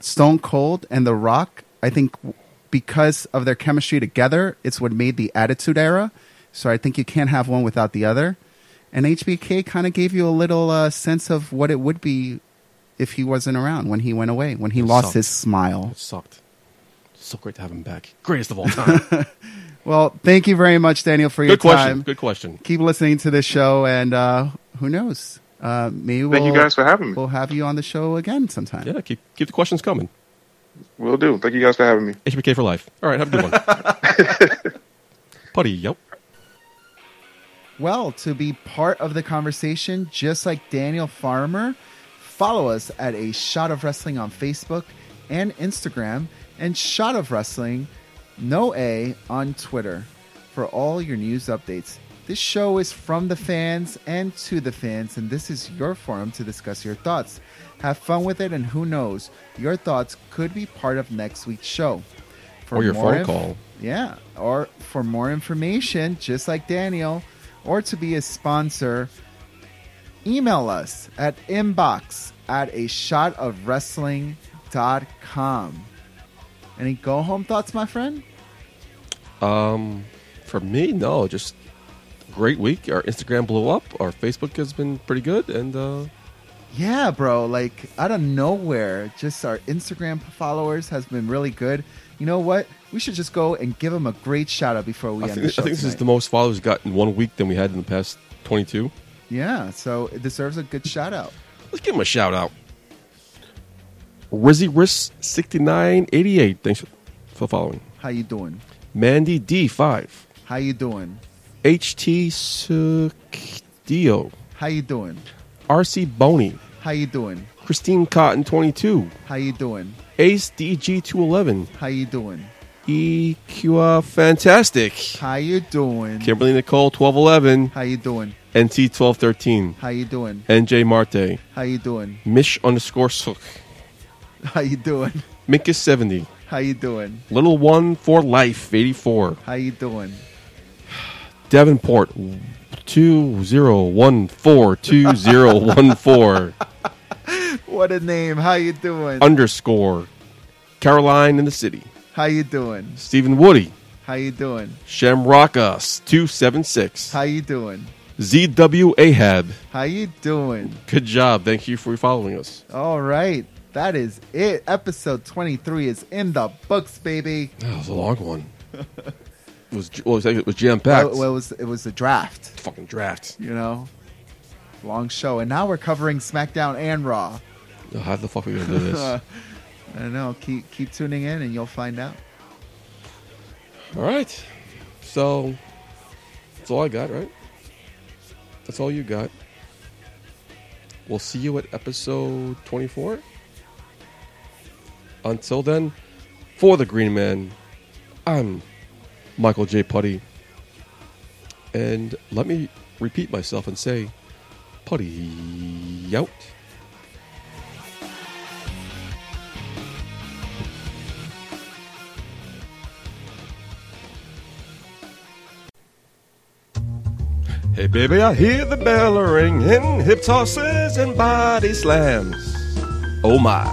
Stone Cold and The Rock, I think w- because of their chemistry together, it's what made the Attitude Era. So I think you can't have one without the other. And HBK kind of gave you a little uh, sense of what it would be if he wasn't around when he went away, when he lost sucked. his smile. It sucked. So great to have him back. Greatest of all time. Well, thank you very much, Daniel, for your Good question. time. Good question. Keep listening to this show, and uh, who knows? Uh, maybe we'll, Thank you guys for having me. We'll have you on the show again sometime. Yeah, keep keep the questions coming. Will do. Thank you guys for having me. HBK for life. All right, have a good one. Putty, yep. Well, to be part of the conversation, just like Daniel Farmer, follow us at A Shot of Wrestling on Facebook and Instagram, and Shot of Wrestling, no A, on Twitter for all your news updates. This show is from the fans and to the fans, and this is your forum to discuss your thoughts. Have fun with it, and who knows, your thoughts could be part of next week's show. For Or your more phone call. yeah. Or for more information, just like Daniel, or to be a sponsor, email us at inbox at a shot of wrestling.com. Any go home thoughts, my friend? For me, no, just great week. Our Instagram blew up. Our Facebook has been pretty good, and uh, Yeah, bro. Like out of nowhere, just our Instagram followers has been really good. You know what? We should just go and give them a great shout out before we I end think, I the show. think this is the tonight. most followers we got in one week than we had in the past twenty-two. yeah. So it deserves a good shout out. Let's give him a shout out. Rizzy Wrist sixty nine eighty eight. Thanks for following. How you doing? Mandy D five. How you doing? HT Sukdio. How you doing? RC Boney. How you doing? Christine Cotton twenty two. How you doing? Ace DG two eleven. How you doing? EQA Fantastic. How you doing? Kimberly Nicole twelve eleven. How you doing? NT twelve thirteen. How you doing? NJ Marte. How you doing? Mish underscore Sook. How you doing? Minkus seventy. How you doing? Little One for Life eighty four. How you doing? Davenport two zero one four two zero one four What a name. How you doing? underscore Caroline in the city. How you doing? Stephen Woody. How you doing? Shamrockus two seven six. How you doing? ZW Ahab. How you doing? Good job. Thank you for following us. All right. That is it. Episode 23 is in the books, baby. That was a long one. it was well, it was jam Well, packed. well, it was it was a draft, Fucking draft. you know. Long show. And now we're covering SmackDown and Raw. Oh, How the fuck are we gonna do this? All I don't know. Keep keep tuning in and you'll find out. right. So that's all I got, right? That's all you got. We'll see you at episode twenty-four. Until then, for the Green Man, I'm Michael J. Putty. And let me repeat myself and say, Putty out. Hey, baby, I hear the bell ringing, hip tosses and body slams. Oh my.